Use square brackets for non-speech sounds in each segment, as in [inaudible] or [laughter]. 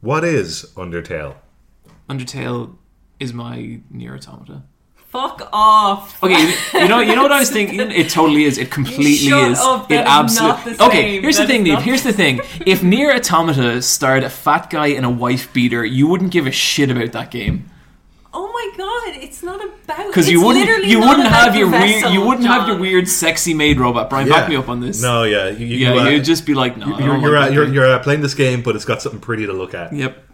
What is Undertale? Undertale is my near automata. Fuck [laughs] off. Okay, you know, you know what I [laughs] was [laughs] thinking. It totally is. It completely Shut is. up, it that is not absolute- the Okay, same. here's the That thing, is Neve. not- Here's the [laughs] thing. If Near Automata starred a fat guy and a wife beater, you wouldn't give a shit about that game Oh my god, it's not about because you it's wouldn't. literally You not wouldn't about have the your weird. vessel, You wouldn't have your John. weird sexy maid robot. Brian, Yeah. back me up on this. No, yeah, you, you, Yeah, uh, you'd just be like, no. I you're don't you're, like uh, that you're, game. you're uh, playing this game, but it's got something pretty to look at. Yep.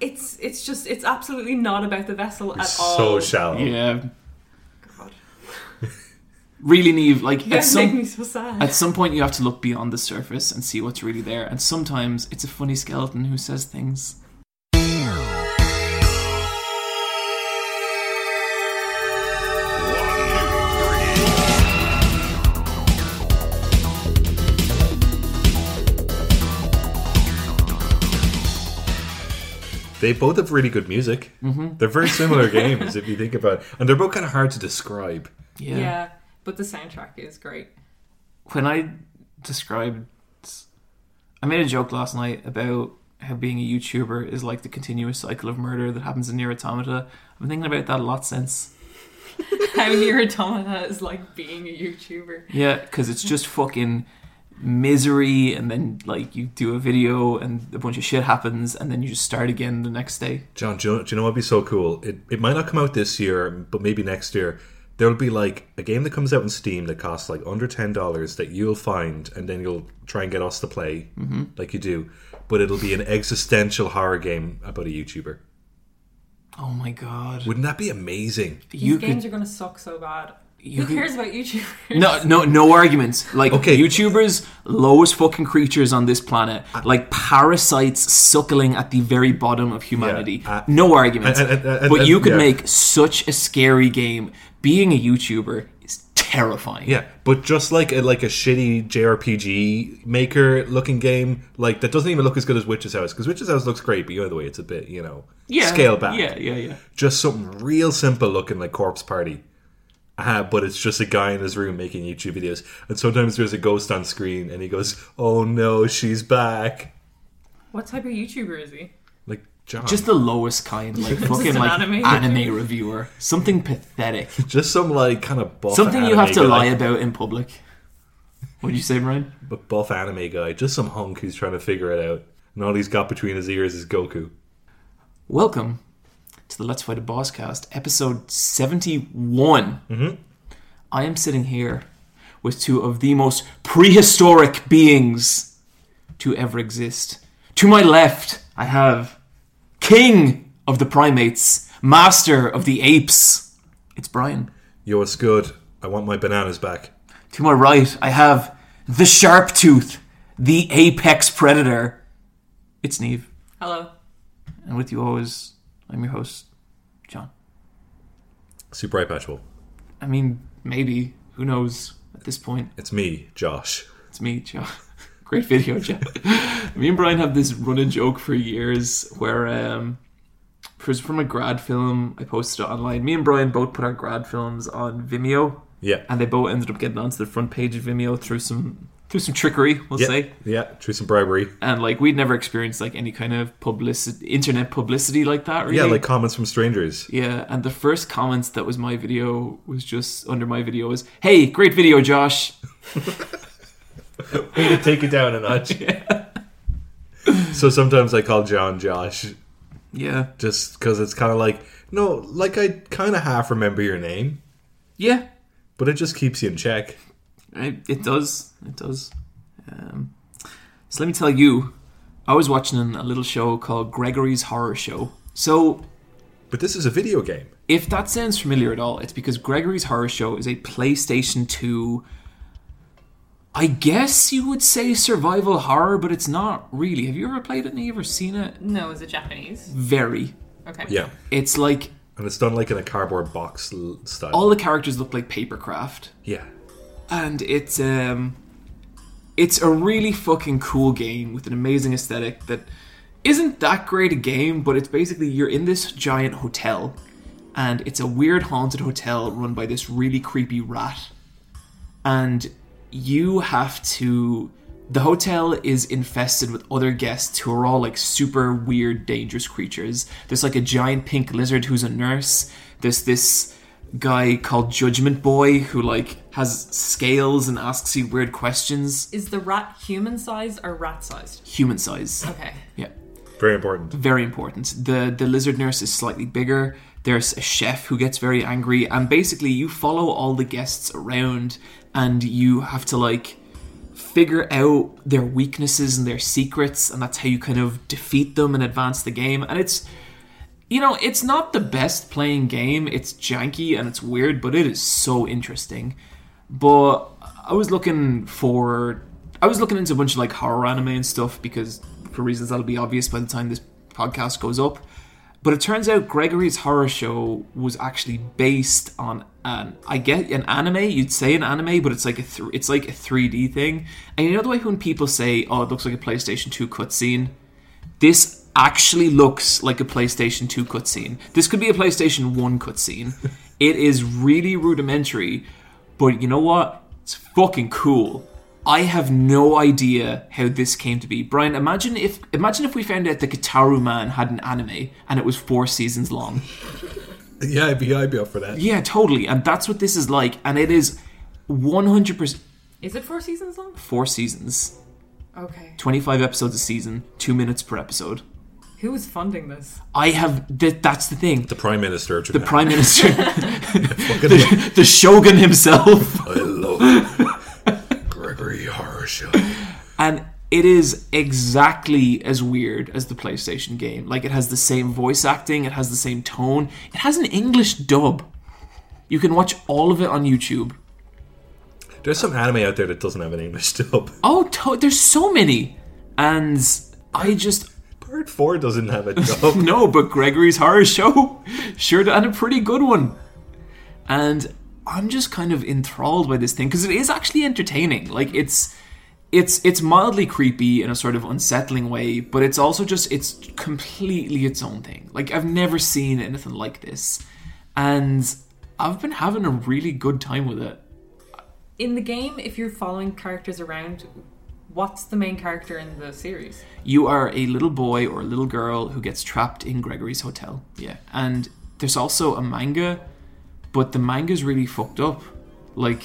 It's it's just it's absolutely not about the vessel at all. So shallow. Oh, Yeah. God. Really, Neve. Like You at guys make some me so sad. At some point, you have to look beyond the surface and see what's really there. And sometimes it's a funny skeleton who says things. They both have really good music. Mm-hmm. They're very [laughs] similar games if you think about it, and they're both kind of hard to describe. Yeah. yeah. but the soundtrack is great. [laughs] When I described, I made a joke last night about how being a YouTuber is like the continuous cycle of murder that happens in Near Automata. I've been thinking about that a lot since. How near automata is like being a YouTuber. Yeah, because it's just fucking misery, and then like you do a video, and a bunch of shit happens, and then you just start again the next day. John, do you, know- do you know what'd be so cool? It, it might not come out this year, but maybe next year. There'll be like a game that comes out in Steam that costs like under ten dollars that you'll find, and then you'll try and get us to play, Mm-hmm. like you do. But it'll be an existential horror game about a YouTuber. Oh my god! Wouldn't that be amazing? These you could games are gonna suck so bad. You Who could- cares about YouTubers? No, no, no arguments. Like Okay. YouTubers, lowest fucking creatures on this planet, Uh, like parasites suckling at the very bottom of humanity. Yeah, uh, no arguments. and- and- and- but and- you could yeah. make such a scary game. Being a YouTuber is terrifying. Yeah, but just like a, like a shitty JRPG maker looking game, like that doesn't even look as good as Witch's House because Witch's House looks great, but either way, it's a bit you know yeah, scale back. Yeah, yeah, yeah. just something real simple looking like corpse party uh, but it's just a guy in his room making youtube videos and sometimes there's a ghost on screen and he goes oh no she's back What type of YouTuber is he? like john Just [laughs] just, the lowest kind, like fucking an like anime. anime reviewer, something pathetic, [laughs] some like kind of buff something you anime have to guy, lie about in public. What'd you say, Brian? a buff anime guy just some hunk who's trying to figure it out and all he's got between his ears is goku Welcome to the Let's Fight a Boss cast, episode 71. Mm-hmm. I am sitting here with two of the most prehistoric beings to ever exist. To my left, I have King of the Primates, Master of the Apes. It's Brian. yo it's good i want my bananas back To my right, I have the Sharp Tooth, the Apex Predator. It's Neve. Hello. And with you always, I'm your host, John. super eye patchable I mean, maybe. Who knows at this point? it's me josh It's me, Joe. [laughs] Great video, Joe. [laughs] me and Brian have this running joke for years where um it was from a grad film I posted it online. Me and Brian both put our grad films on Vimeo yeah and they both ended up getting onto the front page of Vimeo through some through some trickery, we'll yeah, say. yeah through some bribery And like we'd never experienced like any kind of publicity internet publicity like that really. yeah like comments from strangers [laughs] Yeah, and the first comments that was my video was just under my video was, "Hey, great video, Josh." Way to take it down a notch. [laughs] so sometimes I call John Josh Yeah, just because it's kind of like, no, like I kind of half remember your name, yeah, but it just keeps you in check. it, it does, it does. Um, so let me tell you, I was watching a little show called Gregory's Horror Show. So But this is a video game. if that sounds familiar at all, it's because Gregory's Horror Show is a PlayStation 2, I guess you would say survival horror, but it's not really. Have you ever played it? Have you ever seen it? No, is it Japanese? Very. Okay. Yeah. It's like And it's done like in a cardboard box l- style. all the characters look like paper craft. yeah. and it's um it's a really fucking cool game with an amazing aesthetic that isn't that great a game but it's basically you're in this giant hotel and it's a weird haunted hotel run by this really creepy rat and you have to The hotel is infested with other guests who are all like super weird, dangerous creatures. There's like a giant pink lizard who's a nurse. There's this guy called Judgment Boy who like has scales and asks you weird questions. Is the rat human sized or rat sized? Human size. Okay. Yeah. Very important. very important. The the lizard nurse is slightly bigger. There's a chef who gets very angry, and basically you follow all the guests around, and you have to like figure out their weaknesses and their secrets, and that's how you kind of defeat them and advance the game. And it's you know, it's not the best playing game. It's janky and it's weird, but it is so interesting. But I was looking for I was looking into a bunch of like horror anime and stuff because for reasons that'll be obvious by the time this podcast goes up. But it turns out Gregory's horror show was actually based on an I get an anime. You'd say an anime, but it's like a th- it's like a 3D thing. And you know the way when people say, "Oh, it looks like a PlayStation 2 cutscene," this actually looks like a PlayStation 2 cutscene. This could be a PlayStation 1 cutscene. it is really rudimentary, but you know what? It's fucking cool. I have no idea how this came to be. Brian, imagine if imagine if we found out that Kitaru Man had an anime and it was four seasons long. Yeah, I'd be, I'd be up for that. Yeah, totally. And that's what this is like, and it is 100% Is it four seasons long? four seasons, Okay. 25 episodes a season, 2 minutes per episode. Who is funding this? I have that that's the thing. The Prime Minister of [laughs] the Japan. prime minister, Fucking- [laughs] the shogun himself, I love Gregory Horror Show. and it is exactly as weird as the PlayStation game. Like it has the same voice acting, it has the same tone, it has an English dub. You can watch all of it on YouTube. There's some anime out there that doesn't have an English dub. Oh, to- there's so many, and I just Part 4 doesn't have a dub. No, but Gregory's horror show [laughs] sure done a pretty good one. And I'm just kind of enthralled by this thing because it is actually entertaining. Like it's it's it's mildly creepy in a sort of unsettling way, but it's also just it's completely its own thing. Like I've never seen anything like this. And I've been having a really good time with it. In the game, if you're following characters around, what's the main character in the series? you are a little boy or a little girl who gets trapped in Gregory's hotel. Yeah. And there's also a manga, but the manga's really fucked up. Like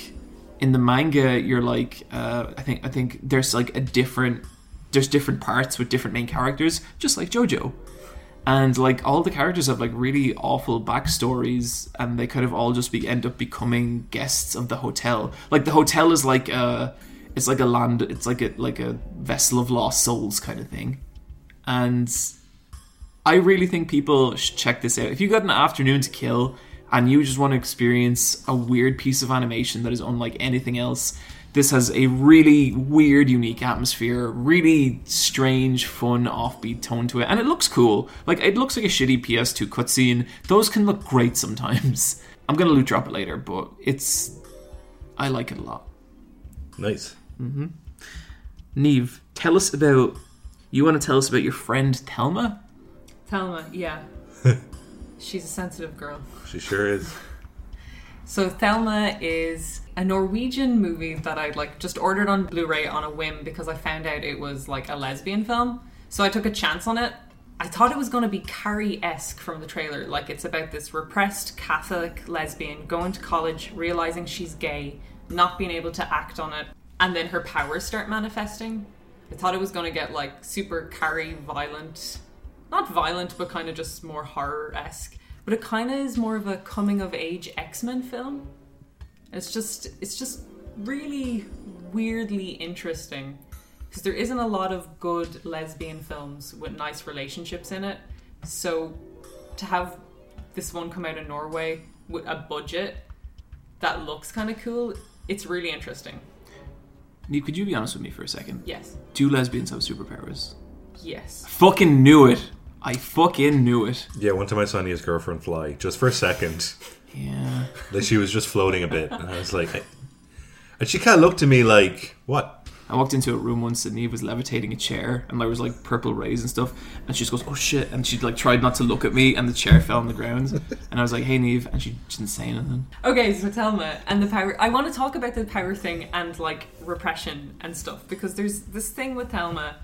in the manga, you're like, uh, I think I think there's like a different there's different parts with different main characters, just like JoJo. And like all the characters have like really awful backstories, and they kind of all just be end up becoming guests of the hotel. Like the hotel is like a, it's like a land, it's like a like a vessel of lost souls kind of thing. And I really think people should check this out. If you got an afternoon to kill and you just want to experience a weird piece of animation that is unlike anything else, this has a really weird, unique atmosphere, really strange, fun, offbeat tone to it, and it looks cool. Like it looks like a shitty PS2 cutscene. Those can look great sometimes. [laughs] I'm gonna loot drop it later, but it's I like it a lot. [laughs] nice. Neve, tell us about you want to tell us about your friend Telma? Thelma, yeah. [laughs] She's a sensitive girl. She sure is. So Thelma is a Norwegian movie that I like just ordered on Blu-ray on a whim because I found out it was like a lesbian film. So I took a chance on it. I thought it was going to be Carrie-esque from the trailer, like it's about this repressed Catholic lesbian going to college, realizing she's gay, not being able to act on it, and then her powers start manifesting. I thought it was going to get like super Carrie violent not violent, but kind of just more horror esque. But it kind of is more of a coming of age X Men film. It's just it's just really weirdly interesting because there isn't a lot of good lesbian films with nice relationships in it. So to have this one come out in Norway with a budget that looks kind of cool, it's really interesting. Neve, could you be honest with me for a second? Yes, Do lesbians have superpowers? yes. Fucking knew it. I fucking knew it. Yeah, one time I saw Nia's girlfriend fly, just for a second. Yeah. Like she was just floating a bit, and I was like, I- and she kind of looked at me like, "What? I walked into a room once and Neve was levitating a chair and there was like purple rays and stuff and she just goes, Oh shit and she like tried not to look at me and the chair fell on the ground and I was like, Hey Neve and she just didn't say anything. Okay, so Telma and the power. I want to talk about the power thing and like repression and stuff because there's this thing with Telma.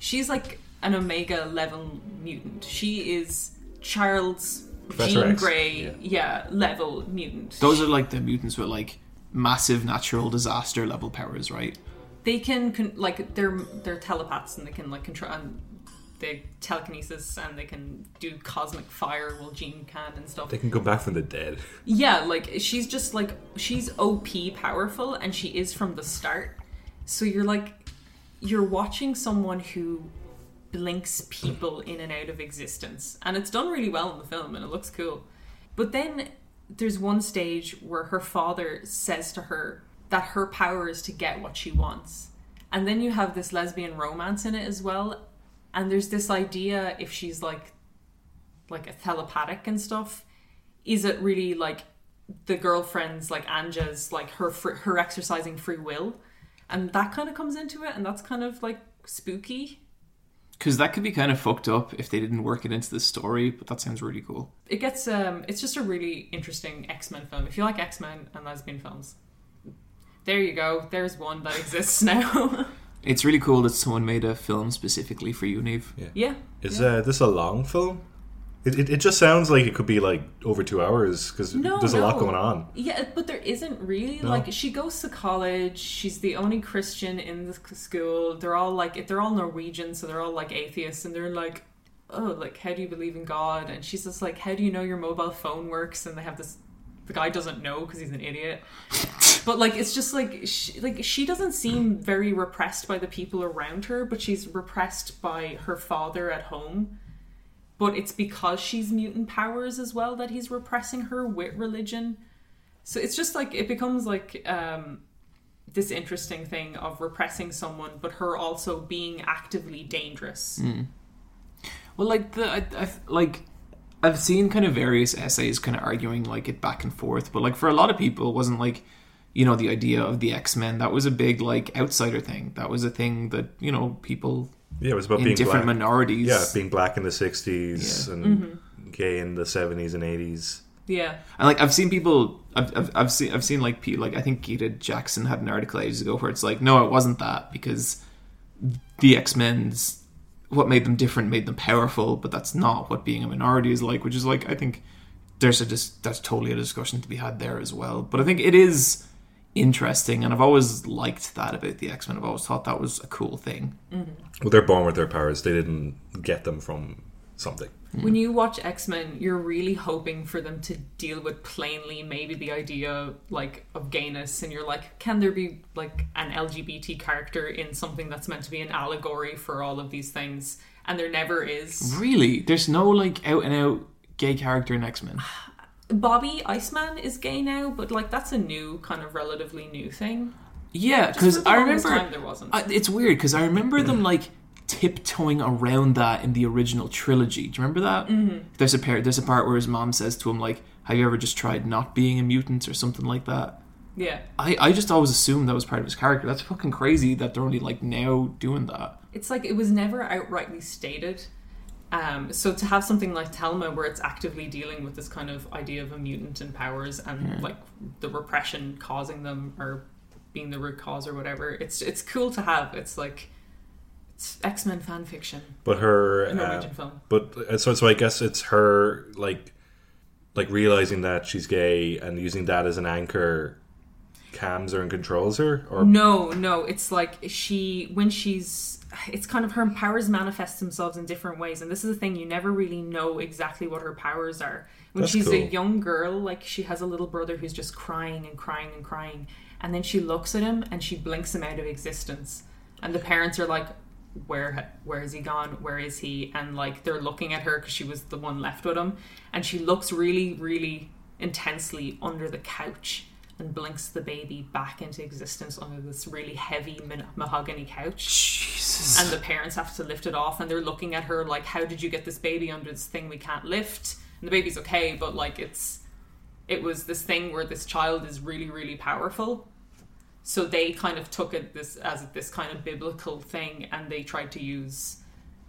She's like an Omega level mutant. She is Charles Professor Jean X, Grey, yeah. yeah. level mutant. Those are like the mutants with like massive natural disaster level powers, right? they can con- like they're they're telepaths and they can like control and they telekinesis and they can do cosmic fire while Jean can and stuff. They can come back from the dead. Yeah, like she's just like she's OP powerful and she is from the start. So you're like you're watching someone who blinks people in and out of existence. And it's done really well in the film and it looks cool. But then there's one stage where her father says to her that her power is to get what she wants. And then you have this lesbian romance in it as well. And there's this idea if she's like like a telepathic and stuff, is it really like the girlfriend's like Anja's like her fr- her exercising free will, and that kind of comes into it, and that's kind of like spooky. Because that could be kind of fucked up if they didn't work it into the story, but that sounds really cool. It gets um, it's just a really interesting X Men film. If you like X Men and lesbian films, there you go. There's one that exists [laughs] now. It's really cool that someone made a film specifically for you, Neve. yeah, Is uh, this a long film? It, it, it just sounds like it could be like over two hours because No, there's a lot no. going on. Yeah, but there isn't really No. like she goes to college. She's the only Christian in the c- school. They're all like they're all Norwegian, so they're all like atheists, and they're like, oh, like how do you believe in God? And she's just like, how do you know your mobile phone works? And they have this. The guy doesn't know because he's an idiot. But like, it's just like she, like she doesn't seem very repressed by the people around her, but she's repressed by her father at home. But it's because she's mutant powers as well that he's repressing her with religion. So it's just like it becomes like um, this interesting thing of repressing someone, but her also being actively dangerous. Mm. Well, like the I, I, like I've seen kind of various essays kind of arguing like it back and forth, but like for a lot of people, it wasn't like you know the idea of the X Men that was a big like outsider thing. That was a thing that you know people Yeah, it was about in being different black. minorities. yeah, being black in the '60s and gay in the '70s and '80s. Yeah, And like I've seen people, I've, I've, I've seen I've seen like pe- like I think Gita Jackson had an article ages ago where it's like, no, it wasn't that because the X Men's what made them different made them powerful, but that's not what being a minority is like. Which is like I think there's a dis- that's totally a discussion to be had there as well. But I think it is interesting, and I've always liked that about the X Men. I've always thought that was a cool thing. Well, they're born with their powers. They didn't get them from something. Mm. when you watch X Men, you're really hoping for them to deal with plainly maybe the idea like of gayness, and you're like, can there be like an LGBT character in something that's meant to be an allegory for all of these things? And there never is. Really, there's no like out and out gay character in X Men. [sighs] Bobby Iceman is gay now, but like that's a new kind of relatively new thing. Yeah, because For the I longest remember time there wasn't. I, it's weird because I remember them like tiptoeing around that in the original trilogy. Do you remember that? Mm-hmm. There's a part. There's a part where his mom says to him like, "Have you ever just tried not being a mutant or something like that?" yeah. I, I just always assumed that was part of his character. That's fucking crazy that they're only like now doing that. it's like it was never outrightly stated. Um, so to have something like Telma, where it's actively dealing with this kind of idea of a mutant and powers and like the repression causing them or being the root cause or whatever, it's it's cool to have. It's like it's X Men fan fiction, But her, a Norwegian uh, film. but uh, so so I guess it's her like like realizing that she's gay and using that as an anchor cams her and controls her or No, no, it's like she when she's it's kind of her powers manifest themselves in different ways and this is a thing you never really know exactly what her powers are. When That's she's a cool. young girl, like she has a little brother who's just crying and crying and crying and then she looks at him and she blinks him out of existence. And the parents are like where ha- where has he gone? Where is he? And like they're looking at her cuz she was the one left with him and she looks really really intensely under the couch and blinks the baby back into existence under this really heavy ma- mahogany couch. Jesus. And the parents have to lift it off, and they're looking at her like, "How did you get this baby under this thing we can't lift?" And the baby's okay, but like it's, it was this thing where this child is really, really powerful, So they kind of took it this as this kind of biblical thing, and they tried to use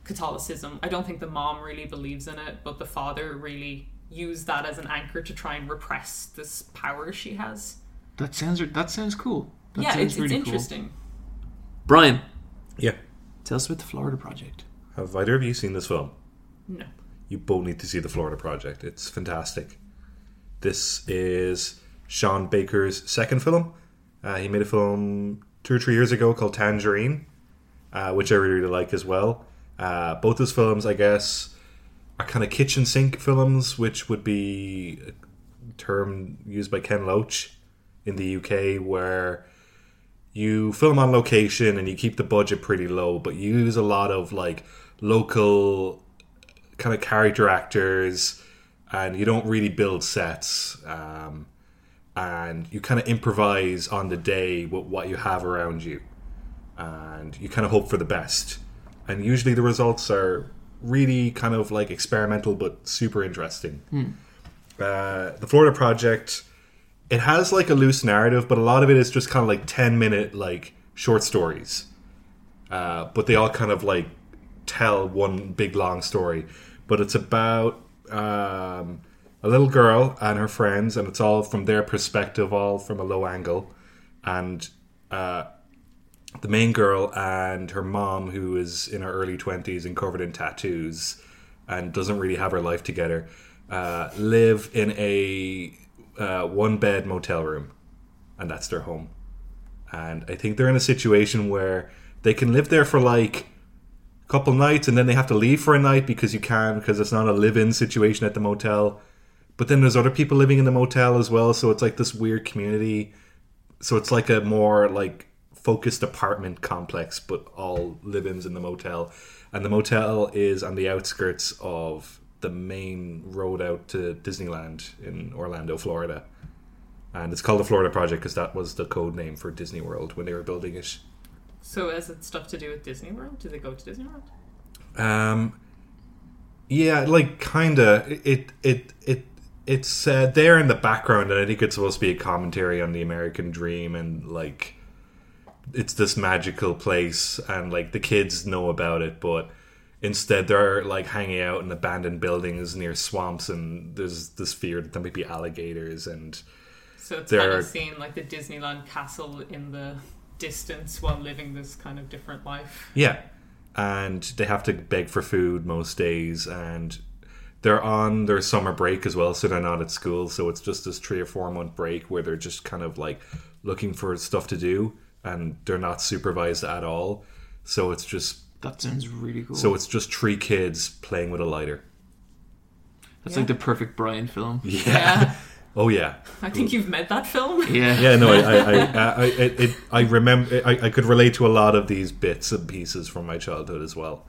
Catholicism. I don't think the mom really believes in it, but the father really used that as an anchor to try and repress this power she has. That sounds that sounds cool. That yeah, sounds it's, really it's interesting. Cool. Brian, Yeah. tell us about the Florida Project. Have either of you seen this film? No. you both need to see the Florida Project. It's fantastic. This is Sean Baker's second film. Uh, he made a film two or three years ago called Tangerine, uh, which I really, really like as well. Uh, both those films, I guess, are kind of kitchen sink films, which would be a term used by Ken Loach in the UK, where you film on location and you keep the budget pretty low, but you use a lot of like local kind of character actors and you don't really build sets um, and you kind of improvise on the day with what you have around you and you kind of hope for the best and usually the results are really kind of like experimental but super interesting uh, the florida project it has like a loose narrative but a lot of it is just kind of like 10 minute like short stories uh, but they all kind of like tell one big long story. But it's about um, a little girl and her friends, and it's all from their perspective, all from a low angle. And uh, the main girl and her mom, who is in her early 20s and covered in tattoos and doesn't really have her life together, uh, live in a uh, one bed motel room, and that's their home. And I think they're in a situation where they can live there for like couple nights and then they have to leave for a night because you can because it's not a live-in situation at the motel but then there's other people living in the motel as well so it's like this weird community so it's like a more like focused apartment complex but all live-ins in the motel and the motel is on the outskirts of the main road out to disneyland in orlando florida and it's called the florida project because that was the code name for disney world when they were building it So is it stuff to do with Disney World? Do they go to Disney World? Um, yeah, like kinda. It it it it's uh, there in the background, and I think it's supposed to be a commentary on the American dream and like it's this magical place, and like the kids know about it, but instead they're like hanging out in abandoned buildings near swamps, and there's this fear that there might be alligators and. So it's There kind are- of seeing like the Disneyland castle in the distance while living this kind of different life. Yeah. And they have to beg for food most days and they're on their summer break as well, so they're not at school, so it's just this three or four month break where they're just kind of like looking for stuff to do and they're not supervised at all. So it's just That sounds really cool. so it's just three kids playing with a lighter. That's like the perfect Brian film. Yeah. Yeah. [laughs] Oh yeah. I think you've met that film. Yeah. Yeah, no, I I, I, I, it, it, I remember I, I could relate to a lot of these bits and pieces from my childhood as well.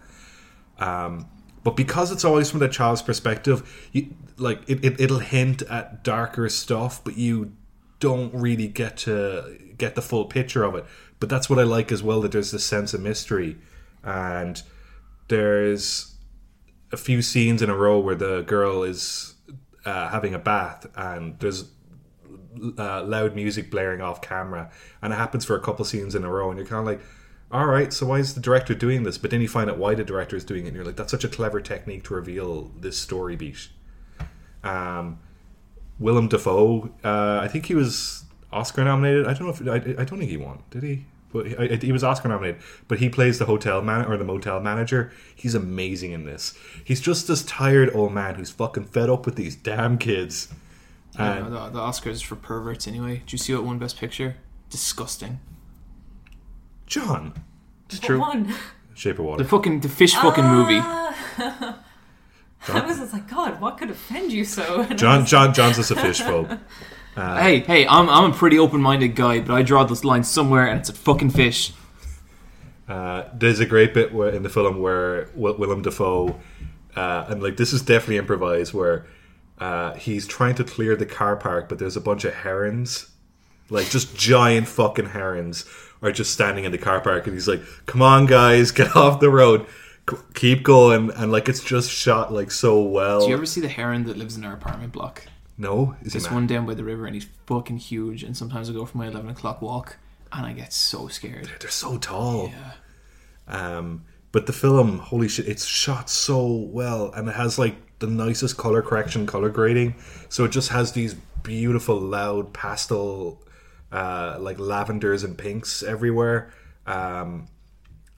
Um, but because it's always from the child's perspective, you, like it, it, it'll hint at darker stuff, but you don't really get to get the full picture of it. But that's what I like as well. That there's this sense of mystery, and there's a few scenes in a row where the girl is uh, having a bath, and there's uh, loud music blaring off camera, and it happens for a couple scenes in a row, and you're kind of like, all right, so why is the director doing this? But then you find out why the director is doing it, and you're like, that's such a clever technique to reveal this story beat. Um, Willem Dafoe, uh, I think he was Oscar nominated. I don't know if I, I don't think he won, did he? But he, I, he was Oscar nominated. But he plays the hotel man or the motel manager. He's amazing in this. He's just this tired old man who's fucking fed up with these damn kids. I know, Uh, the, the Oscars for perverts anyway. Did you see what won Best Picture? Disgusting. John, [laughs] It's What One. Shape of Water. The fucking the fish fucking movie. Ah. I was just like, God, what could offend you so? [laughs] And I John John John's just a fish phobe. hey, hey, I'm I'm a pretty open minded guy, but I draw this line somewhere, and it's a fucking fish. Uh, there's a great bit where, in the film where Will- Willem Dafoe, uh, and like this is definitely improvised, where uh, he's trying to clear the car park, but there's a bunch of herons, like just giant fucking herons, are just standing in the car park, and he's like, "Come on, guys, get [laughs] off the road." C- Keep going, and like it's just shot like so well. Do you ever see the heron that lives in our apartment block? no, is he This mad? one down by the river, and he's fucking huge. And sometimes I go for my eleven o'clock walk, and I get so scared. They're so tall. Yeah. Um, but the film, holy shit, it's shot so well, and it has like the nicest color correction, color grading. So it just has these beautiful, loud pastel, uh, like lavenders and pinks everywhere. Um,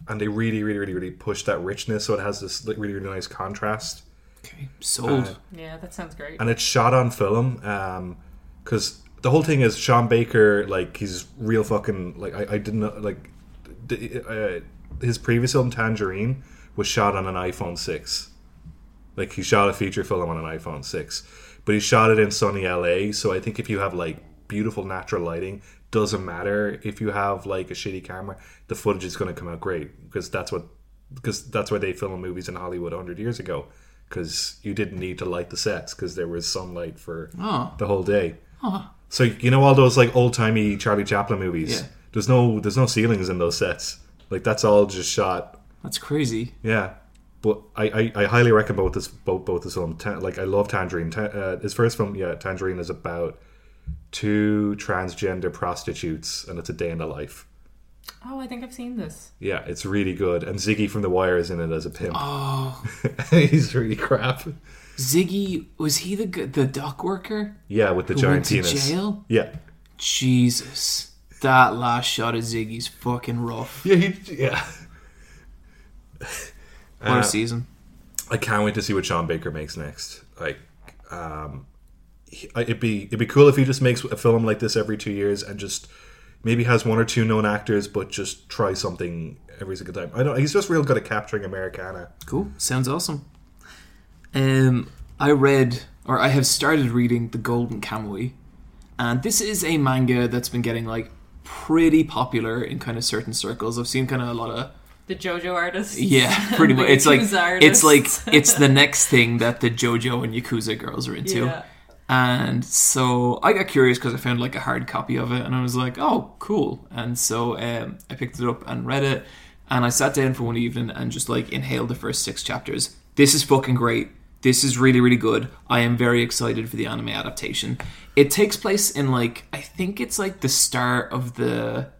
and they really, really, really, really push that richness. So it has this like really, really nice contrast. Okay, sold. Yeah, that sounds great. and it's shot on film because the whole thing is Sean Baker like he's real fucking like I, I didn't like d- uh, his previous film Tangerine was shot on an iPhone six like he shot a feature film on an iPhone six but he shot it in sunny LA so I think if you have like beautiful natural lighting doesn't matter if you have like a shitty camera the footage is going to come out great because that's what because that's why they filmed movies in Hollywood 100 years ago because you didn't need to light the sets because there was sunlight for Oh. the whole day. So you know all those like old timey Charlie Chaplin movies. Yeah. There's no there's no ceilings in those sets. Like that's all just shot. That's crazy. Yeah. But I, I, I highly recommend both this both both this film. Ta- like I love Tangerine. Ta- uh, his first film, yeah, Tangerine is about two transgender prostitutes, and it's a day in the life. Oh, I think I've seen this. Yeah, it's really good. And Ziggy from The Wire is in it as a pimp. Oh, [laughs] He's really crap. Ziggy was he the g- the dock worker? Yeah, with the Who giant went to penis. jail? Yeah. Jesus, that last shot of Ziggy's fucking rough. Yeah, he, yeah. What a season. I can't wait to see what Sean Baker makes next. Like, um, he- I- it'd be it'd be cool if he just makes a film like this every two years and just maybe has one or two known actors, but just try something every single time. I don't. He's just real good at capturing Americana. Cool. Sounds awesome. Um, I read, or I have started reading, The Golden Kamuy. And this is a manga that's been getting, like, pretty popular in kind of certain circles. I've seen kind of a lot of. The JoJo artist. [laughs] Yeah, pretty The much. It's like. Yakuza It's like. artists. [laughs] It's the next thing that the JoJo and Yakuza girls are into. Yeah. And so I got curious because I found like a hard copy of it and I was like, oh, cool. And so um, I picked it up and read it. And I sat down for one evening and just like inhaled the first six chapters. This is fucking great. This is really, really good. I am very excited for the anime adaptation. It takes place in like, I think it's like the start of the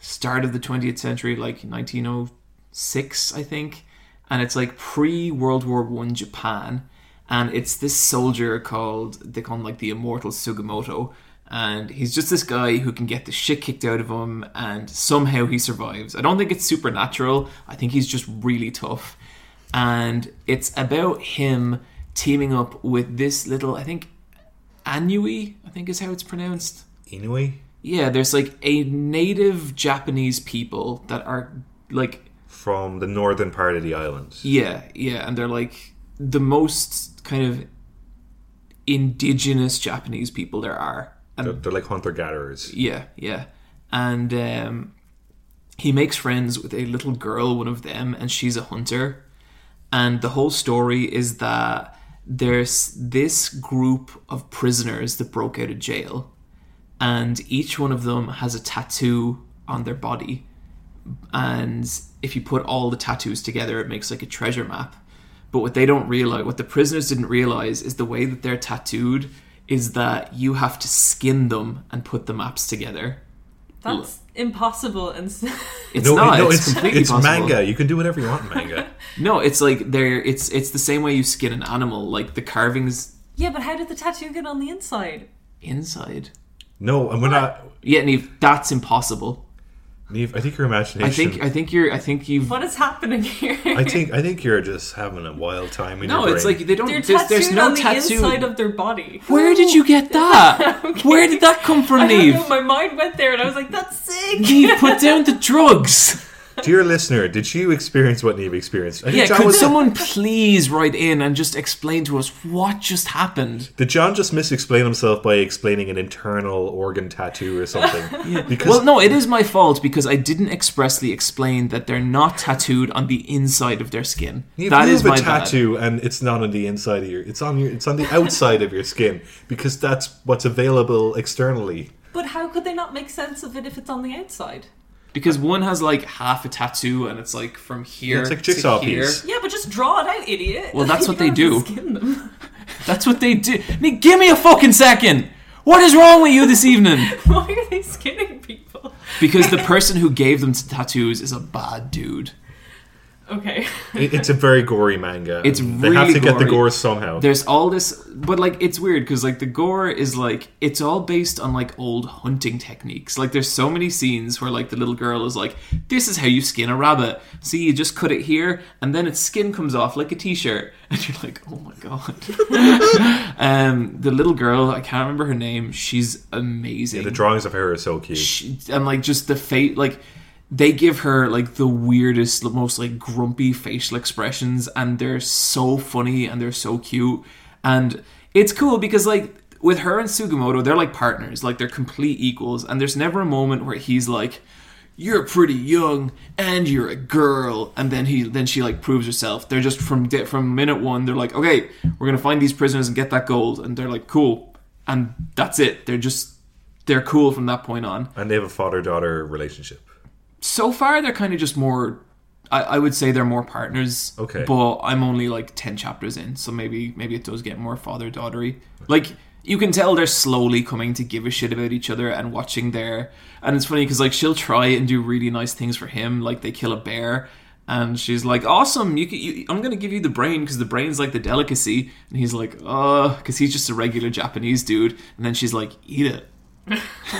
start of the 20th century, like 1906, I think. And it's like pre World War One Japan. And it's this soldier called, they call him like the immortal Sugimoto. And he's just this guy who can get the shit kicked out of him, and somehow he survives. I don't think it's supernatural, I think he's just really tough. And it's about him teaming up with this little, I think, Anui, I think is how it's pronounced. Inui. Yeah, there's like a native Japanese people that are like From the northern part of the island. yeah, yeah, and they're like the most kind of indigenous Japanese people there are. And They're, they're like hunter gatherers. yeah, yeah. And um, he makes friends with a little girl, one of them, and she's a hunter. And the whole story is that there's this group of prisoners that broke out of jail, and each one of them has a tattoo on their body. And if you put all the tattoos together, it makes like a treasure map. But what they don't realize, what the prisoners didn't realize, is the way that they're tattooed is that you have to skin them and put the maps together. That's impossible. And s- [laughs] It's not. it's, completely it's possible. manga. You can do whatever you want in [laughs] manga. No, it's like they're. It's it's the same way you skin an animal. Like the carvings yeah, but how did the tattoo get on the inside? inside. no, and we're not. Yeah, Neve, that's impossible. Neve, I think your imagination. I think I think you're. I think you've. What is happening here? [laughs] I think I think you're just having a wild time in No, your brain. it's like they don't. They're There's, tattooed there's no on the tattoo. inside of their body. Where [laughs] did you get that? Where did that come from, I don't Neve? know, my mind went there, and I was like, "That's [laughs] sick." Neve, put down the drugs. Dear listener, did you experience what Neve experienced? I think Yeah, John could was- someone please write in and just explain to us what just happened? Did John just misexplain himself by explaining an internal organ tattoo or [laughs] something? Because Well, no, it is my fault because I didn't expressly explain that they're not tattooed on the inside of their skin. if that you is have my a bad. tattoo and it's not on the inside of your it's on your it's on the outside of your skin because that's what's available externally. But how could they not make sense of it if it's on the outside? Because one has like half a tattoo and it's like from here. It's like a jigsaw to here. piece. Yeah, but just draw it out, idiot. Well, that's [laughs] You what they don't have to do. Skin them. [laughs] That's what they do. I mean, give me a fucking second. What is wrong with you this evening? Why are they skinning people? because the person who gave them t- tattoos is a bad dude. Okay. [laughs] It- it's a very gory manga. It's and they have really to get the gory. gore somehow. There's all this, but like it's weird because like the gore is like it's all based on like old hunting techniques. Like there's so many scenes where like the little girl is like, "This is how you skin a rabbit. See, you just cut it here, and then its skin comes off like a t-shirt." [laughs] And you're like, "Oh my god." [laughs] um, the little girl, I can't remember her name. She's amazing. the drawings of her are so cute. she, and like just the fate like they give her like the weirdest most like grumpy facial expressions and they're so funny and they're so cute and it's cool because like with her and Sugimoto they're like partners like they're complete equals and there's never a moment where he's like you're pretty young and you're a girl and then he then she like proves herself they're just from di- from minute 1 they're like okay we're going to find these prisoners and get that gold and they're like cool and that's it they're just they're cool from that point on. And they have a father daughter relationship. So far, they're kind of just more. I, I would say they're more partners. Okay. But I'm only like ten chapters in, so maybe maybe it does get more father daughtery. Like you can tell they're slowly coming to give a shit about each other and watching their. And it's funny because like she'll try and do really nice things for him, like they kill a bear. And she's like, "Awesome! You, can, you I'm gonna give you the brain because the brain's like the delicacy." And he's like, "Uh," because he's just a regular Japanese dude. And then she's like, "Eat it." [laughs]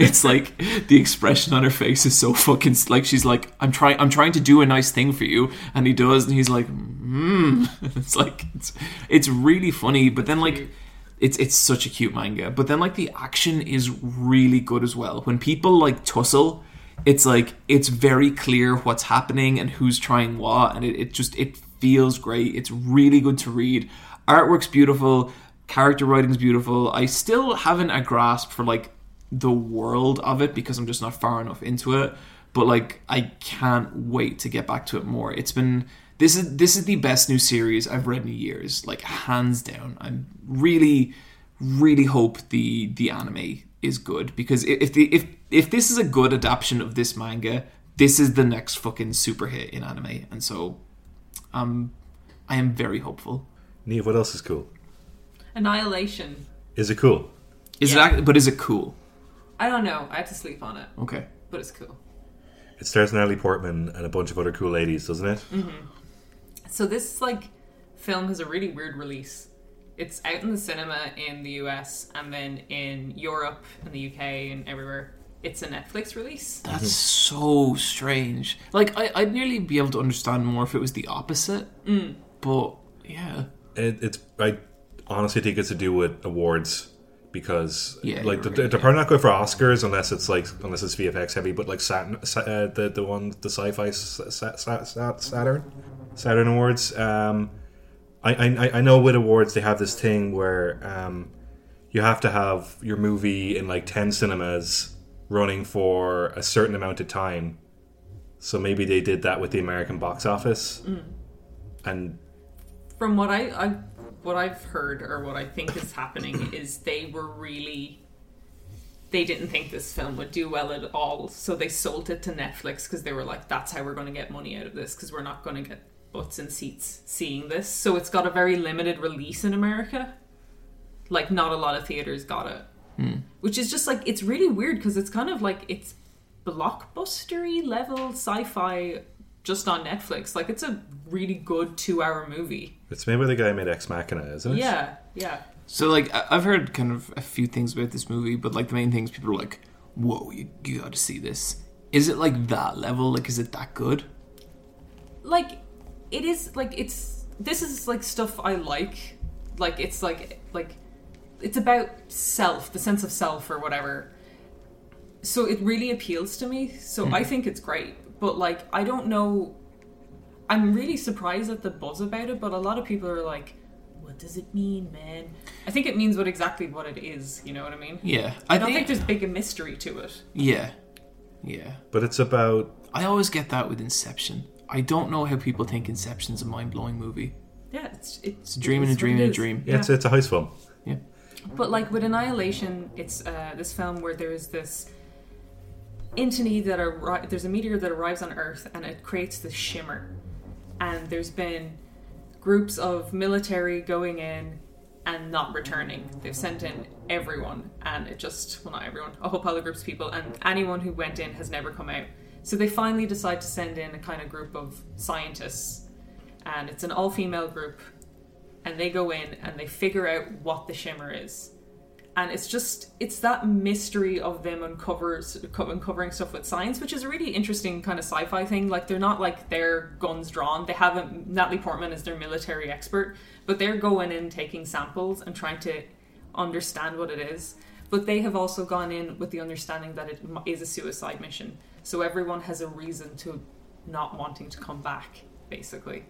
it's like the expression on her face is so fucking like she's like I'm trying I'm trying to do a nice thing for you and he does and he's like [laughs] mm. it's like it's, it's really funny but then like it's it's such a cute manga but then like the action is really good as well when people like tussle it's like it's very clear what's happening and who's trying what and it, it just it feels great it's really good to read artwork's beautiful character writing's beautiful i still haven't a grasp for like the world of it because i'm just not far enough into it but like i can't wait to get back to it more it's been this is this is the best new series i've read in years like hands down i'm really really hope the the anime is good because i- if the if if this is a good adaptation of this manga, this is the next fucking super hit in anime, and so um, I am very hopeful. Neve, what else is cool? Annihilation. Is it cool? Is Yeah. it? Act- but is it cool? I don't know. I had to sleep on it, Okay. but it's cool. It stars Natalie Portman and a bunch of other cool ladies, doesn't it? So this like film has a really weird release. It's out in the cinema in the US and then in Europe and the UK and everywhere. It's a Netflix release. That's so strange. Like I, I'd nearly be able to understand more if it was the opposite. Mm. But yeah, It, it's I honestly think it's to do with awards because Yeah, like you're the, right, they're probably not going for Oscars unless it's like unless it's VFX heavy, but like Saturn, Sa- uh, the the one the sci-fi S- Sa- Sa- Sa- Saturn Saturn Awards. Um, I, I I- I know with awards they have this thing where um, you have to have your movie in like ten cinemas running for a certain amount of time. So maybe they did that with the American box office, Mm. and From what I, I what I've heard or what I think is happening is they were really they didn't think this film would do well at all, so they sold it to Netflix because they were like, "That's how we're going to get money out of this because we're not going to get butts in seats seeing this." So it's got a very limited release in America. Like, not a lot of theaters got it, which is just like it's really weird because it's kind of like it's blockbustery level sci-fi just on Netflix. Like, it's a really good two-hour movie. it's maybe the guy who made Ex Machina, isn't it? Yeah, yeah. So like I- I've heard kind of a few things about this movie, but like the main things people are like, "Whoa, you, you got to see this." Is it like that level? Like, is it that good? like it is like it's this is like stuff I like. Like it's like like it's about self, the sense of self or whatever. So it really appeals to me. So Hmm. I think it's great. But like I don't know I'm really surprised at the buzz about it, but a lot of people are like, What does it mean, man? I think it means what exactly what it is, you know what I mean? Yeah, I don't think there's big a mystery to it. Yeah, yeah. But it's about I always get that with Inception. I don't know how people think Inception's a mind blowing movie. Yeah, it's it's, It's a dream and a it's what dream it and a is. dream. yeah, It's, it's a heist film. Yeah. But like with Annihilation, it's uh, this film where there is this entity that arri- there's a meteor that arrives on Earth and it creates this shimmer, and there's been groups of military going in and not returning. They've sent in everyone, and it just, well, not everyone, a whole pile of groups of people, and anyone who went in has never come out. So they finally decide to send in a kind of group of scientists, and it's an all female group, and they go in and they figure out what the shimmer is. And it's just, it's that mystery of them uncovers, co- uncovering stuff with science, which is a really interesting kind of sci fi thing. Like, they're not like their guns drawn. They haven't, Natalie Portman is their military expert, but they're going in taking samples and trying to understand what it is but they have also gone in with the understanding that it m- is a suicide mission so everyone has a reason to not wanting to come back basically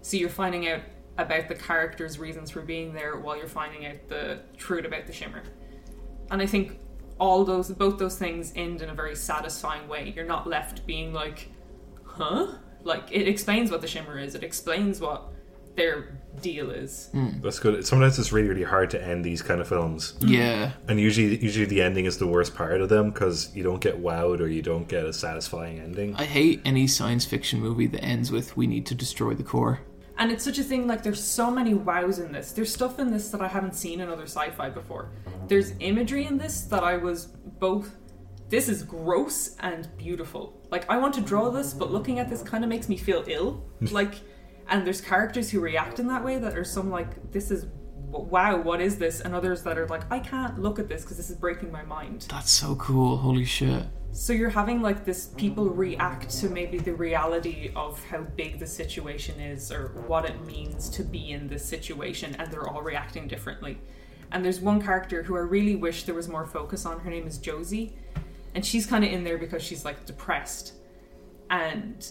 so you're finding out about the characters reasons for being there while you're finding out the truth about the shimmer and i think all those both those things end in a very satisfying way you're not left being like huh like it explains what the shimmer is it explains what their deal is That's good. Sometimes it's really, really hard to end these kind of films, Mm-hmm. Yeah. and usually, usually the ending is the worst part of them because you don't get wowed or you don't get a satisfying ending. I hate any science fiction movie that ends with "We need to destroy the core." And it's such a thing, like, there's so many wows in this. There's stuff in this that I haven't seen in other sci fi before. There's imagery in this that I was both. This is gross and beautiful. Like, I want to draw this, but looking at this kind of makes me feel ill. Like, and there's characters who react in that way that are some like, this is. Wow, what is this? And others that are like, I can't look at this because this is breaking my mind. That's so cool. Holy shit. So you're having like this people react to maybe the reality of how big the situation is or what it means to be in this situation, and they're all reacting differently. And there's one character who I really wish there was more focus on. Her name is Josie, and she's kind of in there because she's like depressed. And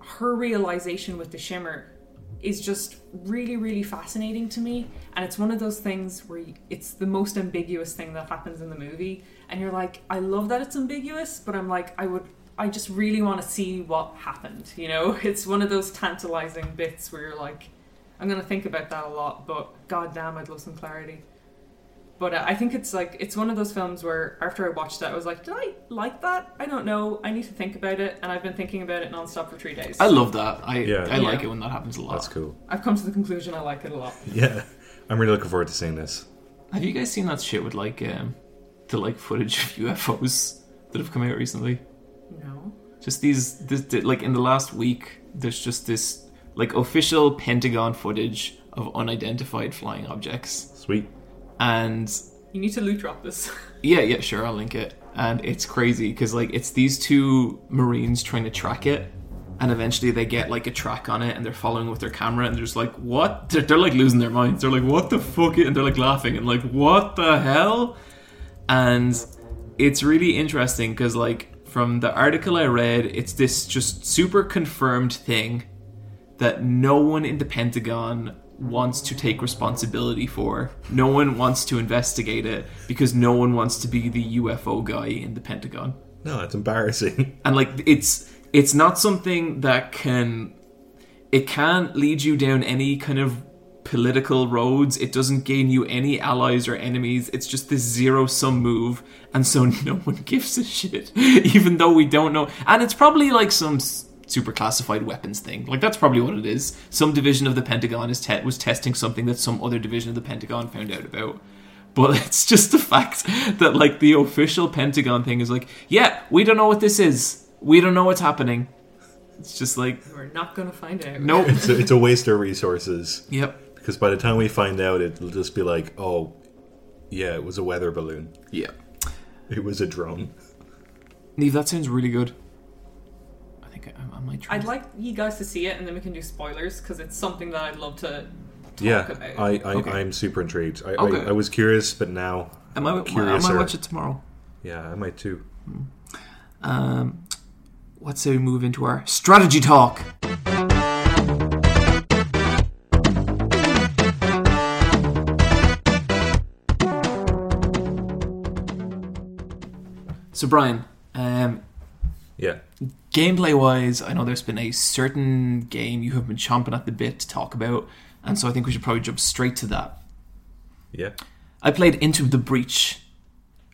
her realization with the shimmer is just really really fascinating to me and it's one of those things where y- it's the most ambiguous thing that happens in the movie and you're like i love that it's ambiguous but i'm like i would i just really want to see what happened you know [laughs] it's one of those tantalizing bits where you're like i'm going to think about that a lot but god damn i'd love some clarity but uh, i think it's like it's one of those films where after i watched that i was like did i like that i don't know i need to think about it and i've been thinking about it nonstop for three days I love that. I Yeah. I like Yeah. it when that happens a lot. That's cool. [laughs] I've come to the conclusion I like it a lot. Yeah, I'm really looking forward to seeing this. Have you guys seen that shit with like um, the like footage of [laughs] UFOs that have come out recently? No. Just these, this, th- like in the last week, there's just this like official Pentagon footage of unidentified flying objects, Sweet. and You need to loot drop [laughs] this. yeah, yeah, sure, I'll link it. And it's crazy because like it's these two Marines trying to track it, and eventually they get like a track on it, and they're following with their camera, and they're just like, what? They're, they're like losing their minds. They're like, what the fuck? And they're like laughing and like, what the hell? and it's really interesting because like from the article i read it's this just super confirmed thing that no one in the pentagon wants to take responsibility for no one wants to investigate it because no one wants to be the ufo guy in the pentagon No, it's embarrassing. [laughs] and like it's it's not something that can it can't lead you down any kind of political roads it doesn't gain you any allies or enemies it's just this zero sum move and so [laughs] no one gives a shit [laughs] even though we don't know and it's probably like some s- super classified weapons thing like that's probably what it is some division of the pentagon is te- was testing something that some other division of the pentagon found out about but [laughs] it's just the fact that like the official Pentagon thing is like, yeah, we don't know what this is. We don't know what's happening. It's just like, We're not gonna find out. [laughs] nope. It's a, it's a waste of resources yep. because by the time we find out, it'll just be like, oh, yeah, it was a weather balloon. Yeah. It was a drone. Neve, that sounds really good. I think I, I might try. I'd like you guys to see it, and then we can do spoilers because it's something that I'd love to. yeah, about it. I, I Okay. I'm super intrigued. I, Okay. I I was curious, but now I might, I might curiouser. watch it tomorrow. Yeah, I might too. Um, what say we move into our strategy talk? So Brian, um, Yeah, gameplay wise, I know there's been a certain game you have been chomping at the bit to talk about, and so I think we should probably jump straight to that. yeah. I played Into the Breach.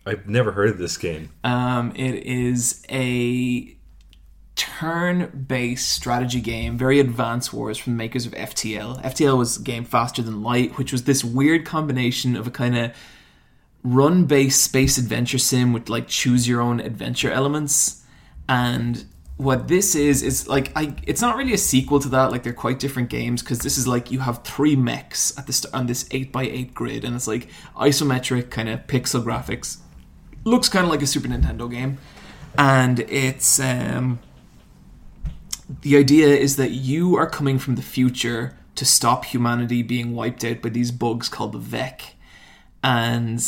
I've never heard of this game. Um, it is Um, a turn-based strategy game, very advanced wars from the makers of FTL. FTL was a game Faster Than Light, which was this weird combination of a kind of run-based space adventure sim with like choose your own adventure elements. And what this is is like I it's not really a sequel to that, like they're quite different games because this is like you have three mechs at the st- on this 8x8 grid and it's like isometric kind of pixel graphics. Looks kind of like a Super Nintendo game. And it's um the idea is that you are coming from the future to stop humanity being wiped out by these bugs called the Vec. And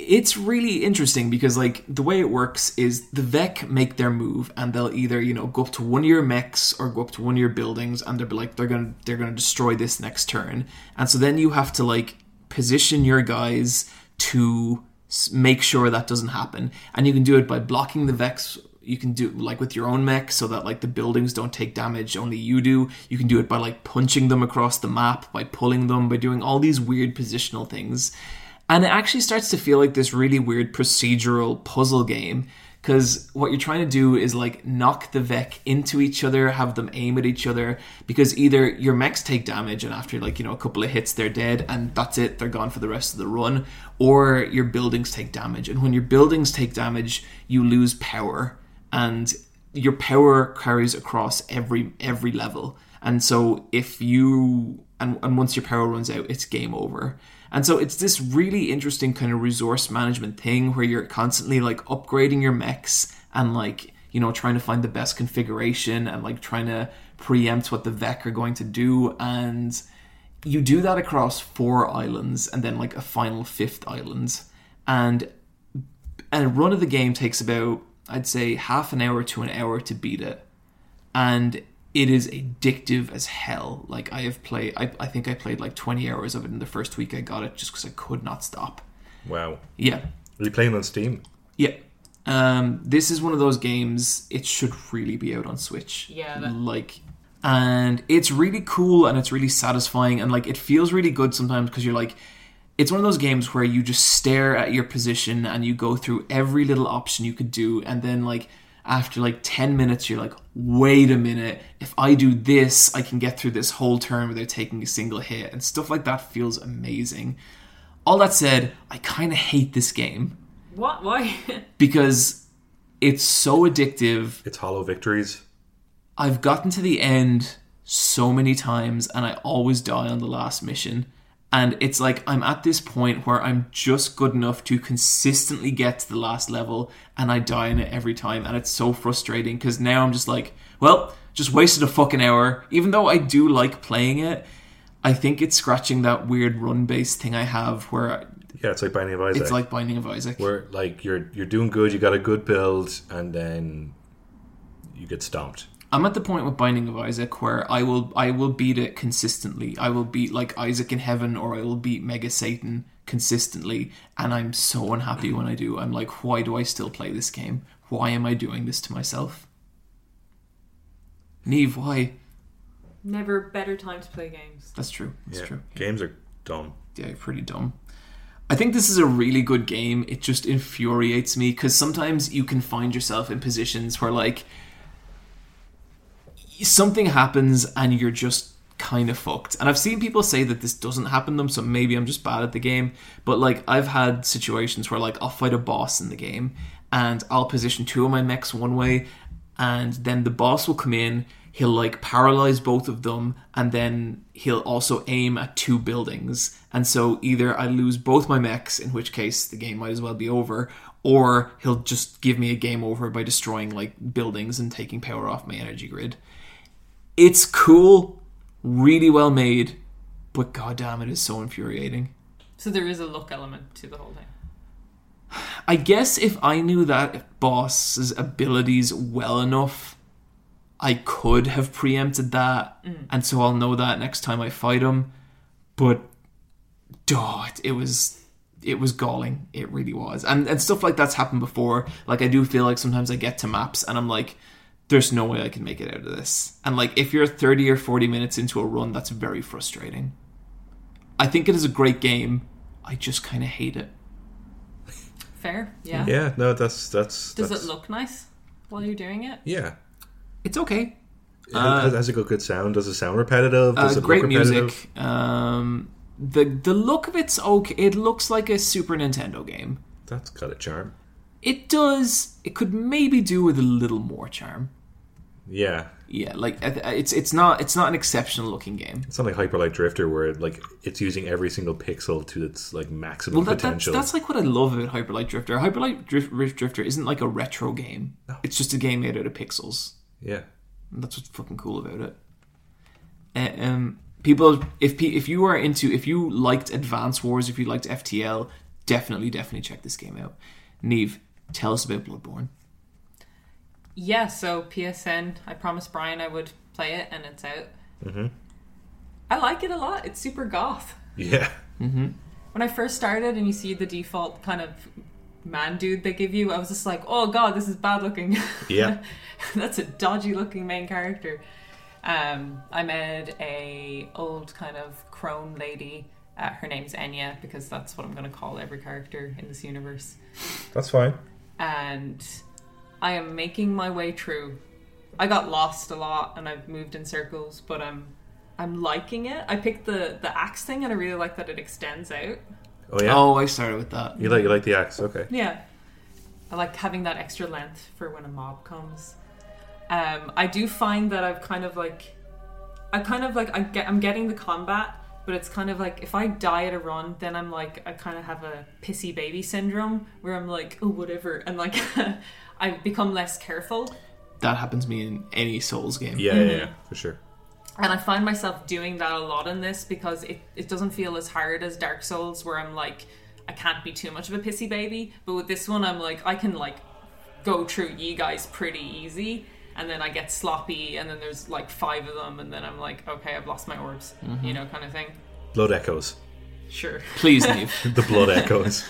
it's really interesting because like the way it works is the Vec make their move and they'll either, you know, go up to one of your mechs or go up to one of your buildings and they'll be like they're gonna they're gonna destroy this next turn. And so then you have to like position your guys to s- make sure that doesn't happen. And you can do it by blocking the Vex you can do like with your own mech so that like the buildings don't take damage only you do you can do it by like punching them across the map by pulling them by doing all these weird positional things and it actually starts to feel like this really weird procedural puzzle game because what you're trying to do is like knock the Vec into each other, have them aim at each other, because either your mechs take damage and after like, you know, a couple of hits they're dead and that's it, they're gone for the rest of the run, or your buildings take damage. And when your buildings take damage, you lose power and your power carries across every every level. And so if you and, and once your power runs out, it's game over. And so it's this really interesting kind of resource management thing where you're constantly like upgrading your mechs and like, you know, trying to find the best configuration and like trying to preempt what the Vec are going to do. And you do that across four islands and then like a final fifth island. And and a run of the game takes about I'd say half an hour to an hour to beat it, and it is addictive as hell. Like I have played, I, I think I played like twenty hours of it in the first week I got it just because I could not stop. Wow. Yeah, Are you playing on Steam? yeah. Um, this is one of those games. It should really be out on Switch. Yeah, that- like, and it's really cool and it's really satisfying and like it feels really good sometimes because you're like, it's one of those games where you just stare at your position and you go through every little option you could do and then like after like 10 minutes you're like wait a minute if i do this i can get through this whole turn without taking a single hit and stuff like that feels amazing all that said i kind of hate this game What? Why? [laughs] because it's so addictive. It's Hollow Victories. I've gotten to the end so many times and I always die on the last mission. And it's like I'm at this point where I'm just good enough to consistently get to the last level and I die in it every time. And it's so frustrating because now I'm just like, well, just wasted a fucking hour. Even though I do like playing it, I think it's scratching that weird run based thing I have where Yeah, it's like Binding of Isaac. it's like Binding of Isaac. where like you're you're doing good, you got a good build, and then you get stomped. I'm at the point with Binding of Isaac where I will I will beat it consistently. I will beat like Isaac in heaven or I will beat Mega Satan consistently and I'm so unhappy when I do. I'm like why do I still play this game? Why am I doing this to myself? Neve, why? Never better time to play games. That's true. That's yeah. true. Games are dumb. Yeah, pretty dumb. I think this is a really good game. It just infuriates me because sometimes you can find yourself in positions where like something happens and you're just kind of fucked. And I've seen people say that this doesn't happen to them, so maybe I'm just bad at the game. But like I've had situations where like I'll fight a boss in the game and I'll position two of my mechs one way and then the boss will come in, he'll like paralyze both of them and then he'll also aim at two buildings. And so either I lose both my mechs, in which case the game might as well be over, or he'll just give me a game over by destroying like buildings and taking power off my energy grid. It's cool, really well made, but goddamn, it is so infuriating. So there is a luck element to the whole thing. I guess if I knew that boss's abilities well enough, I could have preempted that, and so I'll know that next time I fight him. But, duh, it- it was it was galling. It really was, and and stuff like that's happened before. Like I do feel like sometimes I get to maps and I'm like, there's no way I can make it out of this. And like if you're 30 or 40 minutes into a run, that's very frustrating. I think it is a great game. I just kind of hate it. Fair. Yeah. Yeah, no, that's that's. Does that's, it look nice? while you're doing it? Yeah. It's okay. Has- has it got good sound? Does it sound repetitive? Does Uh, it great look repetitive? music. Um, the the look of it's okay. It looks like a Super Nintendo game. That's got a charm. It does. It could maybe do with a little more charm. Yeah. Yeah, like I th- it's it's not it's not an exceptional looking game. It's not like Hyperlight Drifter where like it's using every single pixel to its like maximum Well, that, that's, potential. that's like what I love about Hyper Light Drifter. Hyper Light Drif- Rift Drifter isn't like a retro game. It's just a game made out of pixels. Yeah. [laughs] And that's what's fucking cool about it. Uh, um, people, if pe- if you are into, if you liked Advance Wars, if you liked FTL, definitely, definitely check this game out. Neve, tell us about Bloodborne. Yeah, so PSN, I promised Brian I would play it and it's out. Mm-hmm. I like it a lot. It's super goth. Yeah. When I first started and you see the default kind of man dude they give you, I was just like, oh god, this is bad looking. [laughs] Yeah. That's a dodgy looking main character. Um, I met a old kind of crone lady. Uh, her name's Enya because that's what I'm going to call every character in this universe. That's fine. and I am making my way through. I got lost a lot and I've moved in circles, but I'm I'm liking it. I picked the the axe thing and I really like that it extends out. Oh yeah. Oh, I started with that. You like you like the axe? Okay. Yeah. I like having that extra length for when a mob comes. Um, I do find that I've kind of like, I kind of like I get I'm getting the combat, but it's kind of like if I die at a run, then I'm like I kind of have a pissy baby syndrome where I'm like oh whatever, and like [laughs] I become less careful. That happens to me in any Souls game. Yeah, yeah, yeah, for sure. And I find myself doing that a lot in this because it, it doesn't feel as hard as Dark Souls, where I'm like, I can't be too much of a pissy baby. But with this one, I'm like, I can like go through you guys pretty easy. And then I get sloppy, and then there's like five of them, and then I'm like, okay, I've lost my orbs, Mm-hmm. you know, kind of thing. Blood echoes. [laughs] Sure. Please, Neve. The blood echoes.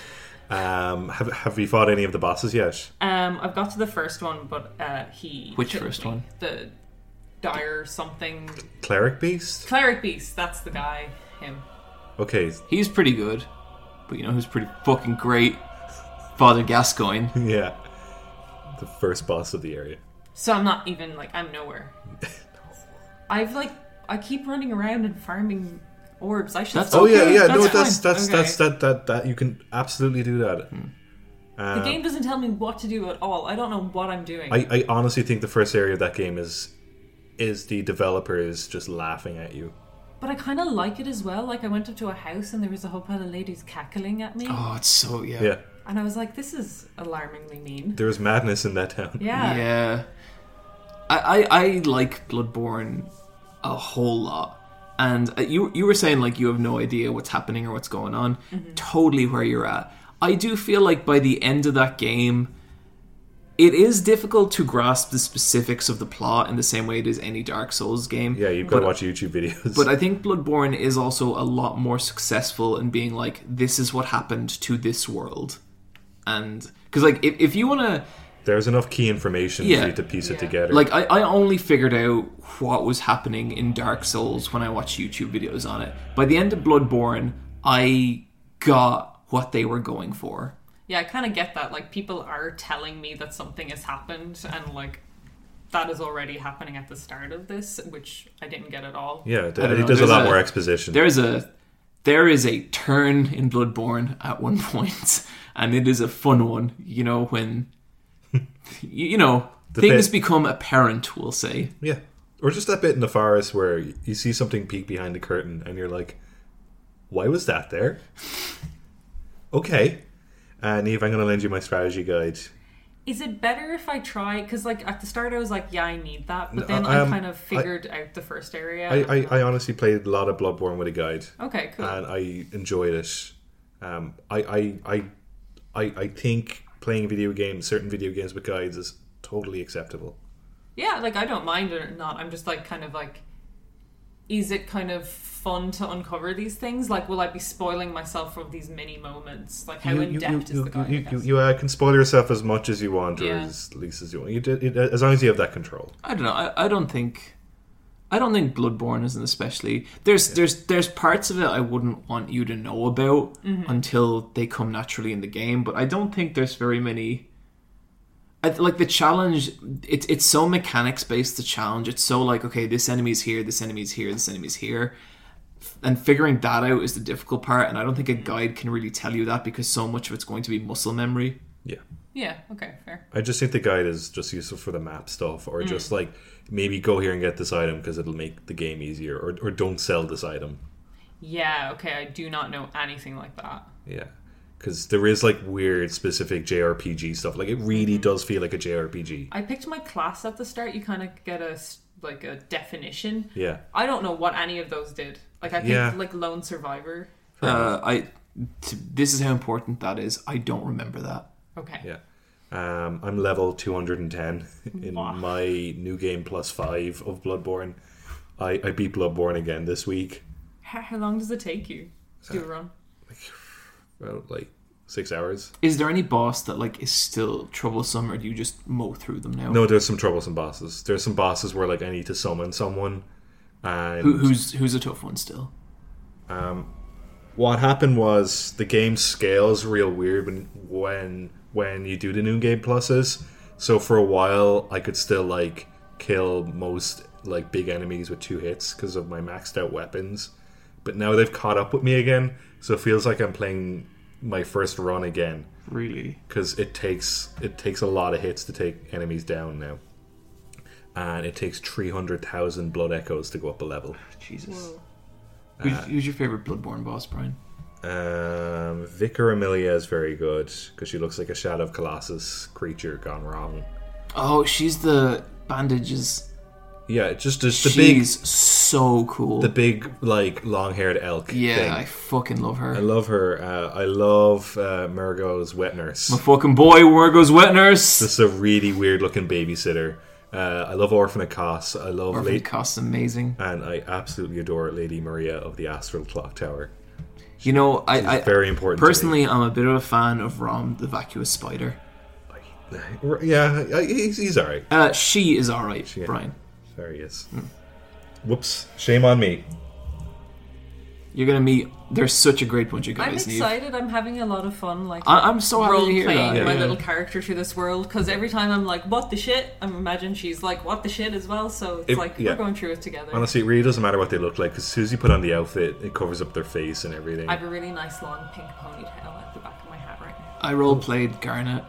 Um, have have you fought any of the bosses yet? Um, I've got to the first one, but uh, he. Which killed first me. one? The dire something Cleric beast. cleric beast. That's the guy. Him. Okay. [laughs] He's pretty good, but you know who's pretty fucking great? [laughs] Father Gascoigne. Yeah. The first boss of the area. So I'm not even like I'm nowhere. I've like I keep running around and farming orbs. I should. That's stop Oh yeah, Okay, yeah. that's no, that's fine. that's Okay. that's that that that you can absolutely do that. The Um, game doesn't tell me what to do at all. I don't know what I'm doing. I, I honestly think the first area of that game is is the developers just laughing at you. but I kind of like it as well. Like I went up to a house and there was a whole pile of ladies cackling at me, Oh, it's so yeah. Yeah, and I was like, "This is alarmingly mean." [laughs] there was madness in that town. Yeah. Yeah. I, I, I like Bloodborne a whole lot. And uh, you you were saying like you have no idea what's happening or what's going on. Totally where you're at. I do feel like by the end of that game it is difficult to grasp the specifics of the plot in the same way it is any Dark Souls game. Yeah, you've got But- to watch YouTube videos. but I think Bloodborne is also a lot more successful in being like, this is what happened to this world. And, because, like, if, if you want to, There's enough key information Yeah. for you to piece it Yeah. together. like, I, I only figured out what was happening in Dark Souls when I watched YouTube videos on it. By the end of Bloodborne, I got what they were going for. Yeah, I kind of get that. Like people are telling me that something has happened, and like that is already happening at the start of this, which I didn't get at all. yeah, it, don't know, it does a there's lot a- more exposition. There is a there is a turn in Bloodborne at one [laughs] point, and it is a fun one. You know when [laughs] you, you know things bit- become apparent. We'll say yeah, or just that bit in the forest where you see something peek behind the curtain, and you're like, "Why was that there?" okay, uh, Neve, I'm going to lend you my strategy guide. Is it better if I try? Because like at the start, I was like, "Yeah, I need that," but then No, I, um, kind of I- figured out the first area. I, I, Uh, I honestly played a lot of Bloodborne with a guide. okay, cool. and I enjoyed it. Um, I, I, I, I, I think playing video games, certain video games with guides, is totally acceptable. yeah, like I don't mind it or not. I'm just like kind of like, is it kind of fun to uncover these things? Like, will I be spoiling myself for these mini moments? Like, how in depth is the guy? you, you, you, uh, can spoil yourself as much as you want, or Yeah. as least as you want. You did, it, as long as you have that control. I don't know. I, I don't think I don't think Bloodborne isn't especially there's there's there's parts of it I wouldn't want you to know about until they come naturally in the game. But I don't think there's very many. I, th- like the challenge it's it's so mechanics based the challenge it's so like okay this enemy's here this enemy's here this enemy's here F- and figuring that out is the difficult part and i don't think a guide can really tell you that because so much of it's going to be muscle memory Yeah. Yeah. Okay. Fair. I just think the guide is just useful for the map stuff, Mm. or just like maybe go here and get this item because it'll make the game easier, or, or don't sell this item. Yeah. Okay. I do not know anything like that. Yeah. Because there is like weird specific JRPG stuff. Like it really Mm-hmm. does feel like a JRPG. I picked my class at the start. You kind of get a s- like a definition. Yeah. I don't know what any of those did. Like I picked Yeah. like lone survivor. uh, i t- this is how important that is i don't remember that Okay. Yeah. Um, I'm level 210 [laughs] in Wow. my new game plus five of Bloodborne. I, I beat Bloodborne again this week. How, how long does it take you to do a run? About like six hours. is there any boss that like is still troublesome or do you just mow through them now No, there's some troublesome bosses. There's some bosses where like I need to summon someone. And Who, who's who's a tough one still what happened was the game scales real weird when when when you do the new game pluses. So for a while, I could still like kill most like big enemies with two hits because of my maxed out weapons. But now they've caught up with me again, so it feels like I'm playing my first run again really because it takes it takes a lot of hits to take enemies down now, and it takes three hundred thousand blood echoes to go up a level. jesus who's, Uh, who's your favorite bloodborne boss brian Um, Vicar Amelia is very good because she looks like a Shadow of Colossus creature gone wrong. oh she's the bandages Yeah, it's just it's the big, she's so cool the big like long-haired elk. Yeah, thing. I fucking love her. I love her. Uh, I love uh, Murgo's wet nurse. [laughs] My fucking boy, Wargo's wet nurse. This is a really weird-looking babysitter. Uh, I love Orphan Acos. I love Orphan late, Cost's amazing. and I absolutely adore Lady Maria of the Astral Clock Tower. You know, I, I Very important. to me. personally, I'm a bit of a fan of Rom the vacuous spider. [laughs] yeah, I- he's, he's all right. Uh, she is all right, Brian. There he is. Hmm. Whoops! Shame on me. You're gonna meet. There's such a great bunch of I'm guys. Neve. excited. I'm having a lot of fun. Like I, I'm so happy role to hear playing that. my yeah. little character through this world because every time I'm like, what the shit? I imagine she's like, what the shit as well. So it's It- like yeah. we're going through it together. Honestly, it really doesn't matter what they look like because as soon as you put on the outfit, it covers up their face and everything. I have a really nice long pink ponytail at the back of my hat right now. I role played Garnet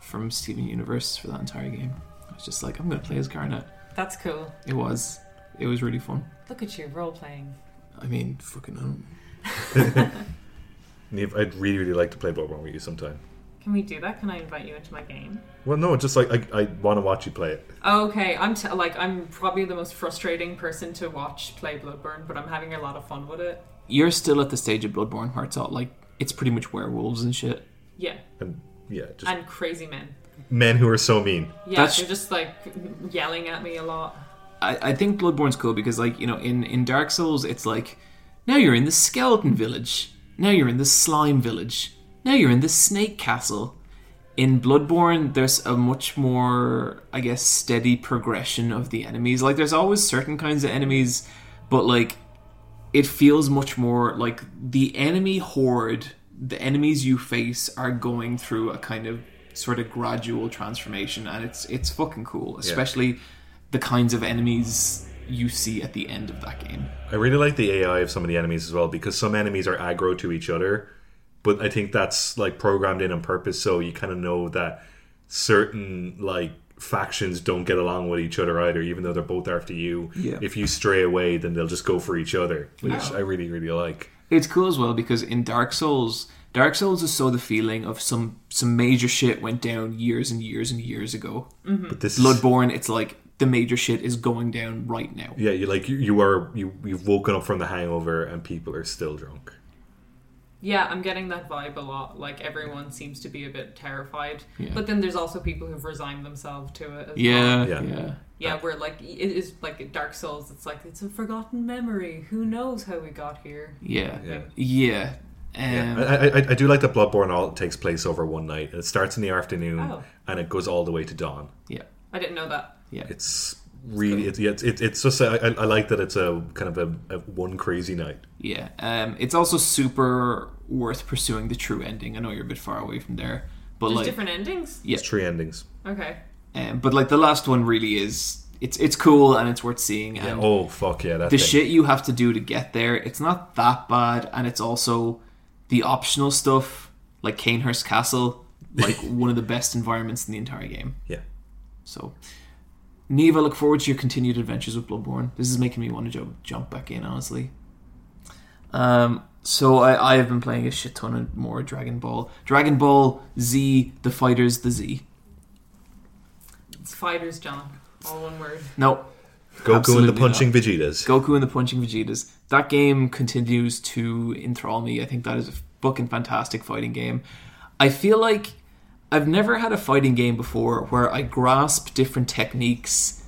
from Steven Universe for that entire game. I was just like, I'm gonna play as Garnet. That's cool. It was, it was really fun. Look at you role playing. I mean, fucking, I don't- Niamh, I'd really, really like to play Bloodborne with you sometime. Can we do that? Can I invite you into my game? Well, no, just like I, I want to watch you play it. Okay, I'm t- like I'm probably the most frustrating person to watch play Bloodborne, but I'm having a lot of fun with it. you're still at the stage of Bloodborne where it's all like, it's pretty much werewolves and shit. Yeah, And yeah, just and crazy men. men who are so mean. Yeah, That's- they're just like yelling at me a lot. I, I think Bloodborne's cool because, like, you know, in, in Dark Souls, it's like, now you're in the skeleton village. Now you're in the slime village. Now you're in the snake castle. In Bloodborne, there's a much more, I guess, steady progression of the enemies. Like, there's always certain kinds of enemies, but, like, it feels much more like the enemy horde, the enemies you face are going through a kind of sort of gradual transformation, and it's it's fucking cool, especially the kinds of enemies you see at the end of that game. I really like the AI of some of the enemies as well because some enemies are aggro to each other, but I think that's like programmed in on purpose so you kind of know that certain like factions don't get along with each other either, even though they're both after you. Yeah. If you stray away, then they'll just go for each other, which I really, really like. It's cool as well because in Dark Souls, Dark Souls is so the feeling of some some major shit went down years and years and years ago. But this is- Bloodborne, it's like the major shit is going down right now. Yeah, you like you, you are you you've woken up from the hangover and people are still drunk. Yeah, I'm getting that vibe a lot. Like everyone seems to be a bit terrified, Yeah. but then there's also people who've resigned themselves to it. As well. Yeah, Yeah. yeah. yeah, where like it is like Dark Souls. It's like it's a forgotten memory. Who knows how we got here? Yeah. Yeah. Yeah. Um, I, I, I- I do like that Bloodborne all takes place over one night. It starts in the afternoon Oh. and it goes all the way to dawn. yeah. I didn't know that. Yeah. It's really it's yeah, it's, it's it's just I, I I like that it's a kind of a, a one crazy night. Yeah, um, it's also super worth pursuing the true ending. I know you're a bit far away from there, But There's like, different endings. yeah, It's three endings. Okay. um, but like the last one really is it's it's cool and it's worth seeing. And Oh fuck yeah! That the thing. shit you have to do to get there, it's not that bad, and it's also the optional stuff like Canehurst Castle, [laughs] like one of the best environments in the entire game. Yeah. So, Neve, I look forward to your continued adventures with Bloodborne. This is making me want to jump jump back in, honestly. Um, so I I have been playing a shit ton of more Dragon Ball, Dragon Ball Z, the fighters, the Z. It's fighters, John. All one word. No, Goku Absolutely and the punching Vegetas. Goku and the Punching Vegetas. That game continues to enthrall me. I think that is a fucking fantastic fighting game. I feel like I've never had a fighting game before where I grasp different techniques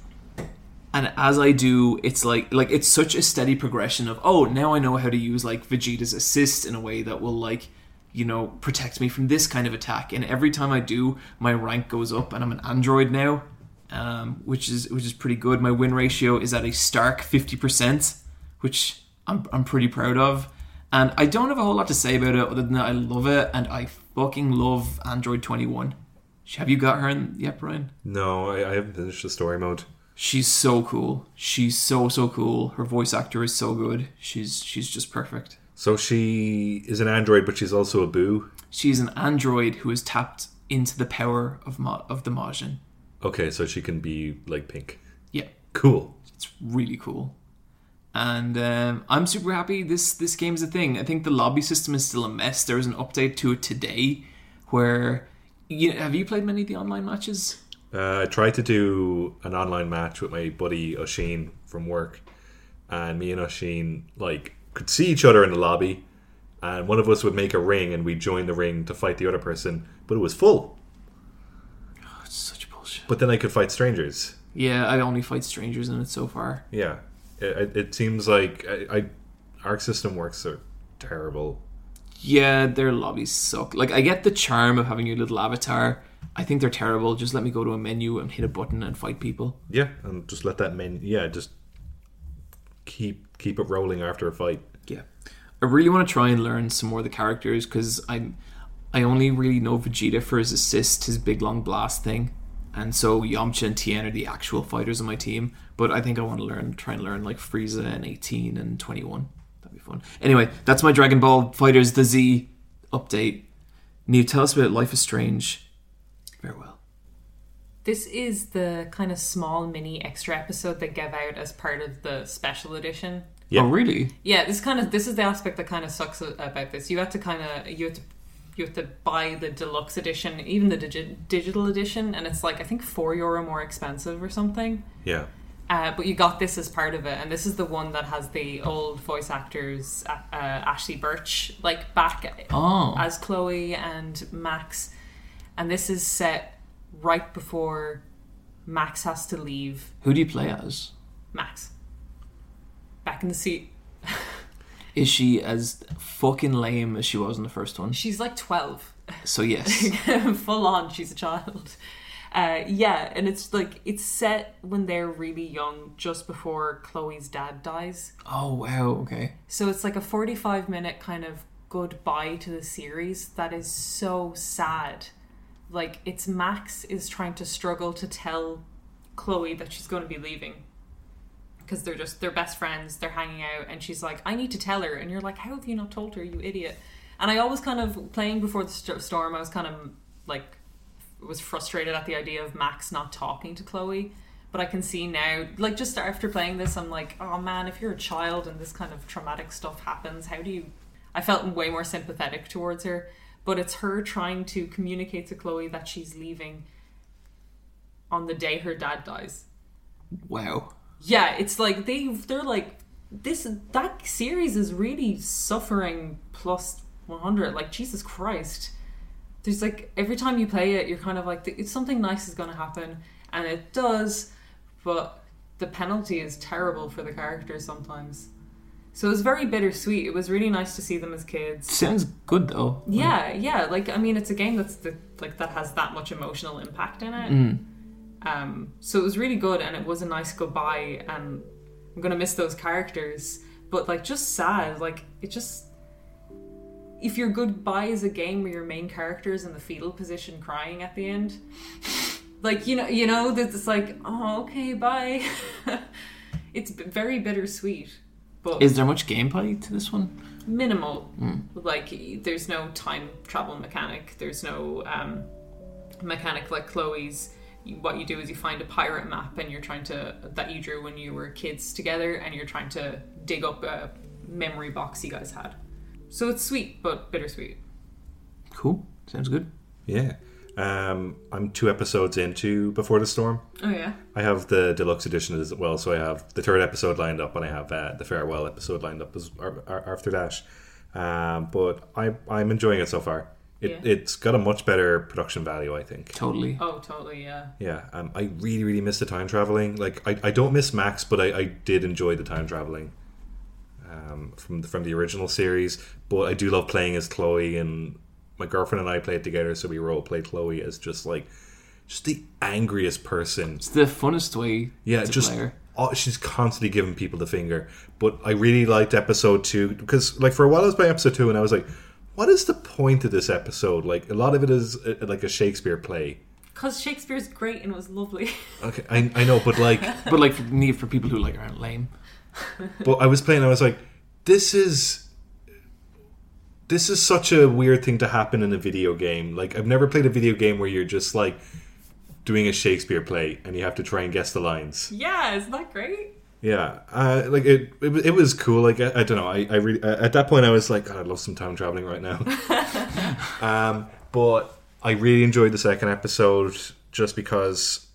and as I do, it's like like it's such a steady progression of oh now I know how to use like Vegeta's assist in a way that will like you know protect me from this kind of attack. And every time I do, my rank goes up, and I'm an android now, um, which is which is pretty good. My win ratio is at a stark fifty percent, which I'm I'm pretty proud of. And I don't have a whole lot to say about it other than that I love it and I fucking love Android 21. Have you got her in yet, Brian? No, I, I haven't finished the story mode. She's so cool. She's so so cool. Her voice actor is so good. She's she's just perfect. So she is an android, but she's also a boo. She's an android who is tapped into the power of Ma- of the Majin. Okay, so she can be like pink. Yeah, Cool. it's really cool. And um, I'm super happy this this game's a thing. I think the lobby system is still a mess. There was an update to it today where you, have you played many of the online matches? Uh, I tried to do an online match with my buddy O'Sheen from work, and me and O'Sheen like could see each other in the lobby, and one of us would make a ring and we'd join the ring to fight the other person, but it was full. Oh, it's such bullshit. But then I could fight strangers. Yeah, I only fight strangers in it so far. Yeah, it, it- it seems like I, I our system works are terrible. Yeah, their lobbies suck. Like, I get the charm of having your little avatar. I think they're terrible. Just let me go to a menu and hit a button and fight people. Yeah, and just let that men. Yeah, just keep keep it rolling after a fight. Yeah, I really want to try and learn some more of the characters because I'm, I only really know Vegeta for his assist, his big long blast thing, and so Yamcha and Tien are the actual fighters on my team. But I think I want to learn, try and learn like Frieza and eighteen and twenty one. That'd be fun. Anyway, that's my Dragon Ball Fighters the Z update. Neve, tell us about Life is Strange. Farewell. This is the kind of small mini extra episode they gave out as part of the special edition. Yeah. Oh, really? Yeah, this kind of this is the aspect that kind of sucks a- about this. You have to kind of you have to you have to buy the deluxe edition, even the digi- digital edition, and it's like I think four euro more expensive or something. Yeah, Uh, but you got this as part of it, and this is the one that has the old voice actors, uh, uh, Ashley Birch, like back Oh. as Chloe and Max, and this is set right before Max has to leave. Who do you play as? Max, back in the seat. Is she as fucking lame as she was in the first one? She's like twelve. [laughs] So yes. [laughs] full on she's a child uh, yeah and it's like it's set when they're really young just before chloe's dad dies oh wow. Okay. so it's like a 45 minute kind of goodbye to the series that is so sad like it's max is trying to struggle to tell chloe that she's going to be leaving because they're just they're best friends they're hanging out and she's like i need to tell her and you're like how have you not told her you idiot and i always kind of playing before the st- storm i was kind of like was frustrated at the idea of max not talking to chloe but i can see now like just after playing this i'm like oh man if you're a child and this kind of traumatic stuff happens how do you i felt way more sympathetic towards her but it's her trying to communicate to chloe that she's leaving on the day her dad dies Wow. yeah it's like they they're like this that series is really suffering plus 100 like jesus christ there's like every time you play it you're kind of like it's something nice is going to happen and it does but the penalty is terrible for the characters sometimes so it was very bittersweet it was really nice to see them as kids Sounds good though. yeah, yeah. Like I mean, it's a game that's the, like that has that much emotional impact in it. Um, so it was really good, and it was a nice goodbye. And I'm gonna miss those characters, but like just sad. Like it just if your goodbye is a game where your main character is in the fetal position crying at the end, like you know, you know that it's like, oh, okay, bye. [laughs] it's b- very bittersweet, but Is there much gameplay to this one? minimal. Like e- there's no time travel mechanic. There's no um, mechanic like Chloe's. You- What you do is you find a pirate map and you're trying to that you drew when you were kids together, and you're trying to dig up a memory box you guys had. So it's sweet but bittersweet. Cool. Sounds good. Yeah. Um, I'm two episodes into Before the Storm. Oh yeah. I have the deluxe edition as well, so I have the third episode lined up, and I have uh, the farewell episode lined up as, ar- ar- after that. Um, but I, I'm enjoying it so far. It, Yeah. It's got a much better production value, I think. Totally. Oh totally. Yeah. Yeah, um, I really, really miss the time traveling. Like, I, I don't miss Max, but I, I did enjoy the time traveling um, from the, from the original series. But I do love playing as Chloe, and my girlfriend and I played together, so we role played Chloe as just like just the angriest person. It's the funnest way Yeah, to just play her. oh, she's constantly giving people the finger. But I really liked episode two because, like, for a while I was by episode two, and I was like, what is the point of this episode? Like, a lot of it is uh, like a Shakespeare play. Cause Shakespeare's great and it was lovely. [laughs] Okay, I, I know, but like. But like for me, for people who like aren't lame. but I was playing. I was like, this is this is such a weird thing to happen in a video game. Like I've never played a video game where you're just like doing a Shakespeare play and you have to try and guess the lines. yeah, isn't that great? Yeah, uh, like it, it, wa- it was cool. Like I, I don't know. I, I really uh, at that point I was like, God, I'd love some time traveling right now. um, but I really enjoyed the second episode just because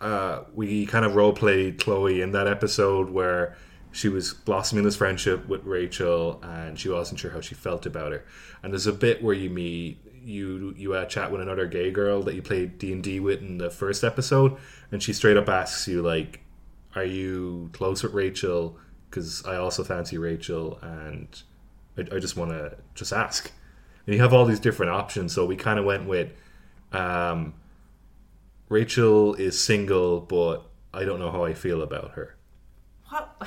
uh, we kind of role played Chloe in that episode where she was blossoming this friendship with Rachel and she wasn't sure how she felt about her. And there's a bit where you meet you you uh, chat with another gay girl that you played D and D with in the first episode, and she straight up asks you like are you close with Rachel? Because I also fancy Rachel, and I, I just want to just ask. And you have all these different options, so we kind of went with um, Rachel is single, but I don't know how I feel about her What?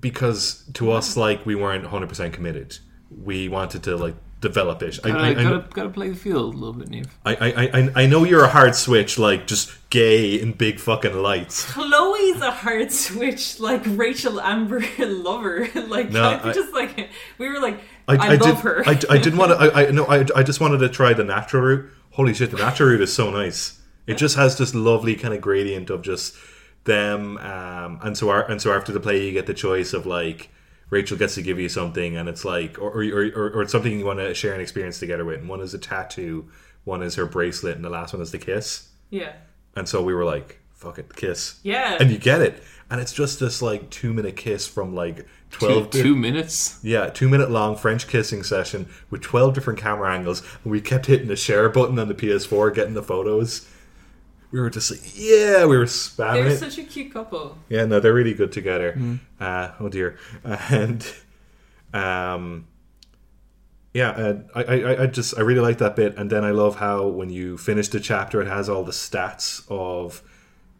because to us, like, we weren't one hundred percent committed. We wanted to like develop it. I, Gotta, I, I, gotta, gotta play the field a little bit, Neve. I, I, I, I know you're a hard switch, like just gay and big fucking lights. Chloe's a hard switch, like Rachel Amber [laughs] lover. like No, I, I- just like we were like, I, I, love did, her. I, I didn't want to. I, I no. I, I just wanted to try the natural route. Holy shit, the natural route is so nice. It just has this lovely kind of gradient of just them. Um, and so, our, and so after the play, you get the choice of like Rachel gets to give you something, and it's like, or or, or, or it's something you want to share an experience together with. And one is a tattoo, one is her bracelet, and the last one is the kiss. [laughs] yeah, And so we were like, fuck it, kiss. yeah. And you get it, and it's just this like two minute kiss from like twelve two, to- two minutes. yeah, two minute long French kissing session with 12 different camera angles, and we kept hitting the share button on the PS4, getting the photos. We were just like, yeah, we were spamming They're it. such a cute couple. yeah, no, they're really good together. Uh, oh dear. And, um, yeah, uh, I, I, I just, I really like that bit. And then I love how when you finish the chapter, it has all the stats of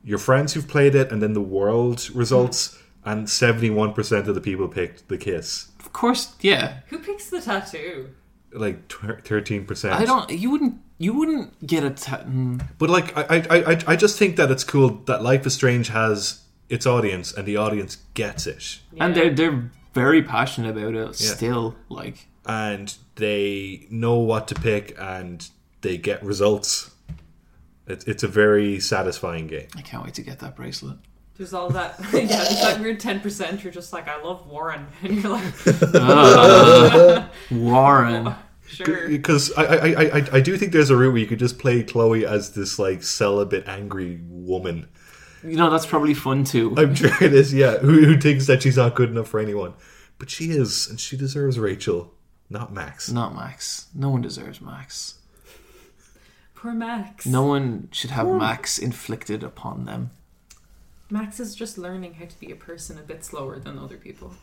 your friends who've played it and then the world results. And 71% of the people picked the kiss Of course, yeah. Who picks the tattoo? like thirteen percent. I don't. You wouldn't. You wouldn't get a. ta- mm. But like, I, I, I, I just think that it's cool that Life is Strange has its audience, and the audience gets it, And Yeah. they're they're very passionate about it. Yeah. Still, like and they know what to pick, and they get results. It's it's a very satisfying game. I can't wait to get that bracelet. There's all that. [laughs] yeah, there's that weird ten percent. You're just like, I love Warren, [laughs] and you're [laughs] like, Warren. sure. Because I, I, I, I- I do think there's a route where you could just play Chloe as this like celibate angry woman. You know that's probably fun too. I'm [laughs] sure it is. Yeah, who, who thinks that she's not good enough for anyone, but she is, and she deserves Rachel, not Max. Not Max. No one deserves Max. Poor Max. No one should have Max inflicted upon them. Max is just learning how to be a person a bit slower than other people.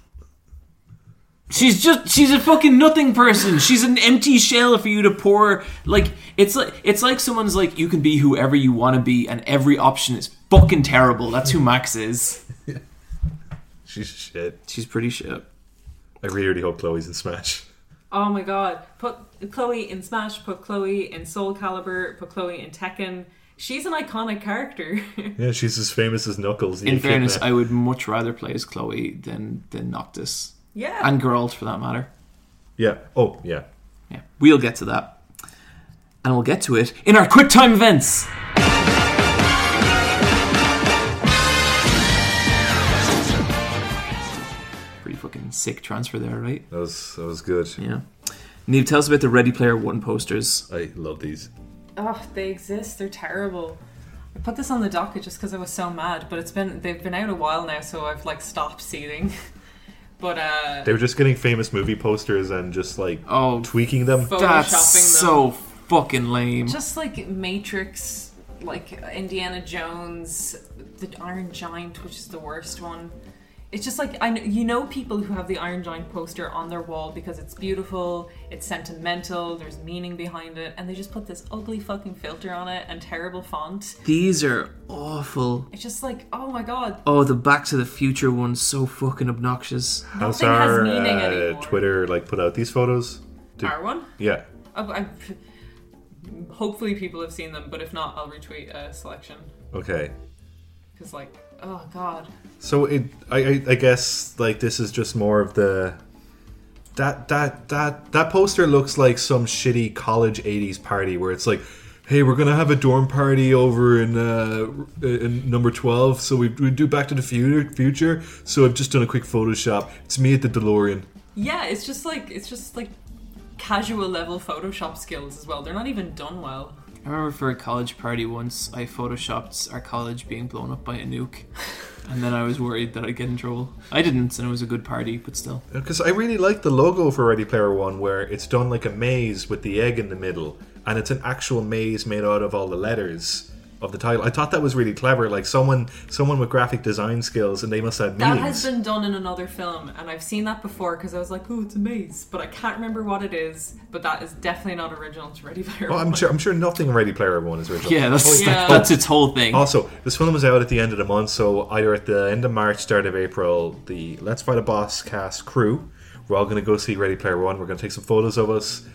She's just she's a fucking nothing person. She's an empty shell for you to pour like it's like it's like someone's like you can be whoever you want to be and every option is fucking terrible. That's who Max is. She's shit. She's pretty shit. I really, really hope Chloe's in Smash. Oh my god. Put Chloe in Smash, put Chloe in Soul Calibur, put Chloe in Tekken. She's an iconic character. [laughs] Yeah, she's as famous as Knuckles. the In fairness, Echidna. I would much rather play as Chloe than than Noctis yeah. and Geralt for that matter. yeah. Oh, yeah. Yeah, we'll get to that, and we'll get to it in our quick time events. Pretty fucking sick transfer there, right? That was that was good. Yeah. Neve, tell us about the Ready Player One posters. I love these. Oh, they exist. They're terrible. I put this on the docket just because I was so mad, but it's been they've been out a while now, so I've like stopped seeding. [laughs] but uh They were just getting famous movie posters and just like Oh, tweaking them. photoshopping that's them. so fucking lame. just like Matrix, like Indiana Jones, the Iron Giant, which is the worst one. It's just like I know, you know people who have the Iron Giant poster on their wall because it's beautiful, it's sentimental, there's meaning behind it, and they just put this ugly fucking filter on it and terrible font. These are awful. It's just like, oh my god, Oh, the Back to the Future one's so fucking obnoxious. How's nothing has our meaning uh, anymore. Twitter like put out these photos? Did- Our one? yeah. Oh, I, hopefully people have seen them, but if not, I'll retweet a selection. Okay. Because, like, oh god. So it, I, I, I guess like this is just more of the that that that that poster looks like some shitty college '80s party where it's like, hey, we're gonna have a dorm party over in uh, in number twelve, so we, we do Back to the Future. Future. So I've just done a quick Photoshop. It's me at the DeLorean. Yeah, it's just like, it's just like casual level Photoshop skills as well. They're not even done well. I remember for a college party once, I photoshopped our college being blown up by a nuke, and then I was worried that I'd get in trouble. I didn't, and it was a good party, but still. Because I really like the logo for Ready Player One, where it's done like a maze with the egg in the middle, and it's an actual maze made out of all the letters of the title. I thought that was really clever. Like someone, someone with graphic design skills, and they must have That meetings. has been done in another film, and I've seen that before because I was like, oh, it's a maze. But I can't remember what it is, but that is definitely not original to Ready Player Oh, I'm One. sure. I'm sure nothing in Ready Player One is original. Yeah, that's yeah. that- [laughs] that's its whole thing. Also, this film was out at the end of the month, so either at the end of March, start of April, the Let's Fight a Boss cast crew, we're all going to go see Ready Player One. We're going to take some photos of us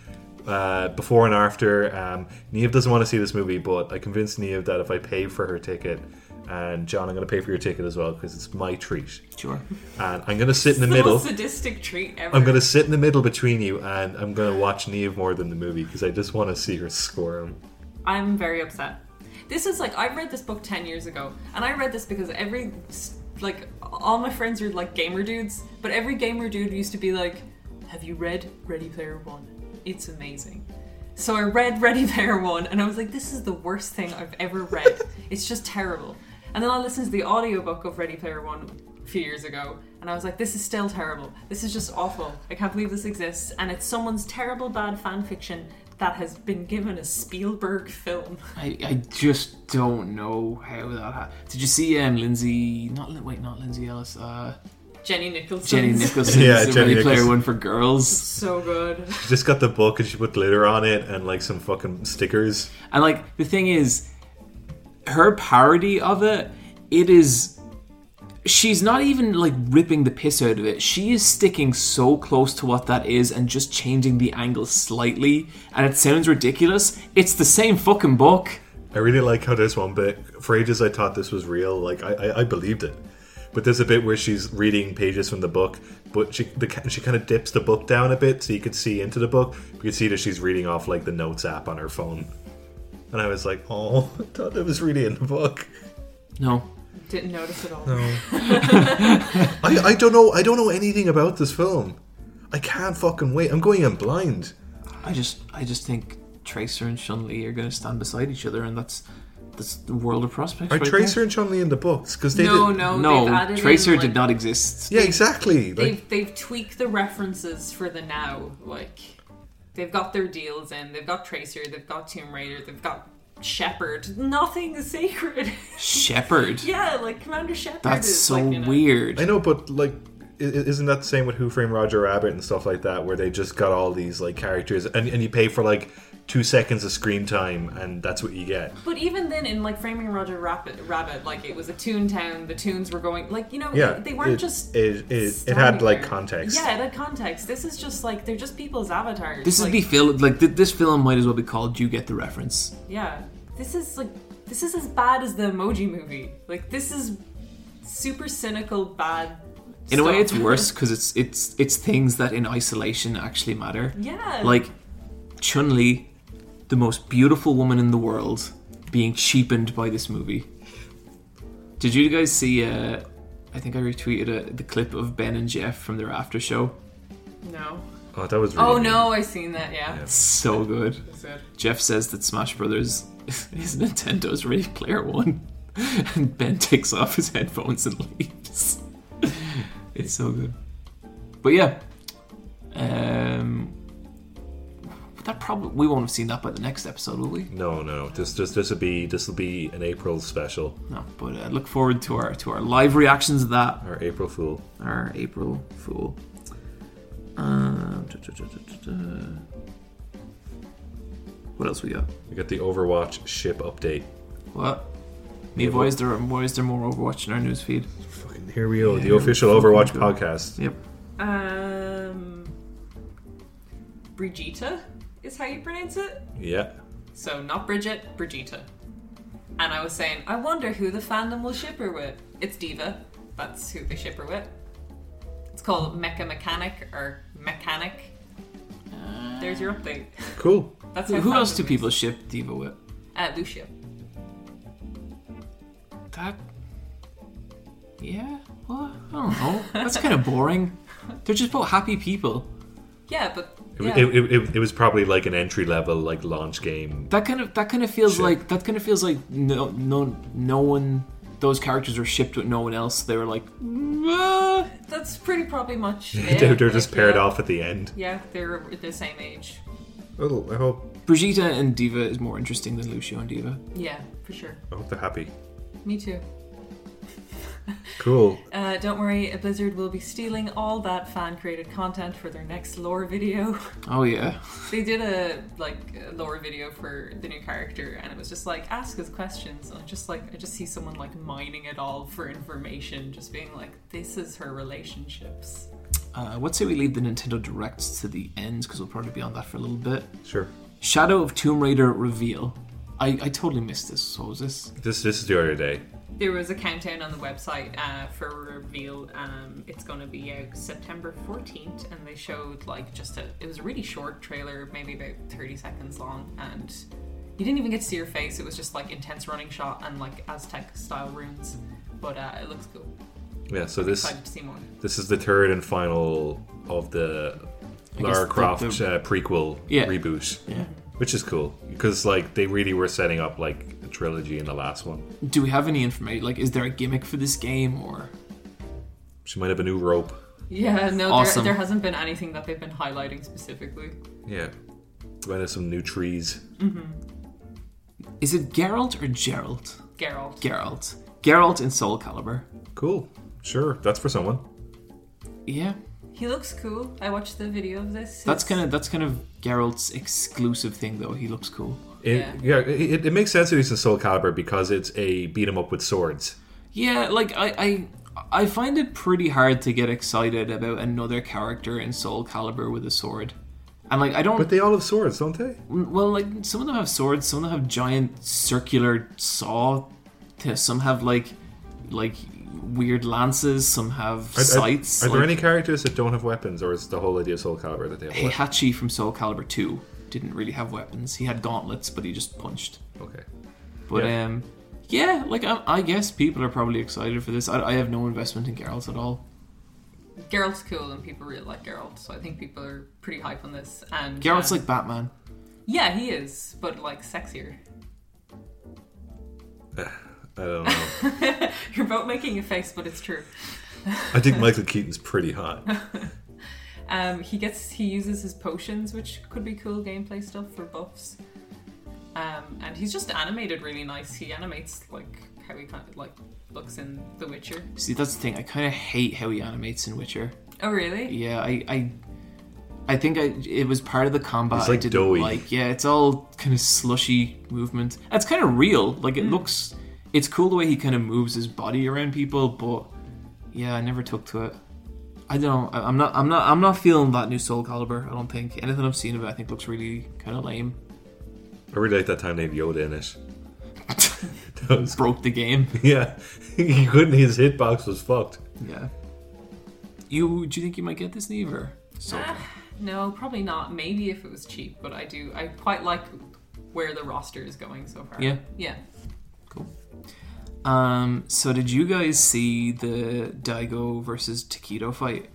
uh, before and after. Um, Niamh doesn't want to see this movie, but I convinced Niamh that if I pay for her ticket, and John, I'm going to pay for your ticket as well because it's my treat. Sure. And I'm going to sit in the It's the middle. most sadistic treat ever. I'm going to sit in the middle between you, and I'm going to watch Niamh more than the movie because I just want to see her squirm. I'm very upset. This is like I read this book ten years ago, and I read this because every like all my friends are like gamer dudes, but every gamer dude used to be like, "Have you read Ready Player One? It's amazing." So I read Ready [laughs] Player One, and I was like, "This is the worst thing I've ever read. it's just terrible." And then I listened to the audiobook of Ready Player One a few years ago, and I was like, "This is still terrible. This is just awful. I can't believe this exists." And it's someone's terrible bad fan fiction that has been given a Spielberg film. [laughs] I, I just don't know how that happened. Did you see um Lindsay? Not Lin- wait, not Lindsay Ellis. Uh, Jenny Nicholson. [laughs] Jenny Nicholson. Yeah, the Jenny Ready Player Nicholson. One for girls. So good. just got the book and she put glitter on it and like some fucking stickers. And like the thing is, her parody of it, it is. She's not even like ripping the piss out of it. She is sticking so close to what that is and just changing the angle slightly, and it sounds ridiculous. It's the same fucking book. I really like how there's one bit. For ages, I thought this was real. Like I, I, I believed it. But there's a bit where she's reading pages from the book, but she the, ca- she kind of dips the book down a bit so you could see into the book. You could see that she's reading off like the notes app on her phone. And I was like, oh, [laughs] I thought it was really in the book. No, Didn't notice at all. [laughs] I, I don't know. I don't know anything about this film. I can't fucking wait. I'm going in blind. I just I just think Tracer and Chun-Li are going to stand beside each other, and that's that's the world of prospects. Are right Tracer there. and Chun Li in the books? Because they No, did- no, Oh, they've No, added Tracer in, like, did not exist. Yeah, exactly. Like, They've they've tweaked the references for the now. Like they've got their deals in. They've got Tracer. They've got Tomb Raider. They've got Shepard. Nothing is sacred. [laughs] Shepherd. yeah, like Commander Shepard. That's is so like, you know, weird. I know, but like i- isn't that the same with Who Framed Roger Rabbit and stuff like that, where they just got all these like characters and, and you pay for like two seconds of screen time and that's what you get. But even then, in like framing Roger Rabbit, Rabbit, like it was a Toontown. The tunes were going like you know Yeah, they weren't it- just. it it, it standing had like there. context. Yeah, it had context. This is just like they're just people's avatars. This would like, be film like th- this film might as well be called "You Get the Reference." Yeah, this is like this is as bad as the Emoji Movie. Like this is super cynical, bad. In a way, stuff. it's worse because it's it's it's things that in isolation actually matter. [laughs] Yeah. Like Chun Li, the most beautiful woman in the world, being cheapened by this movie. Did you guys see? Uh, I think I retweeted a, the clip of Ben and Jeff from their after show. no. Oh, that was really Oh good. no, I seen that. Yeah. So good. That's it. Jeff says that Smash Brothers [laughs] is Nintendo's Ready Player One, and Ben takes off his headphones and leaves. It's so good. But yeah, um, that probably we won't have seen that by the next episode, will we? No, no. This this this will be this will be an April special No. But uh, look forward to our to our live reactions of that. or April Fool. Our April Fool. Um, duh, duh, duh, duh, duh, duh. What else we got? We got the Overwatch ship update. What? Me Yeah, boys, there are boys. There are more Overwatch in our newsfeed. Fucking here we go, Yeah, the official fucking Overwatch go. podcast. Yep. Um, Brigitta is how you pronounce it. Yeah. So not Bridget, Brigitta. And I was saying, I wonder who the fandom will ship her with. It's Diva. That's who they ship her with. It's called Mecha Mechanic or Mechanic. There's your update. Cool. That's how Who else fandom do is. people ship Diva with? Uh, Lucia. That. Yeah. Well, I don't know. That's kind [laughs] of boring. They're just both happy people. Yeah, but It, yeah. it, it, it, it was probably like an entry level like launch game. That kind of that kind of feels Ship. like that kind of feels like no no no one. Those characters were shipped with no one else. They were like, "Uh, that's pretty [laughs] probably much. they're, it. they're just Like, paired yeah. off at the end. Yeah, they're the same age. Oh, I hope Brigitte and Diva is more interesting than Lucio and Diva. Yeah, for sure. I hope they're happy. Me too. Cool. Uh, don't worry, Blizzard will be stealing all that fan created content for their next lore video. [laughs] Oh yeah. They did a like a lore video for the new character, and it was just like ask us questions. And I'm just like I just see someone like mining it all for information, just being like, this is her relationships. Uh, what say we leave the Nintendo Directs to the end because we'll probably be on that for a little bit. Sure. Shadow of Tomb Raider reveal. I, I totally missed this. So was this? This this is the other day. There was a countdown on the website uh, for a reveal. Um, it's going to be out September 14th, and they showed like just a. It was a really short trailer, maybe about 30 seconds long, and you didn't even get to see her face. It was just like intense running shot and like Aztec style runes. But uh, it looks cool. Yeah. So this Excited to see more. this is the third and final of the guess Lara the- Croft the- uh, prequel Yeah. reboot, Yeah. which is cool because like they really were setting up like a trilogy in the last one. Do we have any information? Like, is there a gimmick for this game or? She might have a new rope. Yeah, no, Awesome. there, there hasn't been anything that they've been highlighting specifically. Yeah. Might have some new trees. Is it Geralt or Gerald? Geralt. Geralt. Geralt in Soul Calibur. Cool. Sure. That's for someone. Yeah. He looks cool. I watched the video of this. That's It's- kind of that's kind of Geralt's exclusive thing though. He looks cool. It, Yeah. yeah. It, it makes sense that he's in Soul Calibur because it's a beat 'em up with swords. Yeah, like I I I find it pretty hard to get excited about another character in Soul Calibur with a sword. And like I don't But they all have swords, don't they? Mm, Well, like some of them have swords, some of them have giant circular saw. t- Some have like like weird lances. Some have Are- are- scythes. Are, there like, any characters that don't have weapons, or is the whole idea of Soul Calibur that they have weapons? Heihachi from Soul Calibur Two didn't really have weapons. He had gauntlets, but he just punched. Okay. But Yeah. um, yeah, like I, I guess people are probably excited for this. I, I have no investment in Geralt at all. Geralt's cool, and people really like Geralt, so I think people are pretty hype on this. And Geralt's um, like Batman. yeah, he is, but like sexier. [laughs] I don't know. You're both making a face, but it's true. I think Michael Keaton's pretty hot. Um, he gets he uses his potions, which could be cool gameplay stuff for buffs. Um, and he's just animated really nice. He animates like how he kind of like looks in The Witcher. See, that's the thing. I kind of hate how he animates in Witcher. Oh, really? Yeah, I, I, I think I it was part of the combat. It's I like didn't doughy. like. Yeah, it's all kind of slushy movement. It's kind of real. Like it looks. It's cool the way he kind of moves his body around people, but yeah, I never took to it. I don't. know. I- I'm not. I'm not. I'm not feeling that new Soul Calibur. I don't think anything I've seen of it. I think looks really kind of lame. [laughs] I really like that time they have Yoda in it. [laughs] That was- Broke the game. [laughs] yeah, he couldn't. His hitbox was fucked. Yeah. You do you think you might get this Neve or something? No, probably not. Maybe if it was cheap, but I do. I quite like where the roster is going so far. Yeah. Yeah. Um so did you guys see the Daigo versus Takedo fight?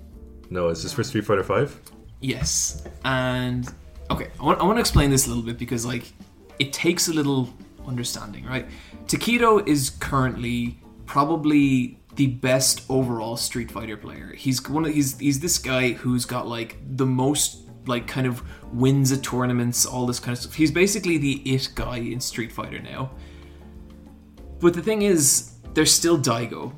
No, is this for Street Fighter Five? Yes. And okay, I want, I want to explain this a little bit because like it takes a little understanding, right? Takedo is currently probably the best overall Street Fighter player. He's one of he's he's this guy who's got like the most like kind of wins at tournaments, all this kind of stuff. He's basically the it guy in Street Fighter now. But the thing is, there's still Daigo.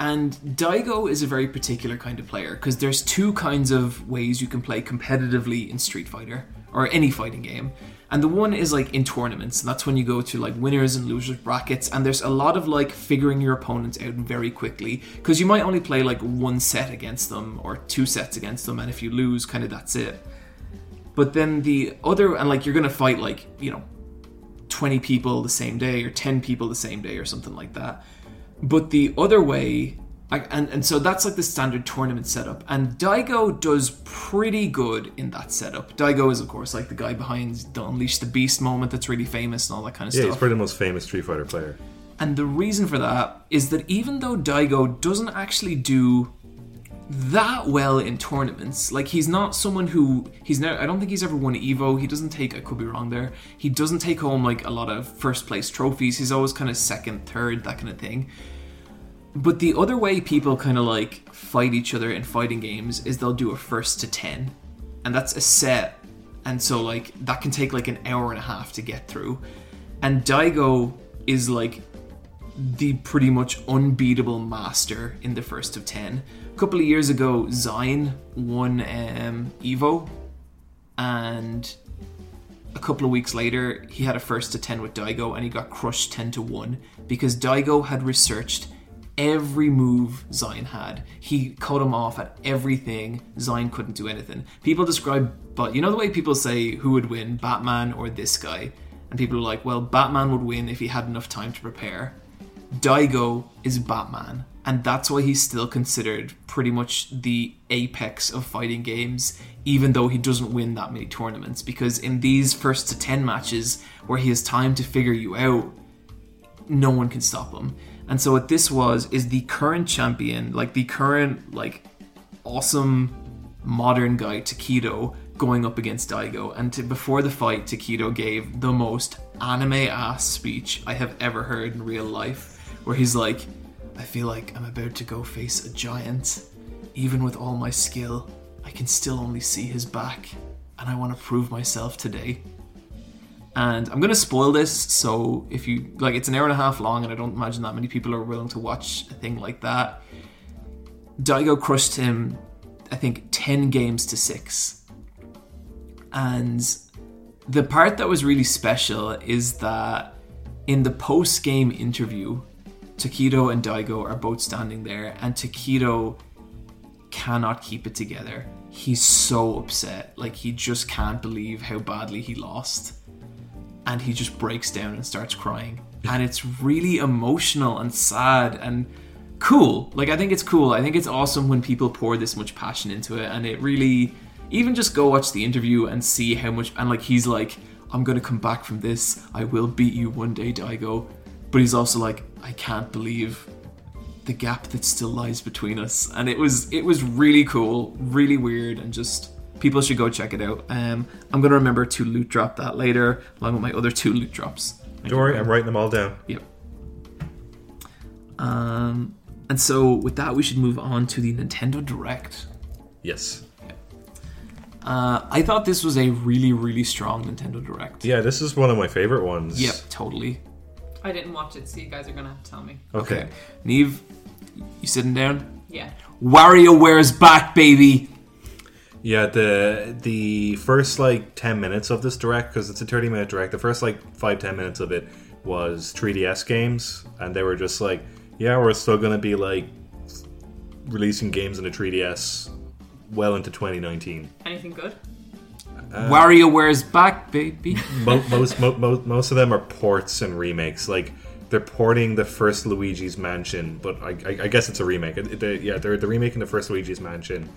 And Daigo is a very particular kind of player because there's two kinds of ways you can play competitively in Street Fighter or any fighting game. And the one is like in tournaments, and that's when you go to like winners and losers brackets, and there's a lot of like figuring your opponents out very quickly because you might only play like one set against them or two sets against them, and if you lose, kind of that's it. But then the other, and like you're gonna fight like, you know, 20 people the same day or 10 people the same day or something like that. But the other way, I- and, and so that's like the standard tournament setup. And Daigo does pretty good in that setup. Daigo is, of course, like the guy behind the Unleash the Beast moment that's really famous and all that kind of Yeah, stuff. he's probably the most famous Street Fighter player. And the reason for that is that even though Daigo doesn't actually do that well in tournaments, like he's not someone who he's now I don't think he's ever won Evo. He doesn't take I could be wrong there. He doesn't take home like a lot of first place trophies. He's always kind of second, third, that kind of thing. But the other way people kind of like fight each other in fighting games is they'll do a first to 10. And that's a set. And so, like, that can take like an hour and a half to get through. And Daigo is like the pretty much unbeatable master in the first of 10. A couple of years ago, Zine won um, Evo. And a couple of weeks later, he had a first to 10 with Daigo and he got crushed 10 to 1 because Daigo had researched every move Zion had. He cut him off at everything. Zion couldn't do anything. People describe, but you know the way people say who would win, Batman or this guy? And people are like, well, Batman would win if he had enough time to prepare. Daigo is Batman, and that's why he's still considered pretty much the apex of fighting games, even though he doesn't win that many tournaments. Because in these first to 10 matches where he has time to figure you out, no one can stop him. And so what this was is the current champion, like the current like awesome modern guy Takedo going up against Daigo. And to, before the fight, Takedo gave the most anime ass speech I have ever heard in real life, where he's like, "I feel like I'm about to go face a giant. Even with all my skill, I can still only see his back, and I want to prove myself today." and I'm gonna spoil this. So if you like, it's an hour and a half long, and I don't imagine that many people are willing to watch a thing like that. Daigo crushed him, I think, ten games to six, and the part that was really special is that in the post game interview, Takedo and Daigo are both standing there, and Takedo cannot keep it together. He's so upset, like he just can't believe how badly he lost and he just breaks down and starts crying. And it's really emotional and sad and cool. Like I think it's cool. I think it's awesome when people pour this much passion into it and it really even just go watch the interview and see how much and like he's like I'm going to come back from this. I will beat you one day, Daigo. But he's also like I can't believe the gap that still lies between us and it was it was really cool really weird and just people should go check it out um i'm gonna remember to loot drop that later along with my other two loot drops Don't worry, I'm writing them all down. yep um and so with that we should move on to the nintendo direct Yes. uh i thought this was a really really strong nintendo direct Yeah, this is one of my favorite ones. yep totally I didn't watch it, so you guys are gonna have to tell me. Oh. Okay. Neve, you sitting down? Yeah. WarioWare's back, baby. Yeah, the the first like ten minutes of this direct because it's a thirty minute direct. The first like five ten minutes of it was 3DS games, and they were just like, yeah, we're still gonna be like releasing games in the 3DS well into 2019. Anything good? WarioWare's back, baby. Mo- most mo- mo- most of them are ports and remakes. Like they're porting the first Luigi's Mansion, but I, I, I guess it's a remake. It- it- they- yeah, they're they're remaking the first Luigi's Mansion,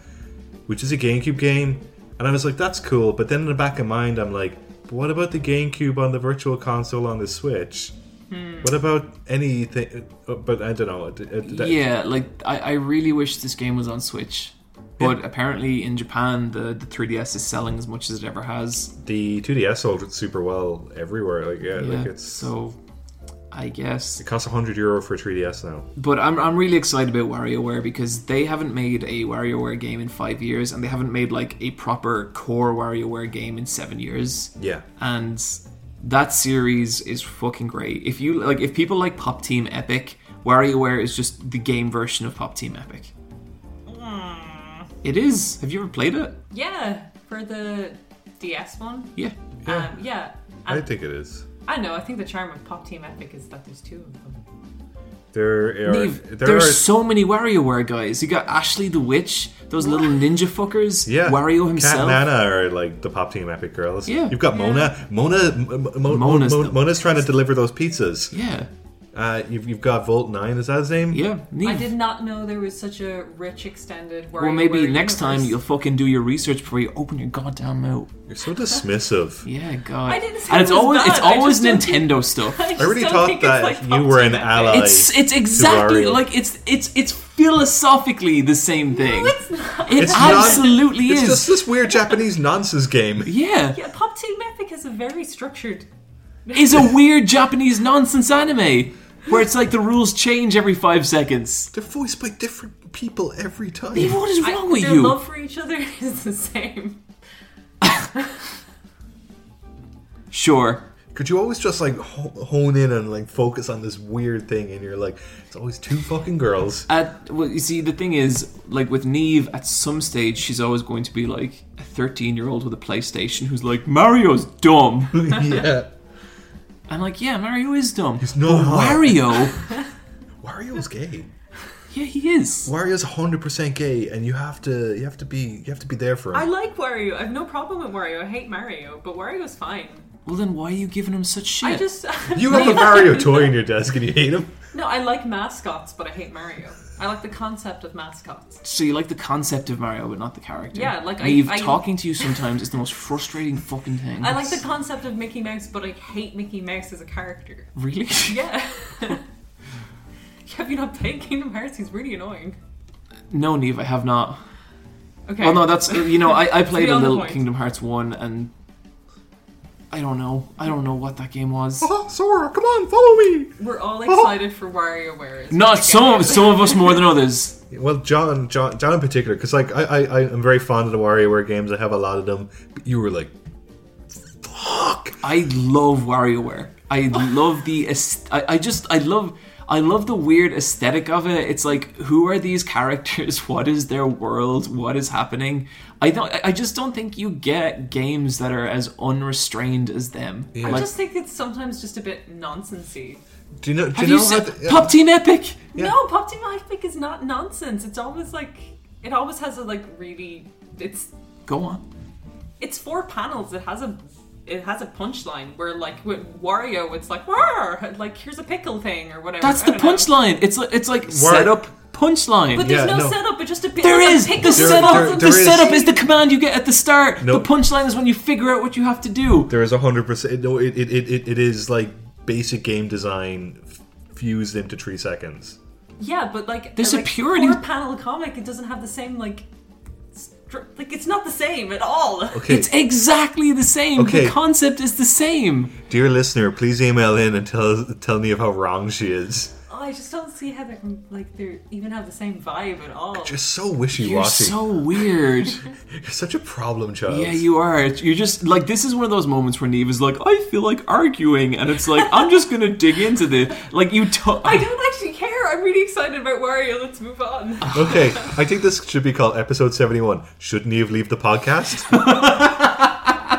which is a GameCube game. And I was like, that's cool. But then in the back of mind, I'm like, but what about the GameCube on the Virtual Console on the Switch? Hmm. What about anything? uh, But I don't know. it- it- it- yeah, like I, I really wish this game was on Switch. But apparently in Japan the, the 3DS is selling as much as it ever has. The 2DS sold it super well everywhere. Like yeah, Yeah, like it's so I guess. it costs 100 euro for a 3DS now. But I'm, I'm really excited about WarioWare because they haven't made a WarioWare game in five years and they haven't made like a proper core WarioWare game in seven years. Yeah, and that series is fucking great. If you like, if people like Pop Team Epic, WarioWare is just the game version of Pop Team Epic. It is. Have you ever played it? Mm. Yeah, for the DS one. Yeah. Yeah. Um, yeah. I I, think it is. I know. I think the charm of Pop Team Epic is that there's two of them. There are Neve, there there's are so many WarioWare guys. You got Ashley the Witch, those little ninja fuckers. Yeah, Wario Cat himself. and Nana are like the pop team epic girls. Yeah. you've got Mona. Mona. M- M- Mo- Mona's, Mona's the Mona's trying to deliver those pizzas. yeah. Uh, you've, you've got Volt Nine. Is that his name? Yeah. I Neve. did not know there was such a rich extended. Well, maybe WarioWare next time universe. [laughs] you'll fucking do your research before you open your goddamn mouth. You're so dismissive. Yeah, God. I didn't say and it's it was always bad. it's I just always don't think- Nintendo [laughs] stuff. I, I really just don't thought think it's that like you Pop were Team an Epic. ally. It's it's exactly Wario. like it's it's it's philosophically the same thing. [laughs] It's not. it It's not- absolutely It's is. just this weird [laughs] Japanese nonsense game. yeah. Yeah, Pop Team Epic is a very structured. It's a weird Japanese nonsense anime where it's like the rules change every 5 seconds. They're voiced by different people every Dave, time. What is I- wrong with their you? love for each other [laughs] is the same. sure. Could you always just like ho- hone in and like focus on this weird thing? And you're like, it's always two fucking [laughs] girls. At well, you see the thing is like with Neve at some stage she's always going to be like a 13-year-old with a PlayStation who's like Mario's dumb. yeah, I'm like, yeah, Mario is dumb. [laughs] He's not But hot. Wario, Wario's gay. yeah, he is. Wario's 100% gay, and you have to you have to be you have to be there for him. I like Wario. I have no problem with Wario. I hate Mario, but Wario's fine. Well, then why are you giving him such shit? I just [laughs] You have a Mario toy in your desk and you hate him. no. I like mascots, but I hate Mario. I like the concept of mascots. So you like the concept of Mario, but not the character. Yeah, like, I- Neve, I- talking to you sometimes is the most frustrating fucking thing. I like the concept of Mickey Mouse, but I hate Mickey Mouse as a character. [laughs] really. [laughs] Yeah. Have you not played Kingdom Hearts? He's really annoying. No, Neve, I have not. Okay. Well, Oh, no, that's uh, you know, I, I played a on the little point. Kingdom Hearts one, and I don't know, I don't know what that game was. Oh, Sora, come on, follow me. [laughs] We're all excited for WarioWare. is what I Not get. [laughs] some of some of us more than others. Well, John, John, John in particular, because like I, I, I am very fond of the WarioWare games. I have a lot of them. But you were like, fuck. I love WarioWare. I love the aes- I, I just I love I love the weird aesthetic of it. It's like who are these characters? [laughs] What is their world? What is happening? I don't I just don't think you get games that are as unrestrained as them. Yeah. I Like just think it's sometimes just a bit nonsensey. Do you know? Do have you you know? seen how the- Pop Team Epic? Yeah. No, Pop Team Epic is not nonsense. It's always like it always has a like really it's Go on. it's four panels. It has a it has a punchline where like with Wario, it's like "Rawr," like here's a pickle thing or whatever. That's I the don't know. punchline. It's like it's like setup punchline. But Yeah, there's no, no. setup. But just a bit. There like is a pickle the thing. setup. there- the there is- setup is the command you get at the start. Nope. The punchline is when you figure out what you have to do. There is hundred percent. No, it, it, it, it is like basic game design f- fused into three seconds. Yeah, but like There's a like, purity- Four panel comic. It doesn't have the same like. stru- Like it's not the same at all. Okay, It's exactly the same. Okay. The concept is the same. dear listener, please email in and tell tell me of how wrong she is. Oh, I just don't see how they can like they even have the same vibe at all. You're so You're wishy-washy. so weird. [laughs] You're such a problem child. yeah, you [laughs] are. You're just like this is one of those moments where Neve is like, I feel like arguing, and it's like I'm just gonna dig into this. Like you, to- [laughs] I don't actually care. I'm really excited about Wario. Let's move on. [laughs] Oh, Okay, I think this should be called episode 71. Should Neve leave the [laughs] podcast? [laughs]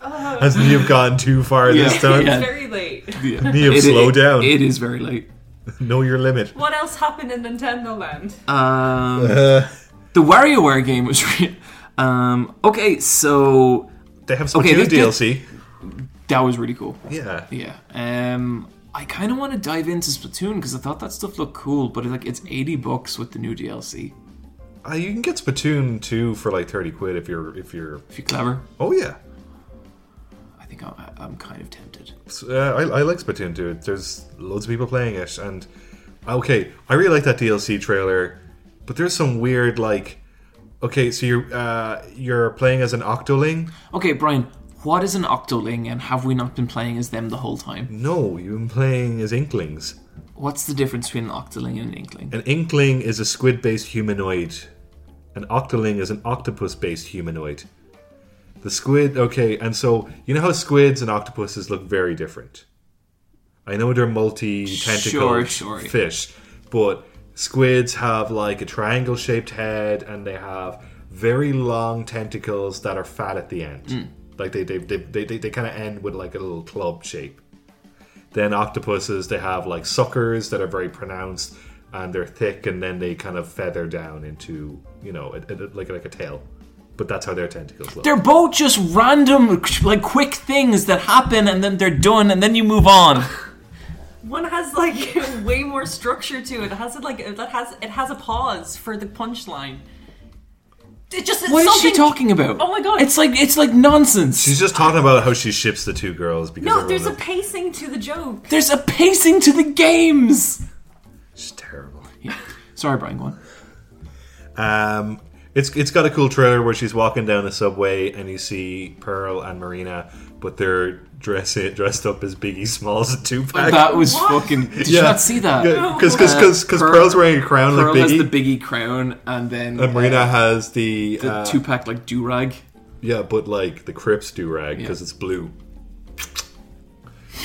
Has Neve gone too far this Yeah. time? Yeah. It's very late. Yeah. Neve, It- slow it- down. It is very late. Know your limit. [laughs] What else happened in Nintendo Land? Um, Uh, the WarioWare game was [laughs] real. Um, okay, so they have Splatoon Okay, this- DLC. that was really cool. Yeah. Yeah. Um, I kind of want to dive into Splatoon because I thought that stuff looked cool, but like it's eighty bucks with the new DLC. Uh, you can get Splatoon 2 for like 30 quid if you're if you're If you're clever, Oh yeah. I think I'm, I'm kind of tempted. Uh, I, I like Splatoon 2. There's loads of people playing it, and okay, I really like that DLC trailer, but there's some weird like, okay, so you're uh, you're playing as an Octoling. Okay, Brian, what is an Octoling, and have we not been playing as them the whole time? No, you've been playing as Inklings. What's the difference between an Octoling and an Inkling? An Inkling is a squid-based humanoid. An Octoling is an octopus-based humanoid. The squid, okay, and so you know how squids and octopuses look very different. I know they're multi-tentacled Sure, sure. fish, but squids have like a triangle-shaped head, and they have very long tentacles that are fat at the end. Hmm. Like they they they they, they, they kind of end with like a little club shape. Then octopuses, they have like suckers that are very pronounced, and they're thick, and then they kind of feather down into you know a, a- like like a tail. But that's how their tentacles look. They're both just random, like quick things that happen, and then they're done, and then you move [laughs] on. One has like [laughs] way more structure to it. It has like that has it has a pause for the punchline. It just What is something, she talking about? Oh my God. It's like it's like nonsense. She's just talking about how she ships the two girls because No, everyone there's a loves- pacing to the joke. There's a pacing to the games. she's terrible. Sorry, Brian. Go on. Um, it's it's got a cool trailer where she's walking down a subway and you see Pearl and Marina, but they're dressed dressed up as Biggie Smalls and Tupac. That was What? fucking. Did you not see that? Because because Uh, because Pearl- Pearl's wearing a crown Pearl like has Biggie, the Biggie crown, and then and Marina has the, uh, the uh, two pack like do rag. yeah, but like the Crips do rag because it's blue.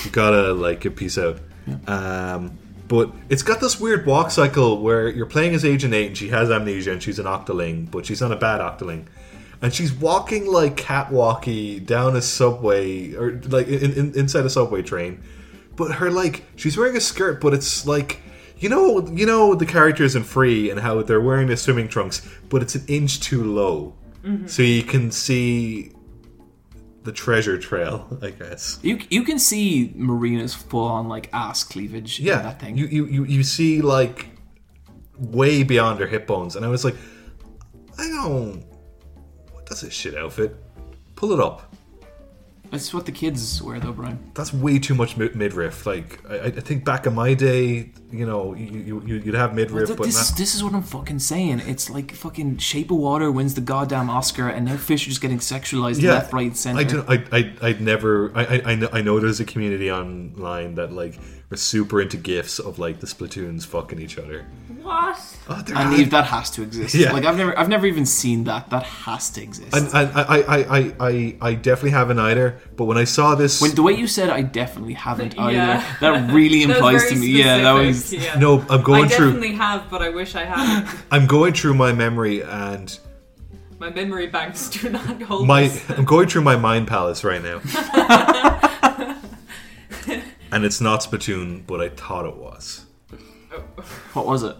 You gotta like a piece out. Um, but it's got this weird walk cycle where you're playing as Agent Eight, and she has amnesia, and she's an octoling, but she's not a bad octoling, and she's walking like catwalky down a subway or like in, in, inside a subway train. But her like she's wearing a skirt, but it's like you know you know the characters in Free and how they're wearing their swimming trunks, but it's an inch too low, so you can see the treasure trail, [laughs] I guess. You you can see Marina's full on like ass cleavage. in yeah that thing. You, you you you see like way beyond her hip bones and i was like i don't what does this shit outfit pull it up That's what the kids wear though, Brian. that's way too much mi- midriff like I, I think back in my day you know you, you you'd have midriff Th- but this is not, this is what I'm fucking saying. It's like fucking Shape of Water wins the goddamn Oscar, and now fish are just getting sexualized yeah left, right, and center. i don't i i i'd never I, I i know i know there's a community online that like are super into gifs of like the splatoons fucking each other What? oh, they're and not- Eve, that has to exist. Yeah. Like I've never, I've never even seen that. That has to exist. and and I, I, I, I, I definitely haven't either. But when I saw this, When the way you said, I definitely haven't either. [laughs] Yeah. That really That was implies very to me. Yeah, that was. specific, yeah. no, I'm I going through. definitely have, but I wish I hadn't. I'm going through my memory and My memory banks do not hold my this. I'm going through my mind palace right [laughs] now. and it's not Splatoon, but I thought it was. What was it?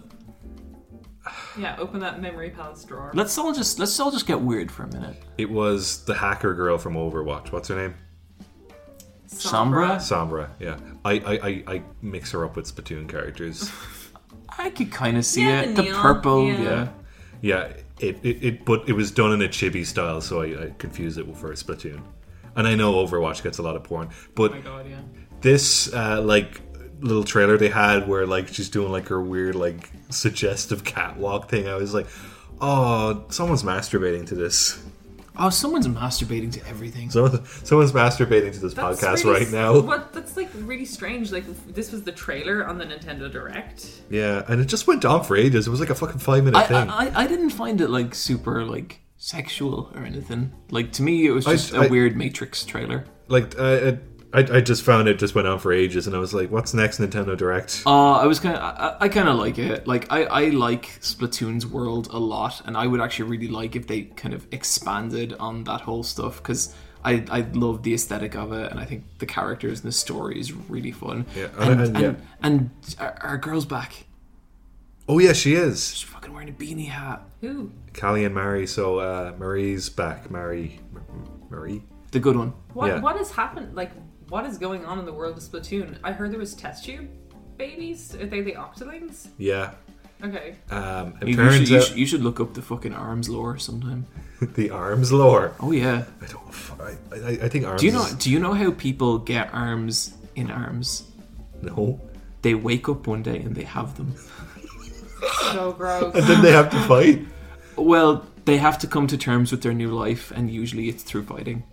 Yeah, open that memory palace drawer. Let's all just let's all just get weird for a minute. It was the hacker girl from Overwatch. What's her name? Sombra? Sombra. Yeah, I I, I, I mix her up with Splatoon characters. I could kind of see Yeah, it. the The, neon, purple. yeah. Yeah. Yeah, it, it, it but it was done in a chibi style, so I, I confused it for Splatoon. And I know Overwatch gets a lot of porn, but Oh my god, yeah. this uh, like little trailer they had where like she's doing like her weird like suggestive catwalk thing i was like oh someone's masturbating to this Oh, someone's masturbating to everything. Someone, someone's masturbating to this podcast really right s- now. What? That's like really strange. Like this was the trailer on the Nintendo Direct. Yeah, and it just went on for ages. It was like a fucking five minute I, thing. I, I- I didn't find it like super like sexual or anything. Like to me, it was I- just a I- weird Matrix trailer. like I, I, I just found it just went on for ages, and I was like, "What's next, Nintendo Direct?" Uh, I was kind of, I, I kind of like it. Like I, I like Splatoon's world a lot, and I would actually really like if they kind of expanded on that whole stuff because I, I love the aesthetic of it, and I think the characters and the story is really fun. Yeah, and and- and, and- yeah. and our, our girl's back. Oh yeah, she is She's fucking wearing a beanie hat. Who? Callie and Mary. So uh, Marie's back. Mary, Marie. The good one. What? Yeah. What has happened? Like, what is going on in the world of Splatoon? I heard there was test tube babies. Are they the Octolings? Yeah. [laughs] Okay. Um, it You, you should, turns you, out should, you should look up the fucking arms lore sometime. [laughs] the arms lore. Oh yeah. I don't. f- I, I, I think arms. Do you know? is- Do you know how people get arms in arms? No. [laughs] They wake up one day and they have them. So gross. And then they have to fight. [laughs] Well, they have to come to terms with their new life, and usually it's through fighting.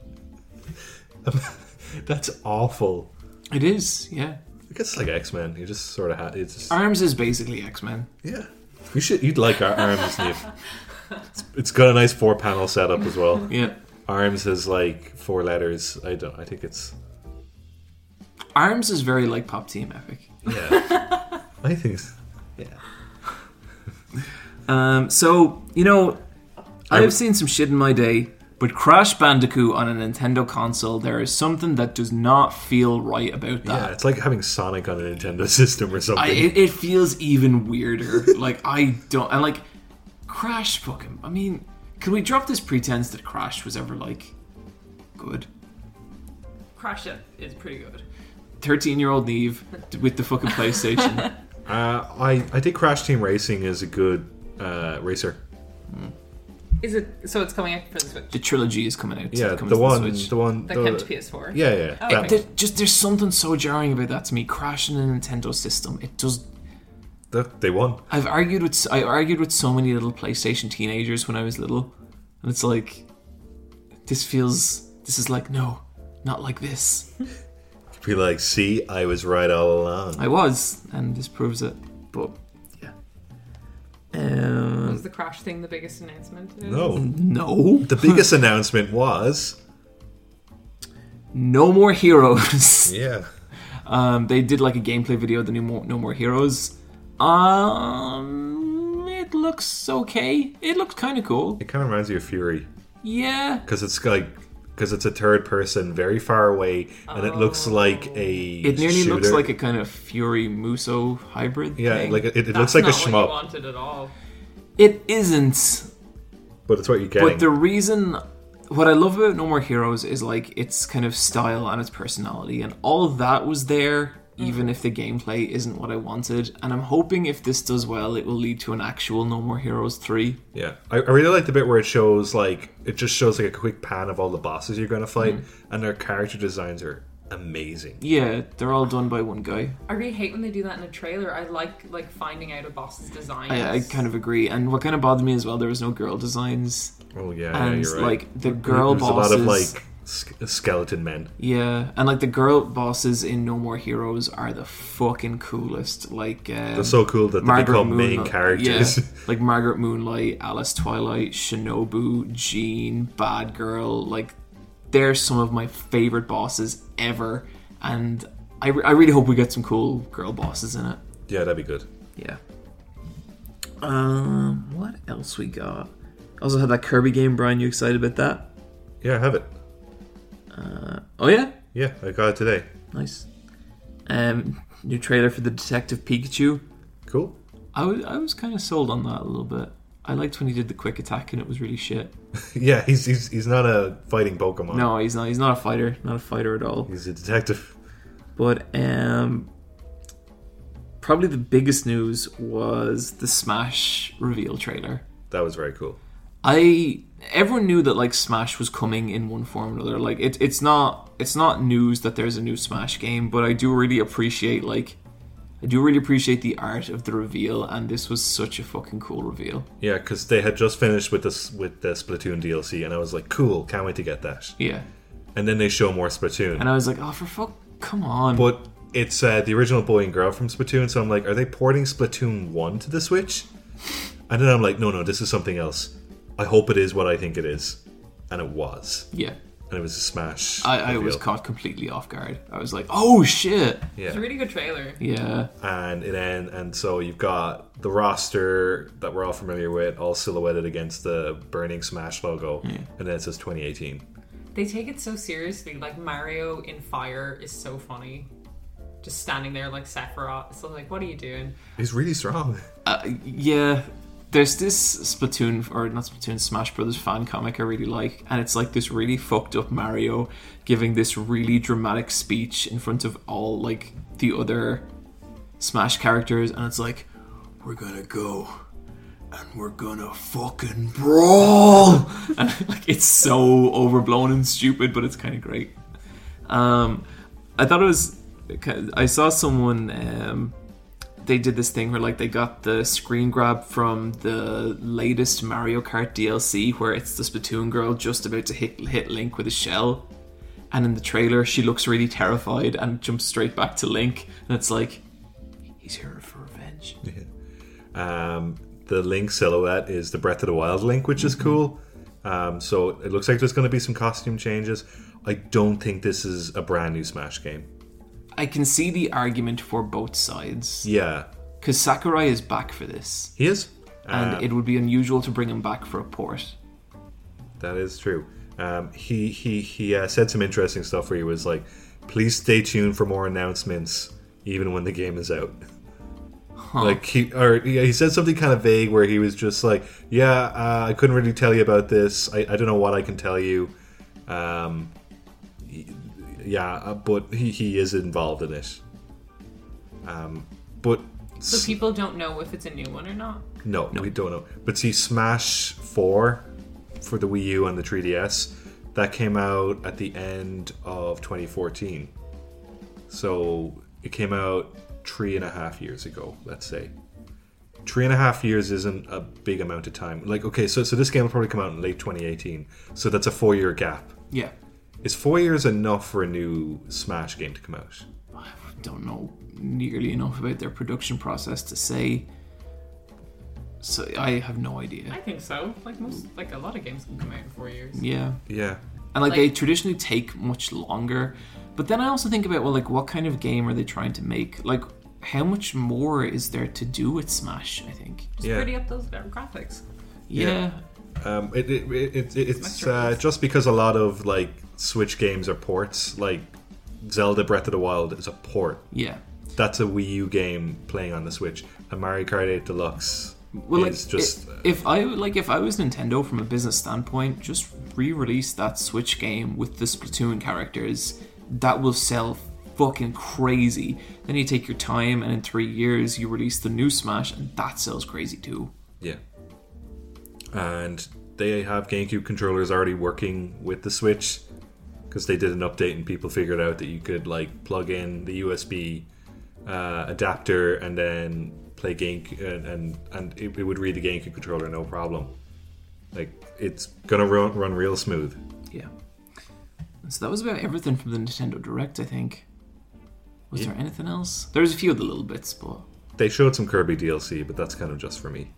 That's awful. It is, yeah. I guess it's like X Men. You just sort of ha It's just, Arms is basically X Men. yeah. You should. You'd like our arms, Niamh. [laughs] It's- It's got a nice four panel setup as well. Yeah. Arms is like four letters. I don't. I think it's. Arms is very like Pop Team Epic. Yeah. I think. it's- Yeah. Um, so, you know, I w- have seen some shit in my day, but Crash Bandicoot on a Nintendo console, there is something that does not feel right about that. Yeah, it's like having Sonic on a Nintendo [laughs] system or something. I, it, it feels even weirder. [laughs] like, I don't. And, like, Crash fucking. I mean, can we drop this pretense that Crash was ever, like, good? Crash it is pretty good. 13 year old Neve with [laughs] the fucking PlayStation. uh, I I think Crash Team Racing is a good uh, racer. Is it? So it's coming out for the Switch. the trilogy is coming out. Yeah, it comes the to one, Switch. the one That the- came to PS4. Yeah, yeah. Oh, that- okay. There- just there's something so jarring about that to me. Crashing a Nintendo system, it does. that- they won. I've argued with s- I argued with so many little PlayStation teenagers when I was little, and it's like, this feels this is like no, not like this. Be like, see, I was right all along. I was, and this proves it. But yeah, um, Was the Crash thing the biggest announcement? No, no, the biggest announcement was no more [laughs] heroes. yeah. Um, they did like a gameplay video, the new Mo- No More Heroes. Um, it looks okay. It looks kind of cool. It kind of reminds you of Fury Yeah, because it's like because it's a third person, very far away, and it looks like a Oh. it nearly shooter. looks like a kind of Fury Muso hybrid. yeah, thing. like it, it That's looks like a not what you shmup, wanted at all. it isn't. but it's what you get. But the reason, what I love about No More Heroes is like its kind of style and its personality, and all of that was there. Even if the gameplay isn't what I wanted, and I'm hoping if this does well, it will lead to an actual No More Heroes three. Yeah, I, I really like the bit where it shows like it just shows like a quick pan of all the bosses you're gonna fight, Mm-hmm. and their character designs are amazing. Yeah, they're all done by one guy. I really hate when they do that in a trailer. I like like finding out a boss's design. I, I kind of agree. And what kind of bothered me as well, there was no girl designs, Oh yeah, and yeah you're right. like the girl There's bosses. a lot of like ske- skeleton men. yeah, and like the girl bosses in No More Heroes are the fucking coolest. Like um, They're so cool that they Margaret become main Moonlight- characters. [laughs] yeah, like Margaret Moonlight, Alice Twilight, Shinobu, Jean, Bad Girl. Like they're some of my favorite bosses ever, and I, re- I really hope we get some cool girl bosses in it. yeah, that'd be good. Yeah. Um, what else we got? Also had that Kirby game, Brian. You excited about that? Yeah, I have it. Oh yeah, Yeah, I got it today. nice. Um, new trailer for the Detective Pikachu. Cool. [laughs] I was I was kind of sold on that a little bit. I liked when he did the quick attack and it was really shit. Yeah, he's he's, he's not a fighting Pokemon. No, he's not. He's not a fighter. Not a fighter at all. he's a detective. But um, probably the biggest news was the Smash reveal trailer. That was very cool. I everyone knew that like Smash was coming in one form or another. Like it, it's not it's not news that there's a new Smash game, but I do really appreciate like I do really appreciate the art of the reveal, and this was such a fucking cool reveal. Yeah, because they had just finished with this with the Splatoon DLC, and I was like, cool, can't wait to get that. Yeah. And then they show more Splatoon, And I was like, oh, for fuck, come on. but it's uh, the original boy and girl from Splatoon, so I'm like, are they porting Splatoon one to the Switch? And then I'm like, no, no, this is something else. I hope it is what I think it is, and it was, yeah. and it was a smash. I, I reveal. was caught completely off guard. I was like, oh shit. It's a really good trailer. Yeah. and it end, and so you've got the roster that we're all familiar with, all silhouetted against the burning Smash logo, and then it says 2018. They take it so seriously. Like Mario in fire is so funny. Just standing there like Sephiroth. So like, what are you doing? He's really strong. Uh, yeah. There's this Splatoon, or not Splatoon, Smash Brothers fan comic I really like, and it's like this really fucked up Mario giving this really dramatic speech in front of all, like, the other Smash characters, and it's like, we're gonna go and we're gonna fucking brawl! [laughs] and, like, it's so overblown and stupid, but it's kind of great. Um, I thought it was. I saw someone. Um, they did this thing where like they got the screen grab from the latest Mario Kart DLC, where it's the Splatoon girl just about to hit hit Link with a shell, and in the trailer she looks really terrified and jumps straight back to Link, and it's like, he's here for revenge. Um, the Link silhouette is the Breath of the Wild Link, which is cool. Um, so it looks like there's going to be some costume changes. I don't think this is a brand new Smash game. I can see the argument for both sides Yeah, because Sakurai is back for this, he is. and Um, it would be unusual to bring him back for a port. That is true. Um, he he he uh, said some interesting stuff where he was like, "Please stay tuned for more announcements, even when the game is out." Like he or yeah, he said something kind of vague where he was just like, "Yeah, uh, I couldn't really tell you about this. I, I don't know what I can tell you." Um, y- yeah, uh, but he, he is involved in it. Um, but So people don't know if it's a new one or not. no, we don't know. But see, Smash 4 for the Wii U and the 3DS, that came out at the end of 2014. So it came out three and a half years ago, let's say. Three and a half years isn't a big amount of time. Like, okay, so, so this game will probably come out in late 2018. So that's a four year gap. Yeah, Is four years enough for a new Smash game to come out? I don't know nearly enough about their production process to say. So I have no I idea. think so. Like most, like a lot of games can come out in four years. Yeah, Yeah. and like, they Like- traditionally take much longer. But then I also think about well, like what kind of game are they trying to make? Like how much more is there to do with Smash? I think. Just Yeah. pretty up those damn graphics. Yeah, Um, it, it, it, it, it's Metro uh, Boost. just because a lot of like Switch games are ports. Like Zelda Breath of the Wild is a port. yeah. That's a Wii U game playing on the Switch. And Mario Kart 8 Deluxe Well, like is just uh, i- if I like if I was Nintendo from a business standpoint, just re-release that Switch game with the Splatoon characters. That will sell fucking crazy. Then you take your time, and in three years you release the new Smash, and that sells crazy too. yeah. And they have GameCube controllers already working with the Switch because they did an update and people figured out that you could like plug in the USB uh, adapter and then play game and and, and it, it would read the GameCube controller no problem. Like it's gonna run run real smooth. Yeah. And so that was about everything from the Nintendo Direct, I think. Was there anything else? There was a few of the little bits, but They showed some Kirby DLC, but that's kind of just for me.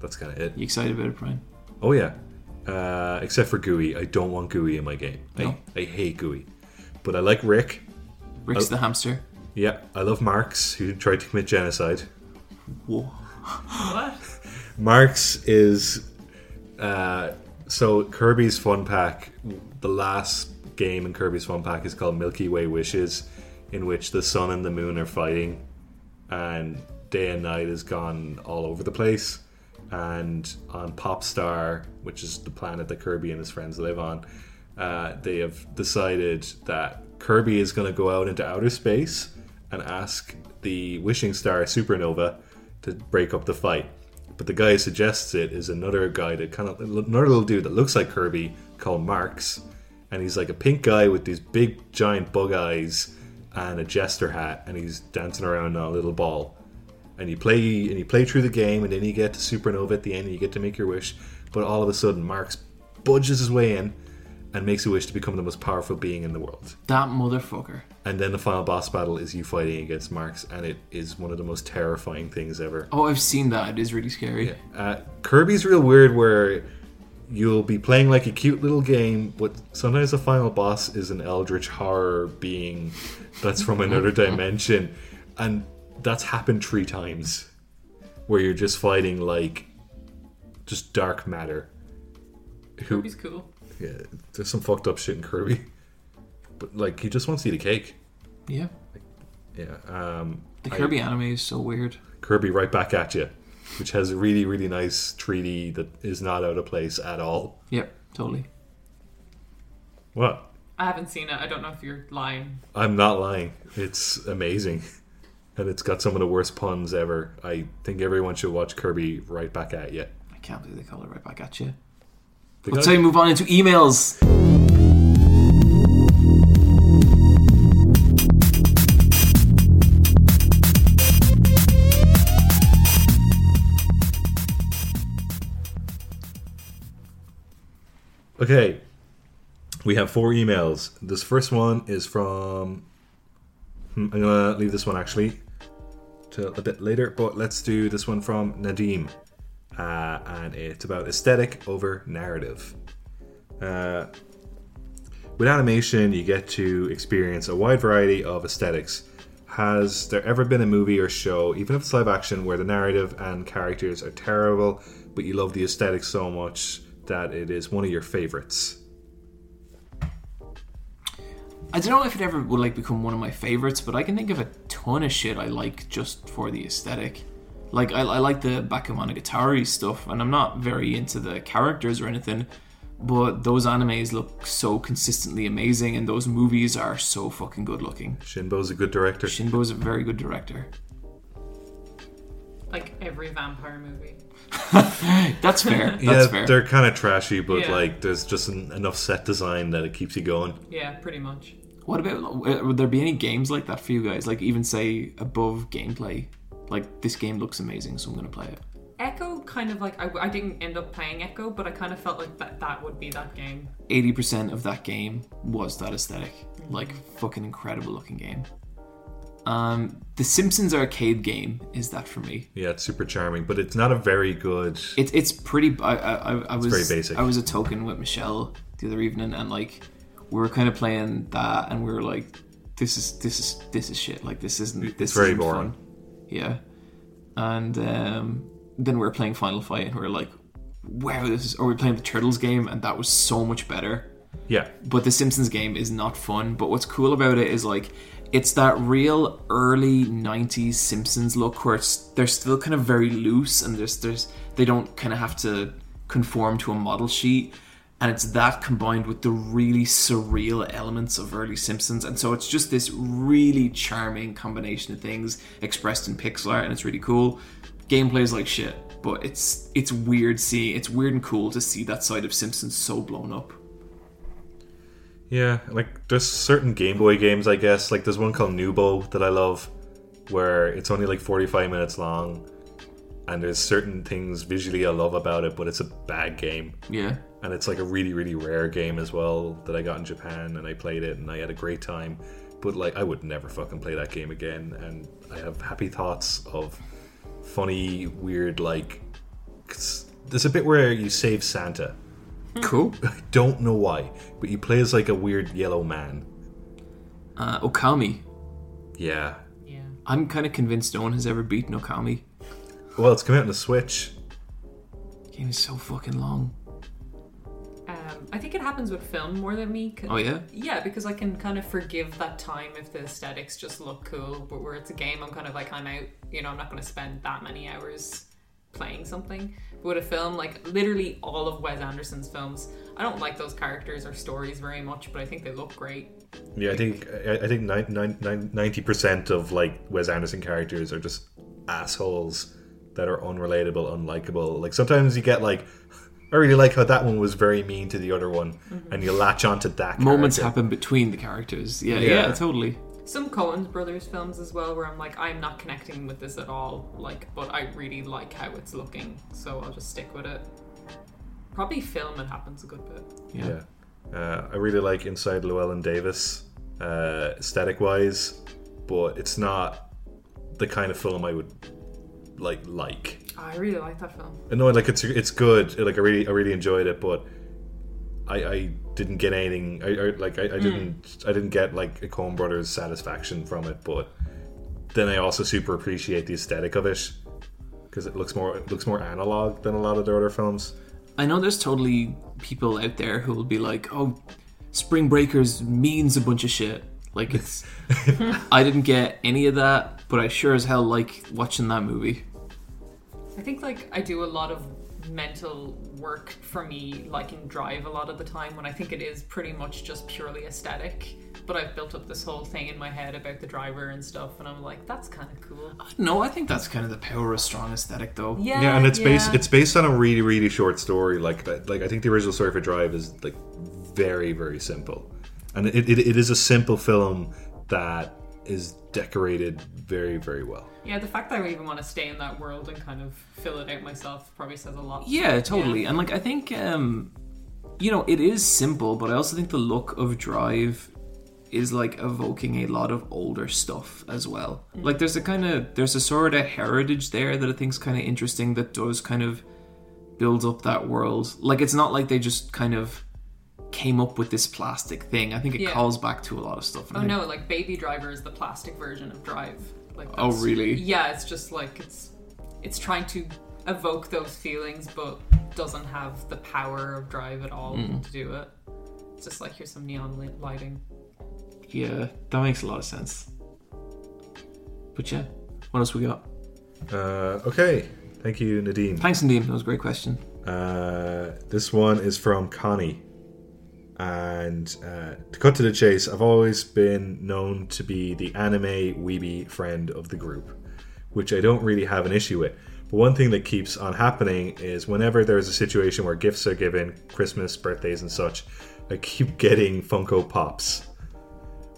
That's kind of it. you excited about it, Brian? Oh yeah, uh, except for GUI. I don't want GUI in my game. No. I, I hate GUI, but I like Rick. Rick's Oh. the hamster. Yeah, I love Marx, who tried to commit genocide. Whoa. What? Marx is uh, so Kirby's Fun Pack. The last game in Kirby's Fun Pack is called Milky Way Wishes, in which the sun and the moon are fighting, and day and night is gone all over the place. And on Popstar, which is the planet that Kirby and his friends live on, uh, they have decided that Kirby is going to go out into outer space and ask the wishing star supernova to break up the fight. But the guy who suggests it is another guy that kind of another little dude that looks like Kirby called Marks, and he's like a pink guy with these big giant bug eyes, and a jester hat, and he's dancing around on a little ball. And you play and you play through the game, and then you get to supernova at the end, and you get to make your wish. But all of a sudden, Marx budges his way in and makes a wish to become the most powerful being in the world. That motherfucker. And then the final boss battle is you fighting against Marx, and it is one of the most terrifying things ever. Oh, I've seen that. It is really scary. Uh, Kirby's real weird where you'll be playing like a cute little game, but sometimes the final boss is an eldritch horror being that's from another dimension. And that's happened three times where you're just fighting like just dark matter. Who, Kirby's cool. yeah, there's some fucked up shit in Kirby. But like, he just wants to eat a cake. Yeah. Yeah. Um, The I- Kirby anime is so weird. Kirby right back at you, which has a really, really nice 3D that is not out of place at all. Yep, totally. What? I haven't seen it. I don't know if you're lying. I'm not lying. It's amazing. And it's got some of the worst puns ever. I think everyone should watch Kirby right back at you. I can't believe they call it right back at you. The Let's guy- say move on into emails. okay. We have four emails. This first one is from. Hmm, I'm going to leave this one actually till a bit later, but let's do this one from Nadim. Uh, and it's about aesthetic over narrative. Uh, With animation, you get to experience a wide variety of aesthetics. Has there ever been a movie or show, even if it's live action, where the narrative and characters are terrible, but you love the aesthetic so much that it is one of your favorites? I don't know if it ever would like become one of my favorites, but I can think of a ton of shit I like just for the aesthetic. Like I, I like the Bakemonogatari stuff, and I'm not very into the characters or anything, but those animes look so consistently amazing, and those movies are so fucking good looking. Shinbo's a good director. Shinbo's a very good director. Like every vampire movie. [laughs] That's fair. That's yeah, fair. they're kind of trashy, but Yeah. like there's just en- enough set design that it keeps you going. Yeah, pretty much. What about uh, would there be any games like that for you guys? Like even say above gameplay, like this game looks amazing, so I'm gonna play it. Echo kind of like I, I didn't end up playing Echo, but I kind of felt like that that would be that game. 80% of that game was that aesthetic. Like, fucking incredible looking game. Um, the Simpsons arcade game is that for me. Yeah, it's super charming, but it's not a very good. It, it's pretty. I, I, I- I was very basic. I was a token with Michelle the other evening, and like we were kind of playing that, and we were like, "This is this is this is shit. Like this isn't this very isn't boring. Fun. Yeah, and um, then we were playing Final Fight, and we were like, "Wow, this is." Or we were playing the Turtles game, and that was so much better. Yeah, but the Simpsons game is not fun. But what's cool about it is like it's that real early '90s Simpsons look where it's, they're still kind of very loose and there's there's they don't kind of have to conform to a model sheet. And it's that combined with the really surreal elements of early Simpsons. And so it's just this really charming combination of things expressed in pixel art, and it's really cool. Gameplay is like shit, but it's it's weird seeing it's weird and cool to see that side of Simpsons so blown up. Yeah, like there's certain Game Boy games, I guess. Like there's one called Nubo that I love, where it's only like 45 minutes long, and there's certain things visually I love about it, but it's a bad game, Yeah. and it's like a really really rare game as well that I got in Japan, and I played it, and I had a great time. But like I would never fucking play that game again, and I have happy thoughts of funny, weird like. 'cause There's a bit where you save Santa. Cool. I don't know why, but you play as like a weird yellow man. [laughs] Uh, Okami. Yeah. Yeah. I'm kind of convinced no one has ever beaten Okami. Well, it's come out on the Switch. game is so fucking long. Um, I think it happens with film more than me. 'cause- Oh yeah. Yeah, because I can kind of forgive that time if the aesthetics just look cool, but where it's a game, I'm kind of like, I'm out, you know, I'm not going to spend that many hours playing something. But with a film, like literally all of Wes Anderson's films, I don't like those characters or stories very much, but I think they look great. Yeah, I think I I think ninety percent of like Wes Anderson characters are just assholes that are unrelatable, unlikable. Like sometimes you get like, I really like how that one was very mean to the other one, and you latch onto that. Moments character. happen between the characters. Yeah, yeah, Yeah. totally. some Coen's brothers films as well, where I'm like, I'm not connecting with this at all. Like, but I really like how it's looking, so I'll just stick with it. Probably film it happens a good bit. Yeah. Uh, I really like Inside Llewellyn Davis, uh, aesthetic wise, but it's not the kind of film I would like like. Ah, I really like that film. And No, like it's it's good. Like I really I really enjoyed it, but I I didn't get anything. I, I like I, I didn't I didn't get like a Coen Brothers satisfaction from it. But then I also super appreciate the aesthetic of it because it looks more it looks more analog than a lot of their other films. I know there's totally people out there who will be like, "Oh, Spring Breakers means a bunch of shit." Like [laughs] it's, I didn't get any of that, but I sure as hell like watching that movie. I think like I do a lot of mental work for me liking drive a lot of the time when I think it is pretty much just purely aesthetic. But I've built up this whole thing in my head about the driver and stuff, and I'm like, that's kind of cool. No, I think that's kind of the power of strong aesthetic, though. Uh, Yeah, yeah, and it's based yeah. it's based on a really really short story. Like that- like I think the original story for Drive is like very very simple, and it, it, it is a simple film that is decorated very very well. Yeah, the fact that I even want to stay in that world and kind of fill it out myself probably says a lot. Yeah, totally. And like I think um you know, it is simple, but I also think the look of Drive is like evoking a lot of older stuff as well. Mm. Like there's a kind of there's a sort of heritage there that I think's kind of interesting that does kind of build up that world. Like it's not like they just kind of came up with this plastic thing. I think it Yeah. calls back to a lot of stuff. and I Oh think- no, like Baby Driver is the plastic version of Drive. Like Oh that's- really? Yeah, it's just like it's it's trying to evoke those feelings but doesn't have the power of Drive at all Mm-hmm. to do it. It's just like here's some neon li- lighting. Yeah, that makes a lot of sense. But yeah, what else we got? Uh, okay, thank you Nadine. Thanks, Nadeem. That was a great question. Uh, this one is from Connie. And uh, to cut to the chase, I've always been known to be the anime weeby friend of the group, which I don't really have an issue with. But one thing that keeps on happening is whenever there's a situation where gifts are given, Christmas, birthdays, and such, I keep [laughs] getting Funko Pops.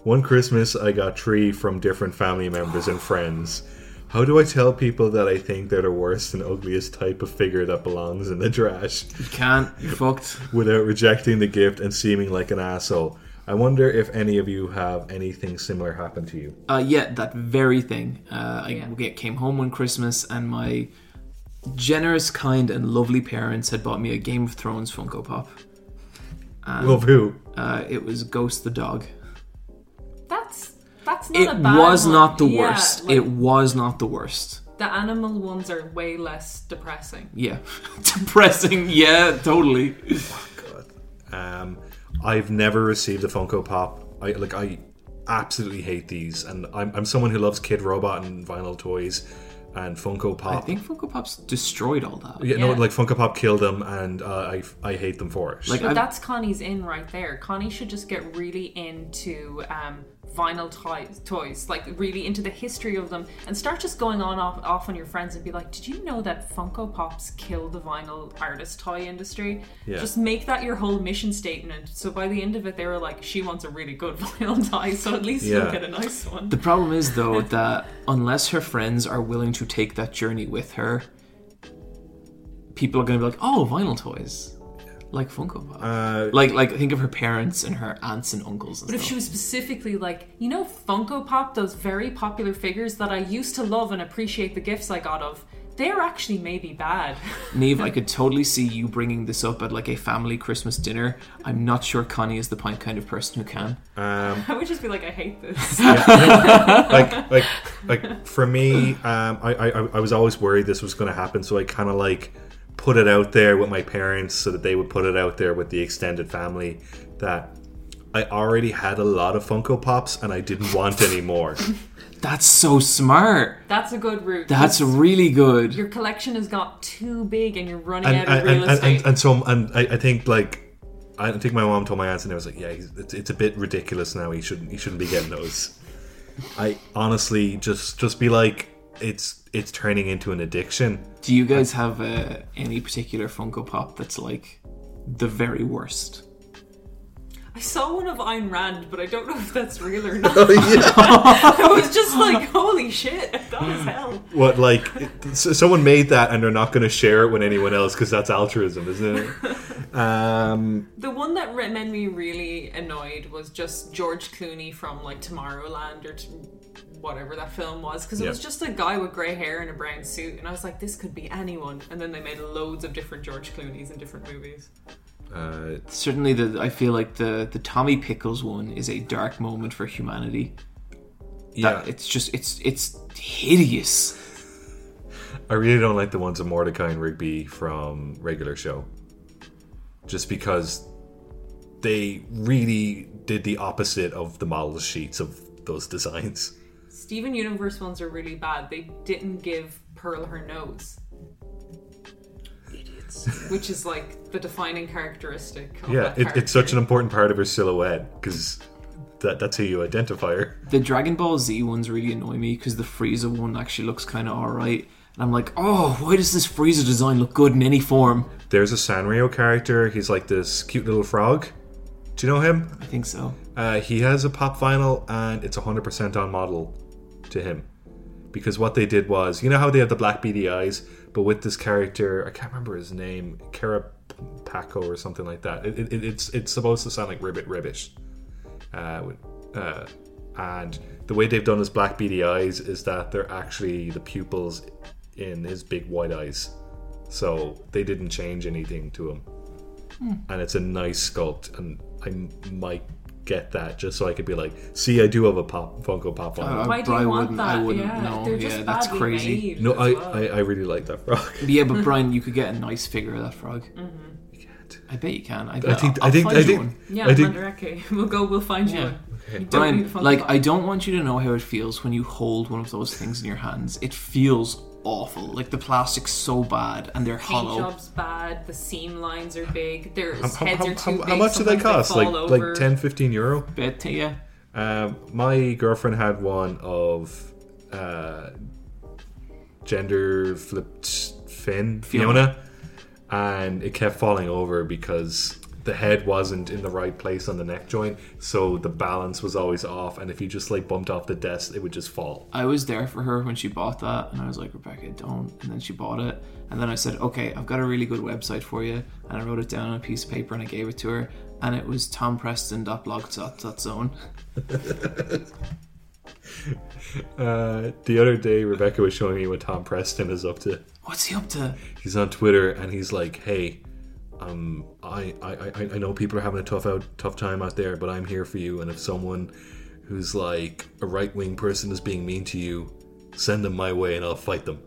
One Christmas, I got three from different family members and friends. How do I tell people that I think they're the worst and ugliest type of figure that belongs in the trash You can't. You fucked. without rejecting the gift and seeming like an asshole? I wonder if any of you have anything similar happen to you. Uh, yeah, that very thing. Uh, I Yeah. get- came home one Christmas and my generous, kind, and lovely parents had bought me a Game of Thrones Funko Pop. Love who? Uh, it was Ghost the dog. That's that's not It a bad was one. not the Yeah, worst. like, it was not the worst. the animal ones are way less depressing. Yeah, [laughs] depressing. Yeah, totally. God. Um, I've never received a Funko Pop. I like I absolutely hate these, and I'm, I'm someone who loves Kid Robot and vinyl toys, and Funko Pop. I think Funko Pops destroyed all that. yeah, no, Yeah. like Funko Pop killed them, and uh, I I hate them for it. Like, But I've- that's Connie's in right there. Connie should just get really into um, vinyl toys, toys, like really into the history of them, and start just going on off, off on your friends and be like, "Did you know that Funko Pops kill the vinyl artist toy industry?" Yeah. Just make that your whole mission statement. So by the end of it, they were like, "She wants a really good [laughs] vinyl toy, so at least Yeah. you'll get a nice one." The problem is though that unless her friends are willing to take that journey with her, people are going to be like, "Oh, vinyl toys." Like Funko Pop. Uh, like like think of her parents and her aunts and uncles and But if stuff. she was specifically like, you know, Funko Pop, those very popular figures that I used to love and appreciate the gifts I got of, they're actually maybe bad. [laughs] Neve, I could totally see you bringing this up at like a family Christmas dinner. I'm not sure Connie is the kind kind of person who can. um, I would just be like, I hate this. like like like for me um i i, I was always worried this was going to happen so i kind of like put it out there with my parents so that they would put it out there with the extended family that i already had a lot of funko pops and i didn't want any [laughs] more That's so smart. That's a good route. That's really good. your collection has got too big and you're running and, out of and, real and, and, estate. and, and so and I, I think like I think my mom told my aunts and I was like, yeah, he's, it's, it's a bit ridiculous now. He shouldn't he shouldn't be getting those. I honestly just just be like, it's it's turning into an addiction. Do you guys have uh, any particular Funko Pop that's like the very worst? I saw one of Ayn Rand, but I don't know if that's real or [laughs] not. Oh, yeah. I was just like, holy shit, that was hell. what like it- so someone made that and they're not going to share it with anyone else because that's altruism, isn't [laughs] it? Um, The one that re- made me really annoyed was just George Clooney from like Tomorrowland or t- whatever that film was, because it Yeah. was just a guy with grey hair and a brown suit, and I was like, this could be anyone. And then they made loads of different George Clooney's in different movies. uh, Certainly, the I feel like the the Tommy Pickles one is a dark moment for humanity. yeah, That, it's just it's it's hideous. I really don't like the ones of Mordecai and Rigby from regular show. Just because they really did the opposite of the model sheets of those designs. Steven Universe ones are really bad. They didn't give Pearl her nose. Idiots. Which is like the defining characteristic. Of Yeah, that it, it's character. such an important Oh, part of her silhouette because that, that's how you identify her. The Dragon Ball Z ones really annoy me because the Frieza one actually looks kind of alright, and I'm like, oh, why does this Frieza design look good in any form? There's a Sanrio character. He's like this cute little frog. Do you know him? I think so. Uh, he has a pop vinyl and it's 100% on model to him. Because what they did was, you know how they have the black beady eyes, but with this character, I can't remember his name, Carapaco or something like that. It, it, it's it's supposed to sound like Ribbit Ribbish. Uh, with- uh, and the way they've done his black beady eyes is that they're actually the pupils in his big white eyes. So they didn't change anything to him and it's a nice sculpt and I m- might get that just so I could be like see I do have a pop Funko Pop on Uh, Why do But I you want wouldn't- that? I wouldn't, yeah, no, they're just yeah, that's badly crazy. made no as I, well. I, I really like that frog But yeah, [laughs] but Brian, you could get a nice figure of that frog. Mm-hmm. I bet you can. I, [laughs] bet, I think I'll, I think find I you think one. Yeah, I think Mandarake. [laughs] We'll go. We'll find you Yeah. one. You don't need Brian, Funko like Pop. I don't want you to know how it feels when you hold one of those things in your hands. It feels awful. Like the plastic's so bad and they're paint hollow. job's bad. The seam lines are big. Their heads how, how, are too how, big. how much do they sometimes cost fall like over. like 10 15 euro But yeah, um, my girlfriend had one of uh, gender flipped Finn Fiona. Fiona. and it kept falling over because the head wasn't in the right place on the neck joint, so the balance was always off. And if you just like bumped off the desk, it would just fall. I was there for her when she bought that, and I was like, Rebecca, don't. And then she bought it, and then I said, okay, I've got a really good website for you, and I wrote it down on a piece of paper and I gave it to her, and it was tompreston.blogspot.zone. Uh, the other day, Rebecca was showing me what Tom Preston is up to. What's he up to? he's on Twitter and he's like, "Hey, um, I, I, I, I know people are having a tough out, tough time out there, but I'm here for you. And if someone who's like a right wing person is being mean to you, send them my way and I'll fight them."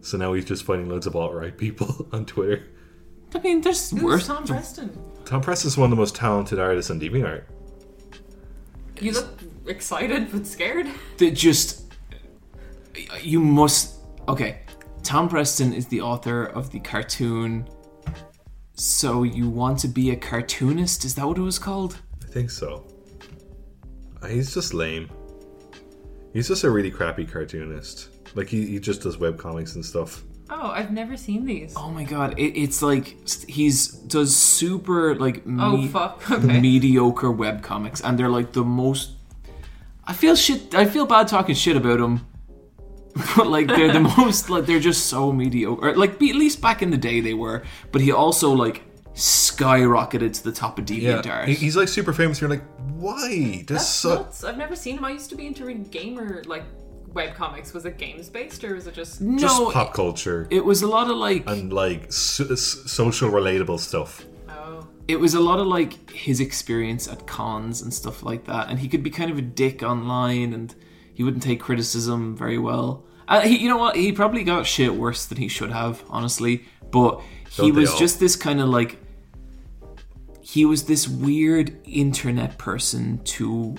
So now he's just fighting loads of alt right people [laughs] on Twitter. I mean, there's Who's worse. Tom Preston. Tom Preston's one of the most talented artists on DeviantArt. You look excited [laughs] but scared. that just you must okay tom preston is the author of the cartoon so you want to be a cartoonist is that what it was called I think so. Uh, He's just lame. He's just a really crappy cartoonist. Like he, he just does webcomics and stuff. Oh, I've never seen these. oh my god it, it's like st- he's does super like me- Oh, fuck, [laughs] okay. mediocre web comics and they're like the most i feel shit i feel bad talking shit about them [laughs] but like they're [laughs] the most like they're just so mediocre Or, like be, at least back in the day they were but he also like skyrocketed to the top of DeviantArt he- he's like super famous. You're like, why? This That's sucks. nuts. I've never seen him. I used to be into reading gamer like web comics. Was it games based or was it just? no just pop culture it was a lot of like and like so- s- social relatable stuff. Oh, it was a lot of like his experience at cons and stuff like that and he could be kind of a dick online and he wouldn't take criticism very well uh, he, you know what he probably got shit worse than he should have honestly but he Don't they was all? just this kind of like he was this weird internet person to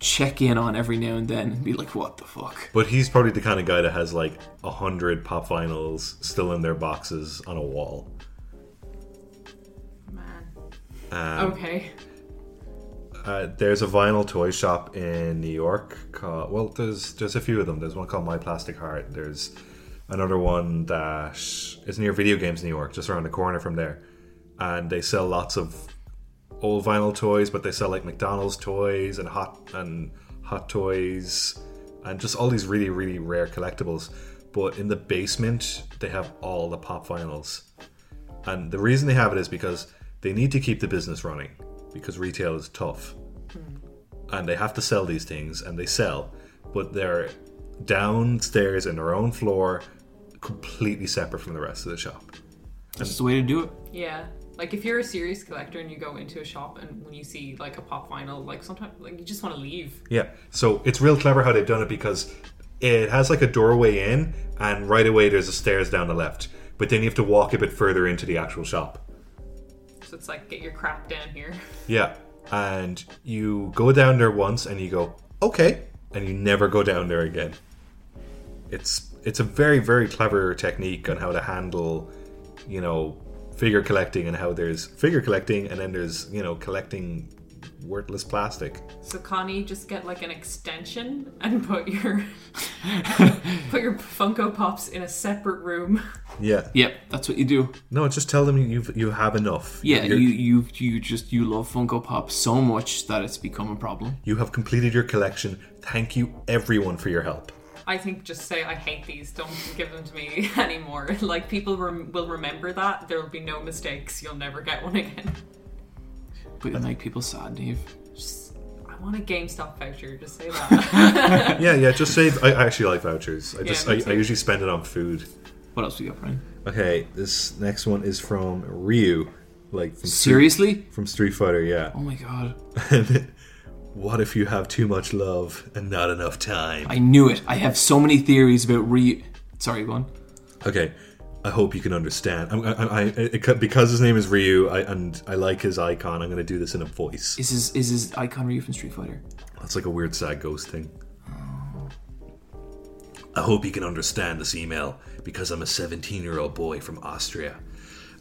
check in on every now and then and be like what the fuck But he's probably the kind of guy that has like a hundred pop vinyls still in their boxes on a wall. man. Um, okay. uh, there's a vinyl toy shop in New York. Called, well, there's there's a few of them. There's one called My Plastic Heart. There's another one that is near Video Games New York, just around the corner from there, and they sell lots of old vinyl toys, but they sell like McDonald's toys and hot and hot toys and just all these really really rare collectibles. But in the basement, they have all the pop vinyls, and the reason they have it is because they need to keep the business running because retail is tough, and they have to sell these things, and they sell, but they're downstairs in their own floor, completely separate from the rest of the shop. That's just the way to do it. Yeah. Like if you're a serious collector and you go into a shop and when you see like a pop vinyl, like sometimes like you just want to leave. Yeah. So it's real clever how they've done it because it has like a doorway in, and right away there's a stairs down the left. But then you have to walk a bit further into the actual shop. So it's like get your crap down here. Yeah. And you go down there once and you go, okay. And you never go down there again. It's it's a very, very clever technique on how to handle, you know, figure collecting and how there's figure collecting and then there's, you know, collecting worthless plastic. So Connie, just get like an extension and put your [laughs] put your Funko Pops in a separate room. Yeah. Yep, that's what you do. No, just tell them you've you have enough. Yeah, you You're- you you just you love Funko Pop so much that it's become a problem. You have completed your collection. Thank you, everyone, for your help. [laughs] I think just say I hate these. Don't give them to me [laughs] anymore. Like people rem- will remember that. There will be no mistakes. You'll never get one again. [laughs] But it make people sad, Dave. Just I want a GameStop voucher. Just [laughs] say that. Yeah, yeah. Just save. I I actually like vouchers. I just me I, I too. usually spend it on food. What else we got, Brian? Okay, this next one is from Ryu, like from Seriously? Street, from Street Fighter. Yeah. [laughs] Oh my god. what if you have too much love and not enough time? I knew it. I have so many theories about re. Sorry, go on. Okay, I hope you can understand. I'm, I, I, I it, co- because his name is Ryu, I, and I like his icon. I'm going to do this in a voice. Is his is his icon Ryu from Street Fighter? That's like a weird sad ghost thing. I hope you can understand this email because I'm a 17 year old boy from Austria,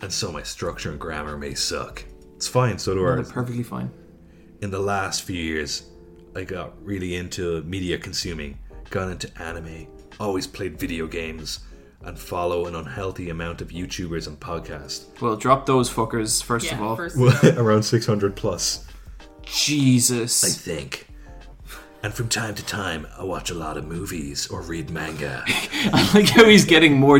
and so my structure and grammar may suck. It's fine, so do They're ours. perfectly fine. In the last few years, I got really into media consuming, got into anime, always played video games, and follow an unhealthy amount of YouTubers and podcasts. Well, drop those fuckers first of yeah. all. First, [laughs] Around 600 plus. I [laughs] Jesus. think. And from time to time, I watch a lot of movies or read manga. I like how he's getting more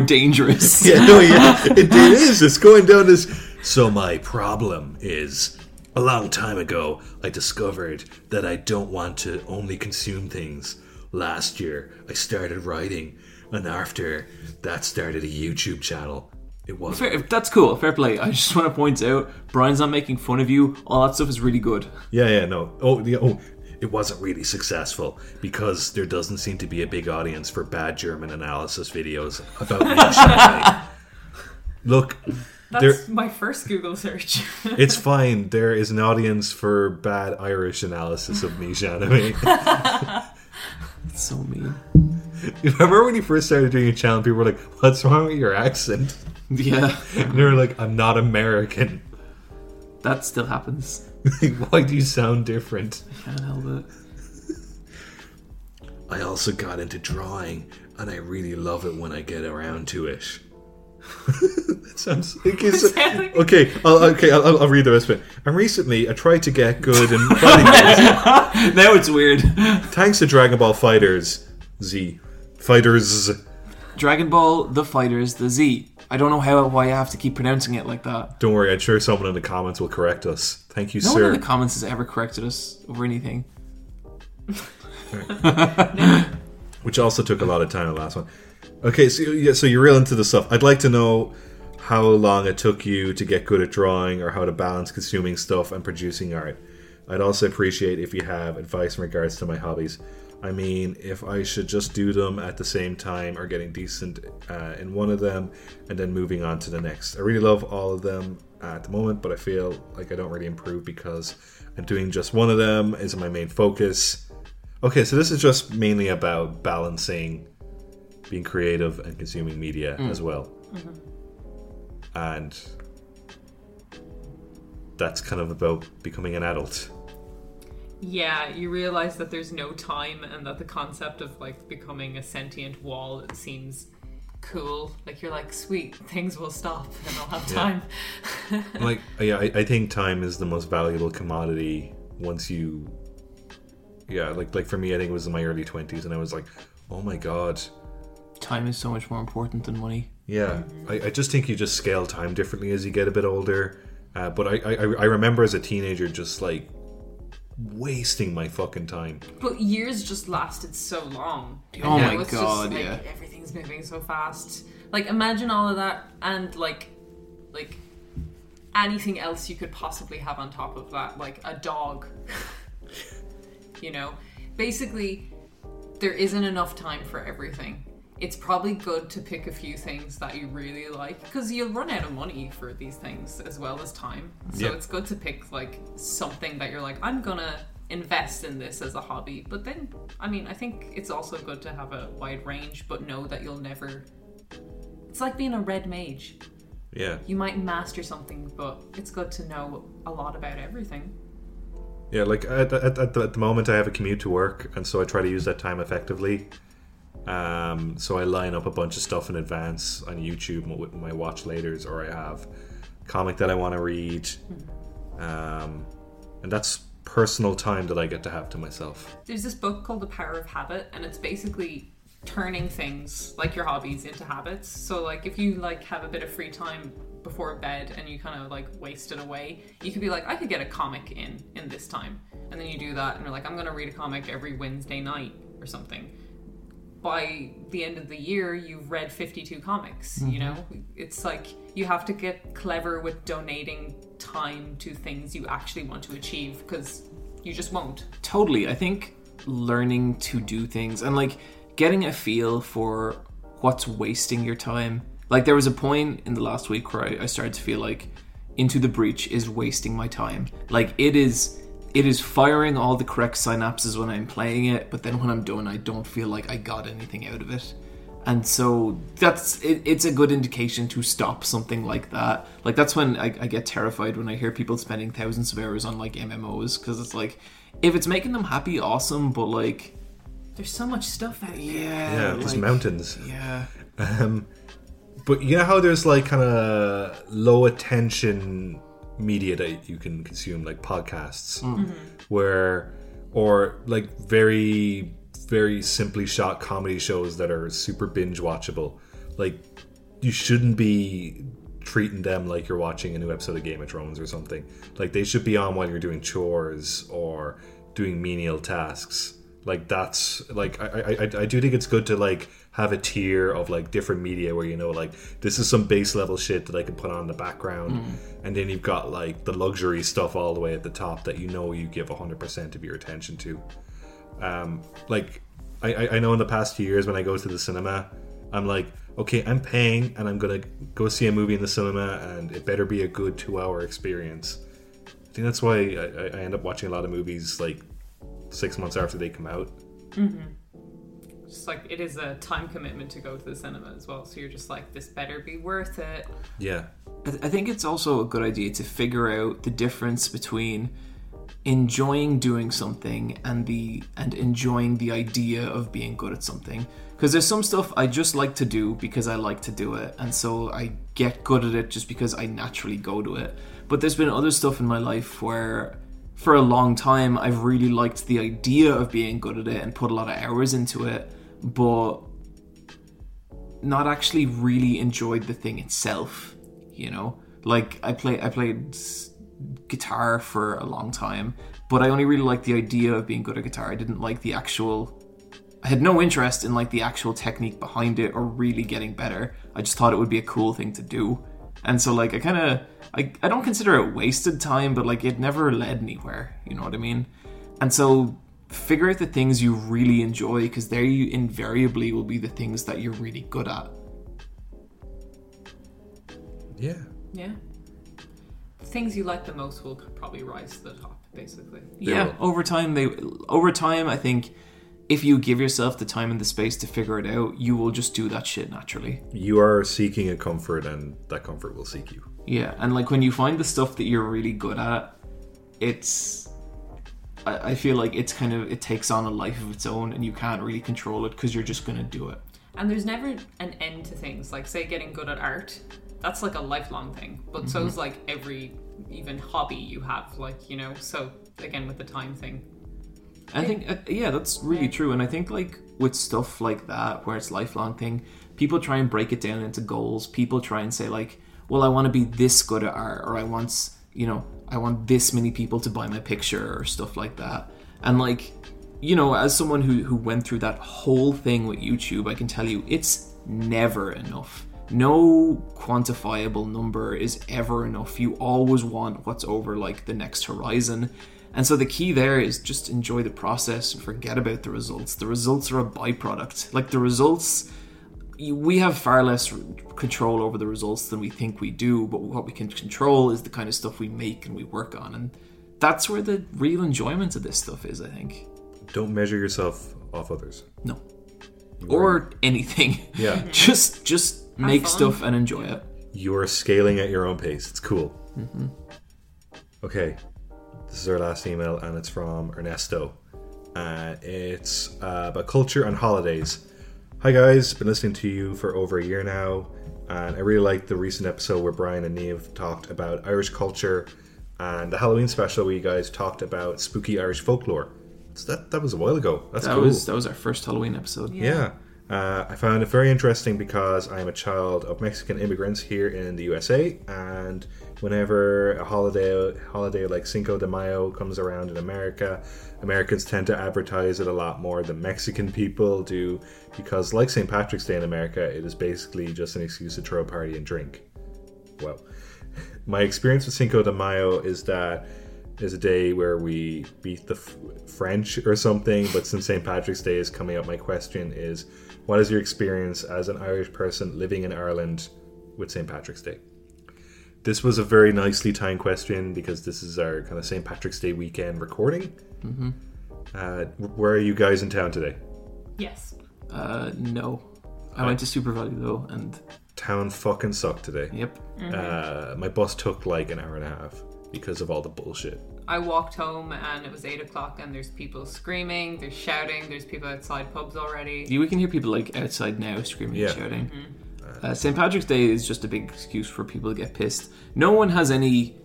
[laughs] dangerous. [laughs] yeah, no, yeah, it, it is. It's going down this. So my problem is, a long time ago, I discovered that I don't want to only consume things. Last year, I started writing, and after that, started a YouTube channel. It was Fair, that's cool. Fair play. I just want to point out Brian's not making fun of you. All that stuff is really good. yeah, yeah, no, oh, the, oh, it wasn't really successful because there doesn't seem to be a big audience for bad German analysis videos about me. Look, there. that's my first Google search. [laughs] It's fine. There is an audience for bad Irish analysis of niche anime. [laughs] That's so mean. [laughs] You Remember when you first started doing your channel, people were like, "What's wrong with your accent?" Yeah, And they were like, "I'm not American. [laughs] that still happens. Why do you sound different?" Can't help it. [laughs] I also got into drawing, and I really love it when I get around to it. [laughs] that sounds. Okay, so- okay, I'll, okay, I'll, I'll- I'll read the rest of it. And recently, I tried to get good in fighting games. Now it's weird. thanks to Dragon Ball Fighters Z. Fighters. Dragon Ball The Fighters The Z. I don't know how why I have to keep pronouncing it like that. Don't worry, I'm sure someone in the comments will correct us. Thank you, No sir. one in the comments has ever corrected us over anything. Which also took a lot of time. The last one. Okay, so yeah, so you're real into the stuff. I'd like to know how long it took you to get good at drawing, or how to balance consuming stuff and producing art. I'd also appreciate if you have advice in regards to my hobbies. I mean, if I should just do them at the same time, or getting decent uh, in one of them, and then moving on to the next. I really love all of them at the moment, but I feel like I don't really improve because I'm doing just one of them is my main focus. Okay, so this is just mainly about balancing being creative and consuming media as well. And that's kind of about becoming an adult. Yeah, you realize that there's no time and that the concept of like becoming a sentient wall seems cool. Like you're like, sweet, things will stop and I'll have Yeah. time. [laughs] like yeah I, I think time is the most valuable commodity once you yeah like like for me i think it was in my early 20s and i was like oh my god Time is so much more important than money. yeah i, I just think you just scale time differently as you get a bit older uh, but I, I i remember as a teenager just like wasting my fucking time But years just lasted so long. And Oh now my it's God, like, yeah. Everything's moving so fast. Like imagine all of that and like like anything else you could possibly have on top of that, like a dog. [laughs] you know? Basically, there isn't enough time for everything. It's probably good to pick a few things that you really like because you'll run out of money for these things as well as time. So Yeah. it's good to pick like something that you're like, I'm gonna invest in this as a hobby. But then, I mean, I think it's also good to have a wide range, but know that you'll never. It's like being a red mage. yeah You might master something, but it's good to know a lot about everything. Yeah, like at, at, at, the, at the moment, I have a commute to work, and so I try to use that time effectively. Um, so I line up a bunch of stuff in advance on YouTube m- with my watch later's, or I have comic that I want to read, um, and that's personal time that I get to have to myself. There's this book called The Power of Habit, and it's basically turning things like your hobbies into habits. So, like, if you like have a bit of free time before bed and you kind of like waste it away, you could be like, I could get a comic in in this time, and then you do that, and you're like, I'm gonna read a comic every Wednesday night or something. By the end of the year, you've read 52 comics. You know, it's like you have to get clever with donating time to things you actually want to achieve because you just won't. Totally. I think learning to do things and like getting a feel for what's wasting your time. Like there was a point in the last week where I, I started to feel like Into the Breach is wasting my time. Like it is it is firing all the correct synapses when I'm playing it, but then when I'm done I don't feel like I got anything out of it. And so that's it, it's a good indication to stop something like that. Like that's when I, I get terrified when I hear people spending thousands of hours on like MMOs because it's like if it's making them happy, awesome. But like, There's so much stuff out here. yeah, Yeah, these like, mountains. Yeah, But you know how there's like kind of low attention media that you can consume, like podcasts, where or like very very simply shot comedy shows that are super binge watchable. Like you shouldn't be treating them like you're watching a new episode of Game of Thrones or something. Like they should be on while you're doing chores or doing menial tasks. Like that's like I I, I I do think it's good to like have a tier of like different media where you know like this is some base level shit that I can put on in the background and then you've got like the luxury stuff all the way at the top that you know you give 100% of your attention to um, like I, I- I know in the past few years when I go to the cinema, I'm like, okay, I'm paying and I'm gonna go see a movie in the cinema, and it better be a good two-hour experience. I think that's why I, I I end up watching a lot of movies like six months after they come out. Just like it is a time commitment to go to the cinema as well. So you're just like, this better be worth it. Yeah, I I think it's also a good idea to figure out the difference between enjoying doing something and the and enjoying the idea of being good at something because there's some stuff I just like to do because I like to do it and so I get good at it just because I naturally go to it but there's been other stuff in my life where for a long time I've really liked the idea of being good at it and put a lot of hours into it but not actually really enjoyed the thing itself you know like i play i played s- guitar for a long time but i only really liked the idea of being good at guitar i didn't like the actual i had no interest in like the actual technique behind it or really getting better i just thought it would be a cool thing to do and so like i kind of I, I don't consider it wasted time but like it never led anywhere you know what i mean and so figure out the things you really enjoy because they invariably will be the things that you're really good at yeah. Yeah. The things you like the most will probably rise to the top, basically. yeah over time they over time i think if you give yourself the time and the space to figure it out you will just do that shit naturally You are seeking a comfort, and that comfort will seek you. yeah and like when you find the stuff that you're really good at it's i, I feel like it's kind of it takes on a life of its own and you can't really control it because you're just gonna do it And there's never an end to things. Like, say, getting good at art, that's like a lifelong thing. But so's like every even hobby you have. Like, you know, so again, with the time thing. I think uh, yeah, that's really true. And I think like with stuff like that, where it's lifelong thing, people try and break it down into goals. People try and say like, well, I want to be this good at art, or I want s- you know, I want this many people to buy my picture, or stuff like that. And like, you know, as someone who who went through that whole thing with YouTube, I can tell you, it's never enough. No quantifiable number is ever enough. You always want what's over like the next horizon. And so the key there is just enjoy the process and forget about the results. The results are a byproduct. Like the results, you- we have far less r- control over the results than we think we do, but what we can control is the kind of stuff we make and we work on. And that's where the real enjoyment of this stuff is, I think. Don't measure yourself off others. No. Or anything. [laughs] Yeah. [laughs] just just make fun. stuff and enjoy it. You're scaling at your own pace. It's cool. Mm-hmm. Okay. This is our last email, and it's from Ernesto. Uh, it's uh, about culture and holidays. Hi, guys. Been listening to you for over a year now, and I really liked the recent episode where Brian and Neve talked about Irish culture and the Halloween special where you guys talked about spooky Irish folklore. So that, that was a while ago. That's That cool. was that was our first Halloween episode. Yeah. Uh, I found it very interesting because I am a child of Mexican immigrants here in the USA, and whenever a holiday holiday like Cinco de Mayo comes around in America, Americans tend to advertise it a lot more than Mexican people do because, like St. Patrick's Day in America, it is basically just an excuse to throw a party and drink. Well, my experience with Cinco de Mayo is that is a day where we beat the F- French or something. But since St. Patrick's Day is coming up, my question is, what is your experience as an Irish person living in Ireland with St. Patrick's Day? This was a very nicely timed question because this is our kind of St. Patrick's Day weekend recording. Mm-hmm. Uh, where are you guys in town today? Yes. Uh no. I went to Super Value though and Town fucking sucked today. yep. Uh, my bus took like an hour and a half because of all the bullshit. I walked home and it was eight o'clock, and there's people screaming, there's shouting, there's people outside pubs already. Yeah, we can hear people like outside now screaming Yeah. and shouting. Uh, St. Patrick's Day is just a big excuse for people to get pissed. No one has any.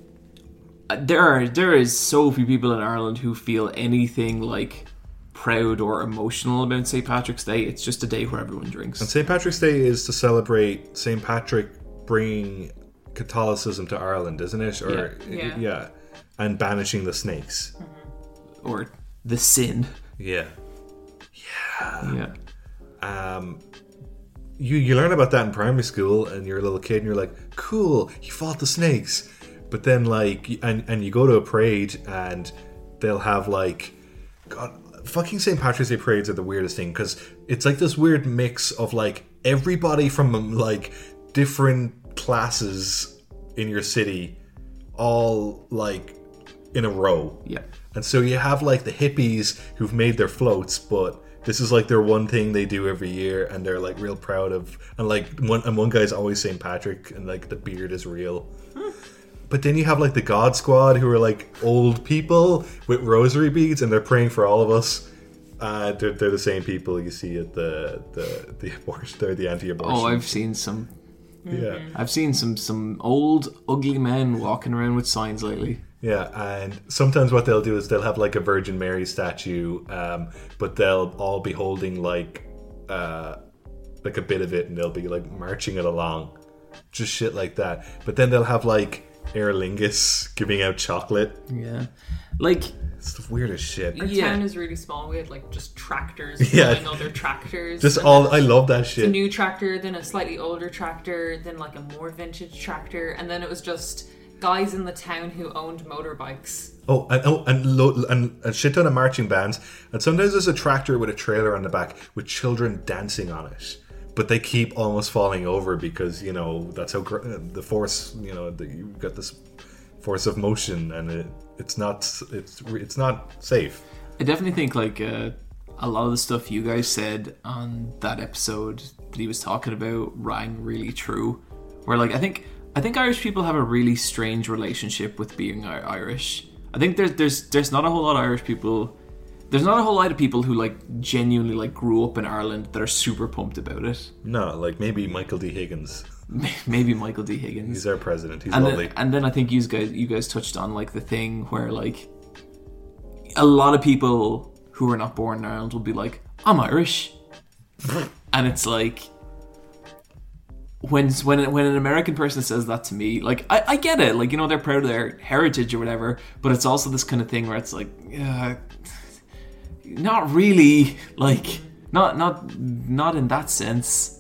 uh, There are there is so few people in Ireland who feel anything like proud or emotional about St. Patrick's Day. It's just a day where everyone drinks. St. Patrick's Day is to celebrate St. Patrick bringing Catholicism to Ireland, isn't it? Or Yeah. Yeah. and banishing the snakes. Or the sin. Yeah. Ah. Yeah. Um, you you learn about that in primary school, and you're a little kid, and you're like, "Cool, he fought the snakes." But then, like, y- and and you go to a parade, and they'll have like, God, fucking St. Patrick's Day parades are the weirdest thing because it's like this weird mix of like everybody from like different classes in your city, all like in a row. Yeah. And so you have like the hippies who've made their floats, but this is like their one thing they do every year, and they're like real proud of. And like one, and one guy's always St. Patrick, and like the beard is real. But then you have like the God Squad, who are like old people with rosary beads, and they're praying for all of us. Uh, they're, they're the same people you see at the the the [laughs] abortion, they're the anti-abortion. Oh, I've seen some. yeah. I've seen some some old ugly men walking around with signs lately. Yeah, and sometimes what they'll do is they'll have like a Virgin Mary statue, um, but they'll all be holding like uh, like a bit of it, and they'll be like marching it along, just shit like that. But then they'll have like Aer Lingus giving out chocolate. Yeah. Like It's the weirdest shit. Our Yeah. town is really small. We had like just [laughs] tractors Yeah. pulling other tractors. Just and all I love that a shit. new tractor, then a slightly older tractor, then like a more vintage tractor, and then it was just guys in the town who owned motorbikes. Oh, and oh, and, lo- and a shit ton of marching bands, and sometimes there's a tractor with a trailer on the back with children dancing on it. But they keep almost falling over because you know that's how gr- uh, the force. You know that you've got this force of motion, and it, it's not it's re- it's not safe. I definitely think like uh, a lot of the stuff you guys said on that episode that he was talking about rang really true. Where like I think I think Irish people have a really strange relationship with being I- Irish. I think there's there's there's not a whole lot of Irish people. there- There's not a whole lot of people who like genuinely like grew up in Ireland that are super pumped about it. [laughs] No, like maybe Michael D. Higgins. Maybe Michael D. Higgins. He's our president. He's and lovely. then, and then I think you guys you guys touched on like the thing where like a lot of people who are not born in Ireland will be like, I'm Irish, and it's like when when when an American person says that to me, like I, I get it, like you know they're proud of their heritage or whatever, but it's also this kind of thing where it's like, uh, not really, like not not not in that sense,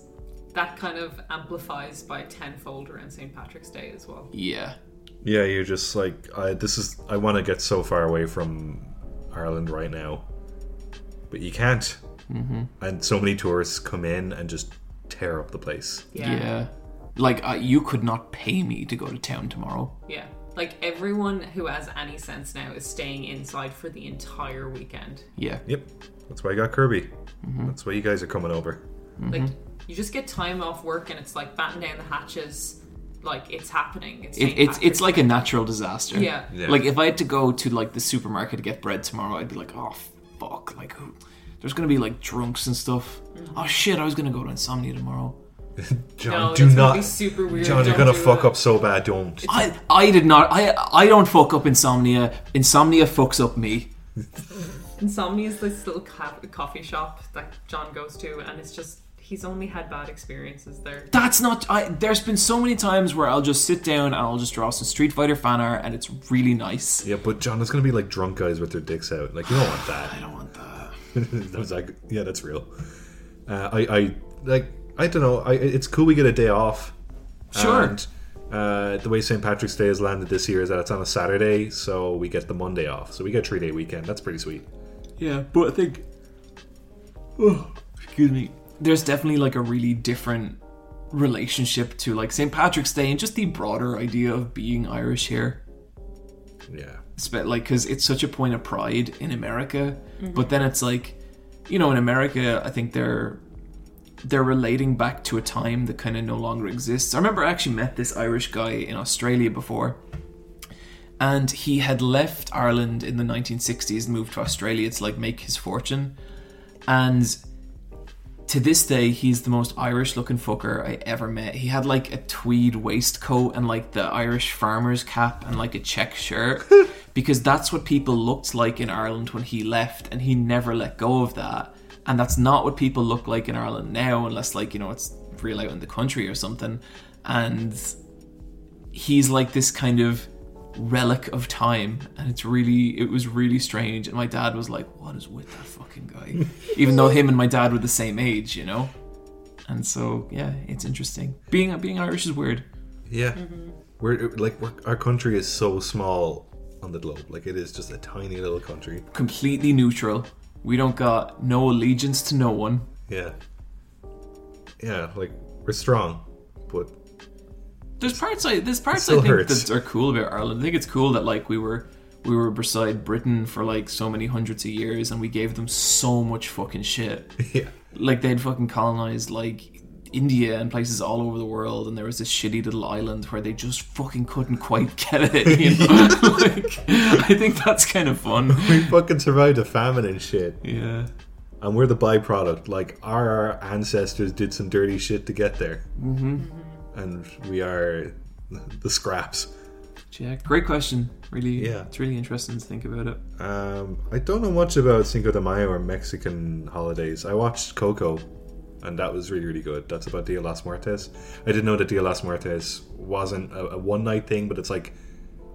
That kind of amplifies by tenfold around St. Patrick's Day as well. yeah. yeah, you're just like I, this is. I want to get so far away from Ireland right now, but you can't. Mm-hmm. And so many tourists come in and just tear up the place. Yeah. Like, uh, you could not pay me to go to town tomorrow. Yeah. Like everyone who has any sense now is staying inside for the entire weekend. Yeah. Yep, that's why I got Kirby. That's why you guys are coming over. Like Mm-hmm. you just get time off work and it's like batten down the hatches. Like it's happening. It's It, St. it's it's Patrick's like a natural disaster. Yeah. Yeah. Like if I had to go to like the supermarket to get bread tomorrow, I'd be like, oh fuck, like who? There's gonna be like drunks and stuff. Oh shit, I was gonna go to insomnia tomorrow. John, No, do it's not. gonna be super weird. John, you're Don't gonna do fuck it. up so bad. Don't. I I did not. I I don't fuck up insomnia. Insomnia fucks up me. Insomnia is this little ca- coffee shop that John goes to, and it's just he's only had bad experiences there. That's not. I, there's been so many times where I'll just sit down and I'll just draw some Street Fighter fan art, and it's really nice. Yeah, but John, it's gonna be like drunk guys with their dicks out. Like you don't want I [laughs] that. don't want that. I was like, yeah, that's real. Uh, I, I, like, I don't know. I, it's cool we get a day off. Sure. And, uh, the way St. Patrick's Day has landed this year is that it's on a Saturday, so we get the Monday off. So we get a three day weekend. That's pretty sweet. Yeah, but I think. oh, excuse me. There's definitely like a really different relationship to like St. Patrick's Day and just the broader idea of being Irish here. Yeah. It's about, like, because it's such a point of pride in America, but then it's like, you know, in America, I think they're they're relating back to a time that kind of no longer exists. I remember I actually met this Irish guy in Australia before, and he had left Ireland in the 1960s and moved to Australia to like make his fortune, and to this day he's the most Irish looking fucker I ever met. He had like a tweed waistcoat and like the Irish farmer's cap and like a check shirt because that's what people looked like in Ireland when he left and he never let go of that. And that's not what people look like in Ireland now unless like, you know, it's real out in the country or something. And he's like this kind of relic of time and it's really it was really strange and my dad was like what is with that fucking [laughs] guy even though him and my dad were the same age you know and so yeah it's interesting being being irish is weird Yeah. We're like we're, our country is so small on the globe. Like it is just a tiny little country. completely neutral we don't got no allegiance to no one Yeah. Yeah, like we're strong, but [laughs] there's parts I there's parts I still think hurts. that are cool about Ireland. I think it's cool that like we were we were beside Britain for like so many hundreds of years and we gave them so much fucking shit. Yeah. Like they'd fucking colonized like India and places all over the world and there was this shitty little island where they just fucking couldn't quite [laughs] get it. [laughs] You know? [laughs] like, I think that's kind of fun. we fucking survived a famine and shit, Yeah. and we're the byproduct. Like our ancestors did some dirty shit to get there, mm-hmm. and we are the scraps. Yeah. Great question. Really Yeah. it's really interesting to think about it. Um, I don't know much about Cinco de Mayo or Mexican holidays. I watched Coco, and that was really, really good. That's about Dia Las Muertes. I didn't know that Dia Las Muertes wasn't a, a one night thing, but it's like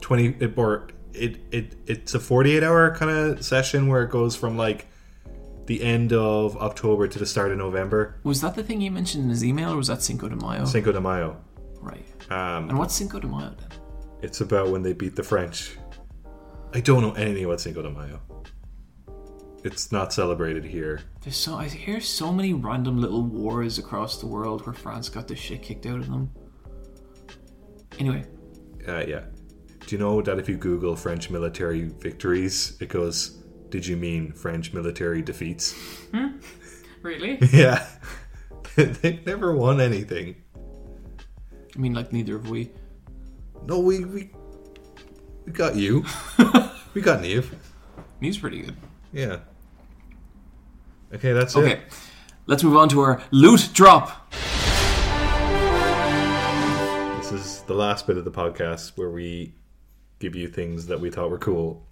twenty it, or it it it's a forty eight hour kind of session where it goes from like the end of October to the start of November. Was that the thing you mentioned in his email or was that Cinco de Mayo? Cinco de Mayo. right. Um, And what's Cinco de Mayo then? it's about when they beat the French. I don't know anything about Cinco de Mayo. It's not celebrated here. There's so I hear so many random little wars across the world where France got the shit kicked out of them. Anyway, Uh, yeah. Do you know that if you Google French military victories, it goes, Did you mean French military defeats? [laughs] Really? Yeah. [laughs] They've never won anything. I mean like neither of we. No, we we, [laughs] we got you. we got Neve. Neve's pretty good. Yeah. Okay, that's Okay, it. let's move on to our loot drop. This is the last bit of the podcast where we give you things that we thought were cool.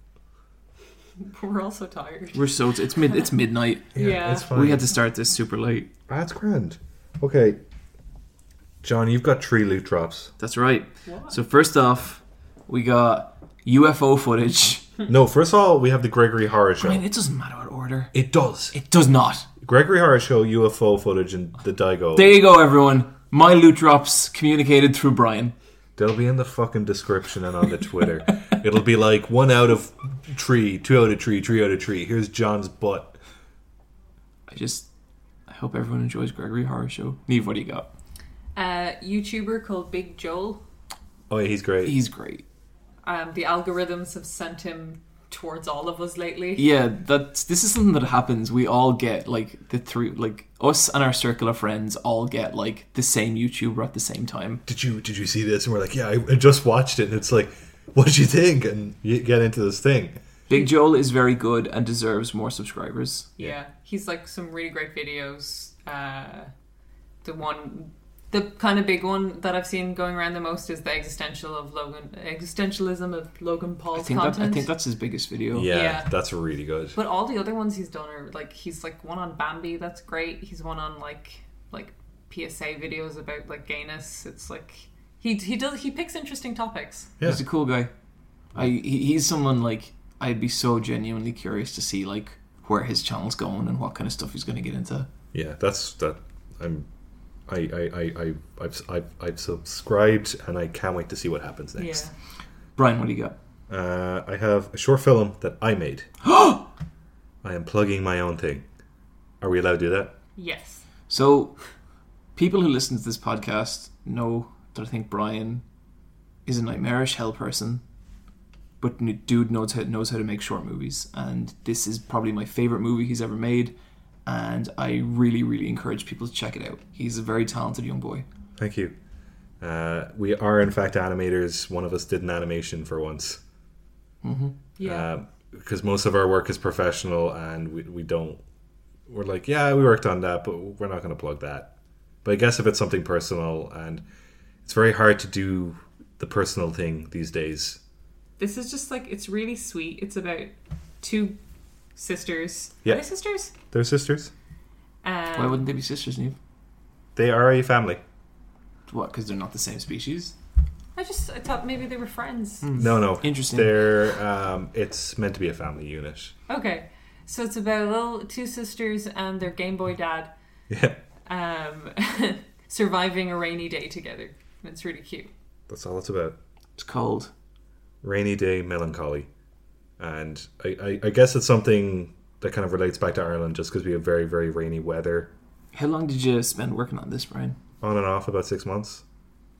[laughs] We're also tired. We're so it's mid it's midnight. Yeah. it's fine. We had to start this super late. That's grand. Okay, John, you've got three loot drops. That's right. What? So first off, we got UFO footage. no, first of all, we have the Gregory Horror Show. I mean, it doesn't matter what order. it does. It does not. Gregory Horror Show, UFO footage, and the Daigo. There you go, everyone. My loot drops communicated through Brian. They'll be in the fucking description and on the [laughs] Twitter. It'll be like one out of tree, two out of tree, three out of tree. Here's John's butt. I just I hope everyone enjoys Gregory Horror Show. Neve, what do you got? Uh, YouTuber called Big Joel. Oh, yeah, he's great. He's great. Um, the algorithms have sent him towards all of us lately. Yeah, that's this is something that happens. We all get like the three like us and our circle of friends all get like the same YouTuber at the same time. did you did you see this? And we're like, yeah, I, I just watched it. And it's like, what did you think? And you get into this thing. Big Joel is very good and deserves more subscribers. Yeah. He's like some really great videos. Uh, the one, the kind of big one that I've seen going around the most is the existential of Logan, existentialism of Logan I Paul's think that, content. I think that's his biggest video. Yeah, Yeah. that's really good. But all the other ones he's done are like he's like one on Bambi, that's great. He's one on like like PSA videos about like gayness. It's like he he does he picks interesting topics. Yeah. He's a cool guy. I he, he's someone like I'd be so genuinely curious to see like where his channel's going and what kind of stuff he's going to get into. Yeah, that's that. I'm. I I I I I've, I've, I've subscribed and I can't wait to see what happens next. Brian, what do you got? Uh, I have a short film that I made. I am plugging my own thing. Are we allowed to do that? Yes. So, people who listen to this podcast know that I think Brian is a nightmarish hell person, but n- dude knows how, knows how to make short movies, and this is probably my favorite movie he's ever made, and I really, really encourage people to check it out. He's a very talented young boy. Thank you. Uh, we are in fact animators. One of us did an animation for once. Uh, Yeah. because most of our work is professional and we, we don't we're like yeah we worked on that but we're not going to plug that but i guess if it's something personal and it's very hard to do the personal thing these days this is just like it's really sweet. It's about two sisters. Yeah. Are they sisters? they're sisters Um, Why wouldn't they be sisters, Neve? they are a family What? Because they're not the same species. I just I thought maybe they were friends. no no Interesting. they're um, it's meant to be a family unit Okay. So it's about little two sisters and their Game Boy dad yeah um, [laughs] surviving a rainy day together. And it's really cute. that's all it's about It's called rainy day melancholy and i, I, I guess it's something that kind of relates back to ireland just because we have very very rainy weather How long did you spend working on this, Brian? on and off about six months,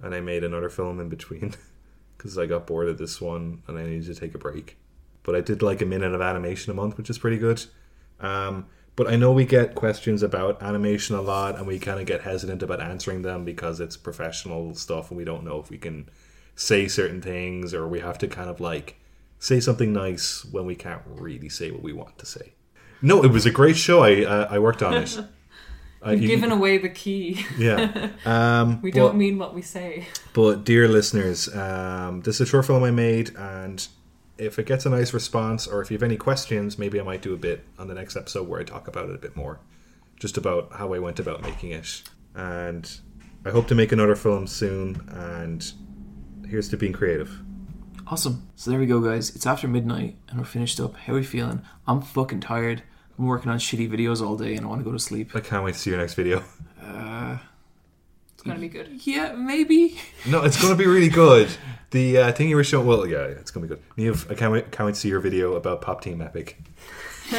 and I made another film in between [laughs] because I got bored of this one and I needed to take a break. But I did like a minute of animation a month, which is pretty good. Um, but I know we get questions about animation a lot, and we kind of get hesitant about answering them because it's professional stuff, and we don't know if we can say certain things or we have to kind of like say something nice when we can't really say what we want to say. No, it was a great show. I uh, I worked on it. Uh, you- Given away the key. [laughs] yeah. Um, We but- don't mean what we say. But dear listeners, um, this is a short film I made, and if it gets a nice response, or if you have any questions, maybe I might do a bit on the next episode where I talk about it a bit more, just about how I went about making it. And I hope to make another film soon. And here's to being creative. Awesome. So there we go, guys. It's after midnight and we're finished up. How are we feeling? I'm fucking tired. I'm working on shitty videos all day and I want to go to sleep. I can't wait to see your next video. [laughs] It's going to be good. Yeah, maybe. [laughs] No, it's going to be really good. The uh, thing you were showing, well, yeah, it's going to be good. Niamh, I can't wait, can't wait to see your video about Pop Team Epic. [laughs]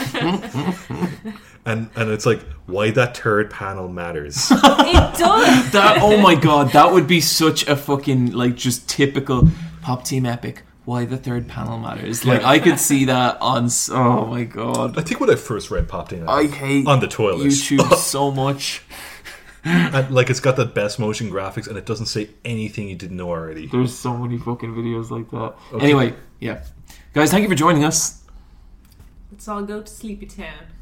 and and it's like why that third panel [laughs] matters. It does! That. Oh my god, that would be such a fucking like just typical pop team epic. Why the third panel matters? Like I could see that on. s- Oh my god, I think when I first read Pop Team, I Epic, hate on the toilet, [laughs] YouTube so much. and, like it's got the best motion graphics, and it doesn't say anything you didn't know already. There's so many fucking videos like that. Anyway, yeah, guys, thank you for joining us. Let's all go to Sleepy Town.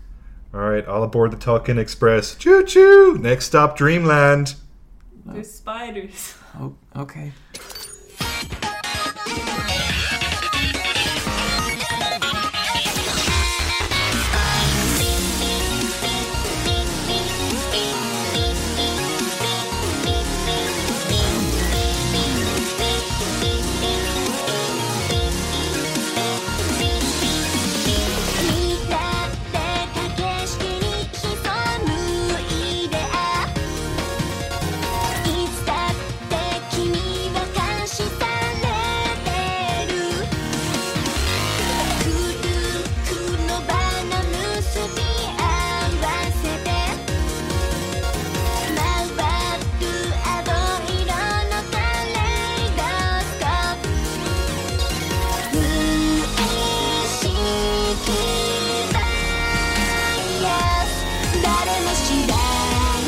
All right, all aboard the Talking Express. Choo choo! Next stop, Dreamland. There's spiders. Oh, okay. 「みんなでたけしに潜むいであ」「いつだって君は監視されてる」「くるくのばの結び合わせて」「回る青色のカレイドスコープ」「無意識バイアス」「誰も知ら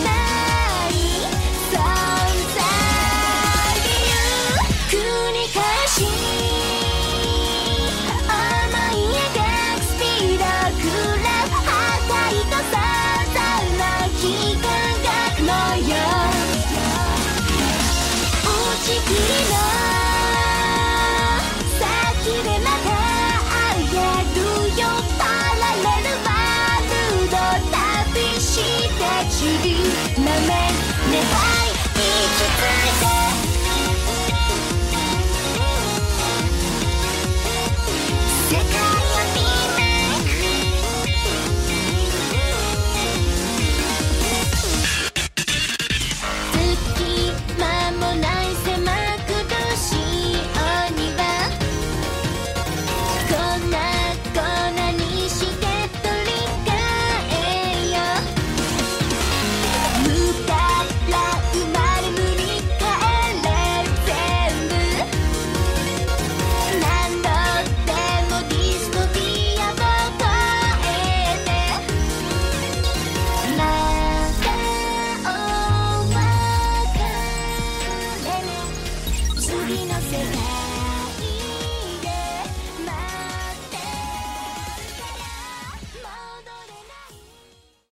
ない存在理由」「繰り返し」「思い描くスピードくら破壊とさざの幾何学模様」「おちきの先でまた会えるよ」「パラレルワールド旅してちりまめ」「願い息づいて」「世界を見ない」「隙間もない狭くるしおには」「粉々にして取り替えよ」「無から生まれ無に帰れる全部」「何度でもディストピアを超えて」「またお別れの次の世界」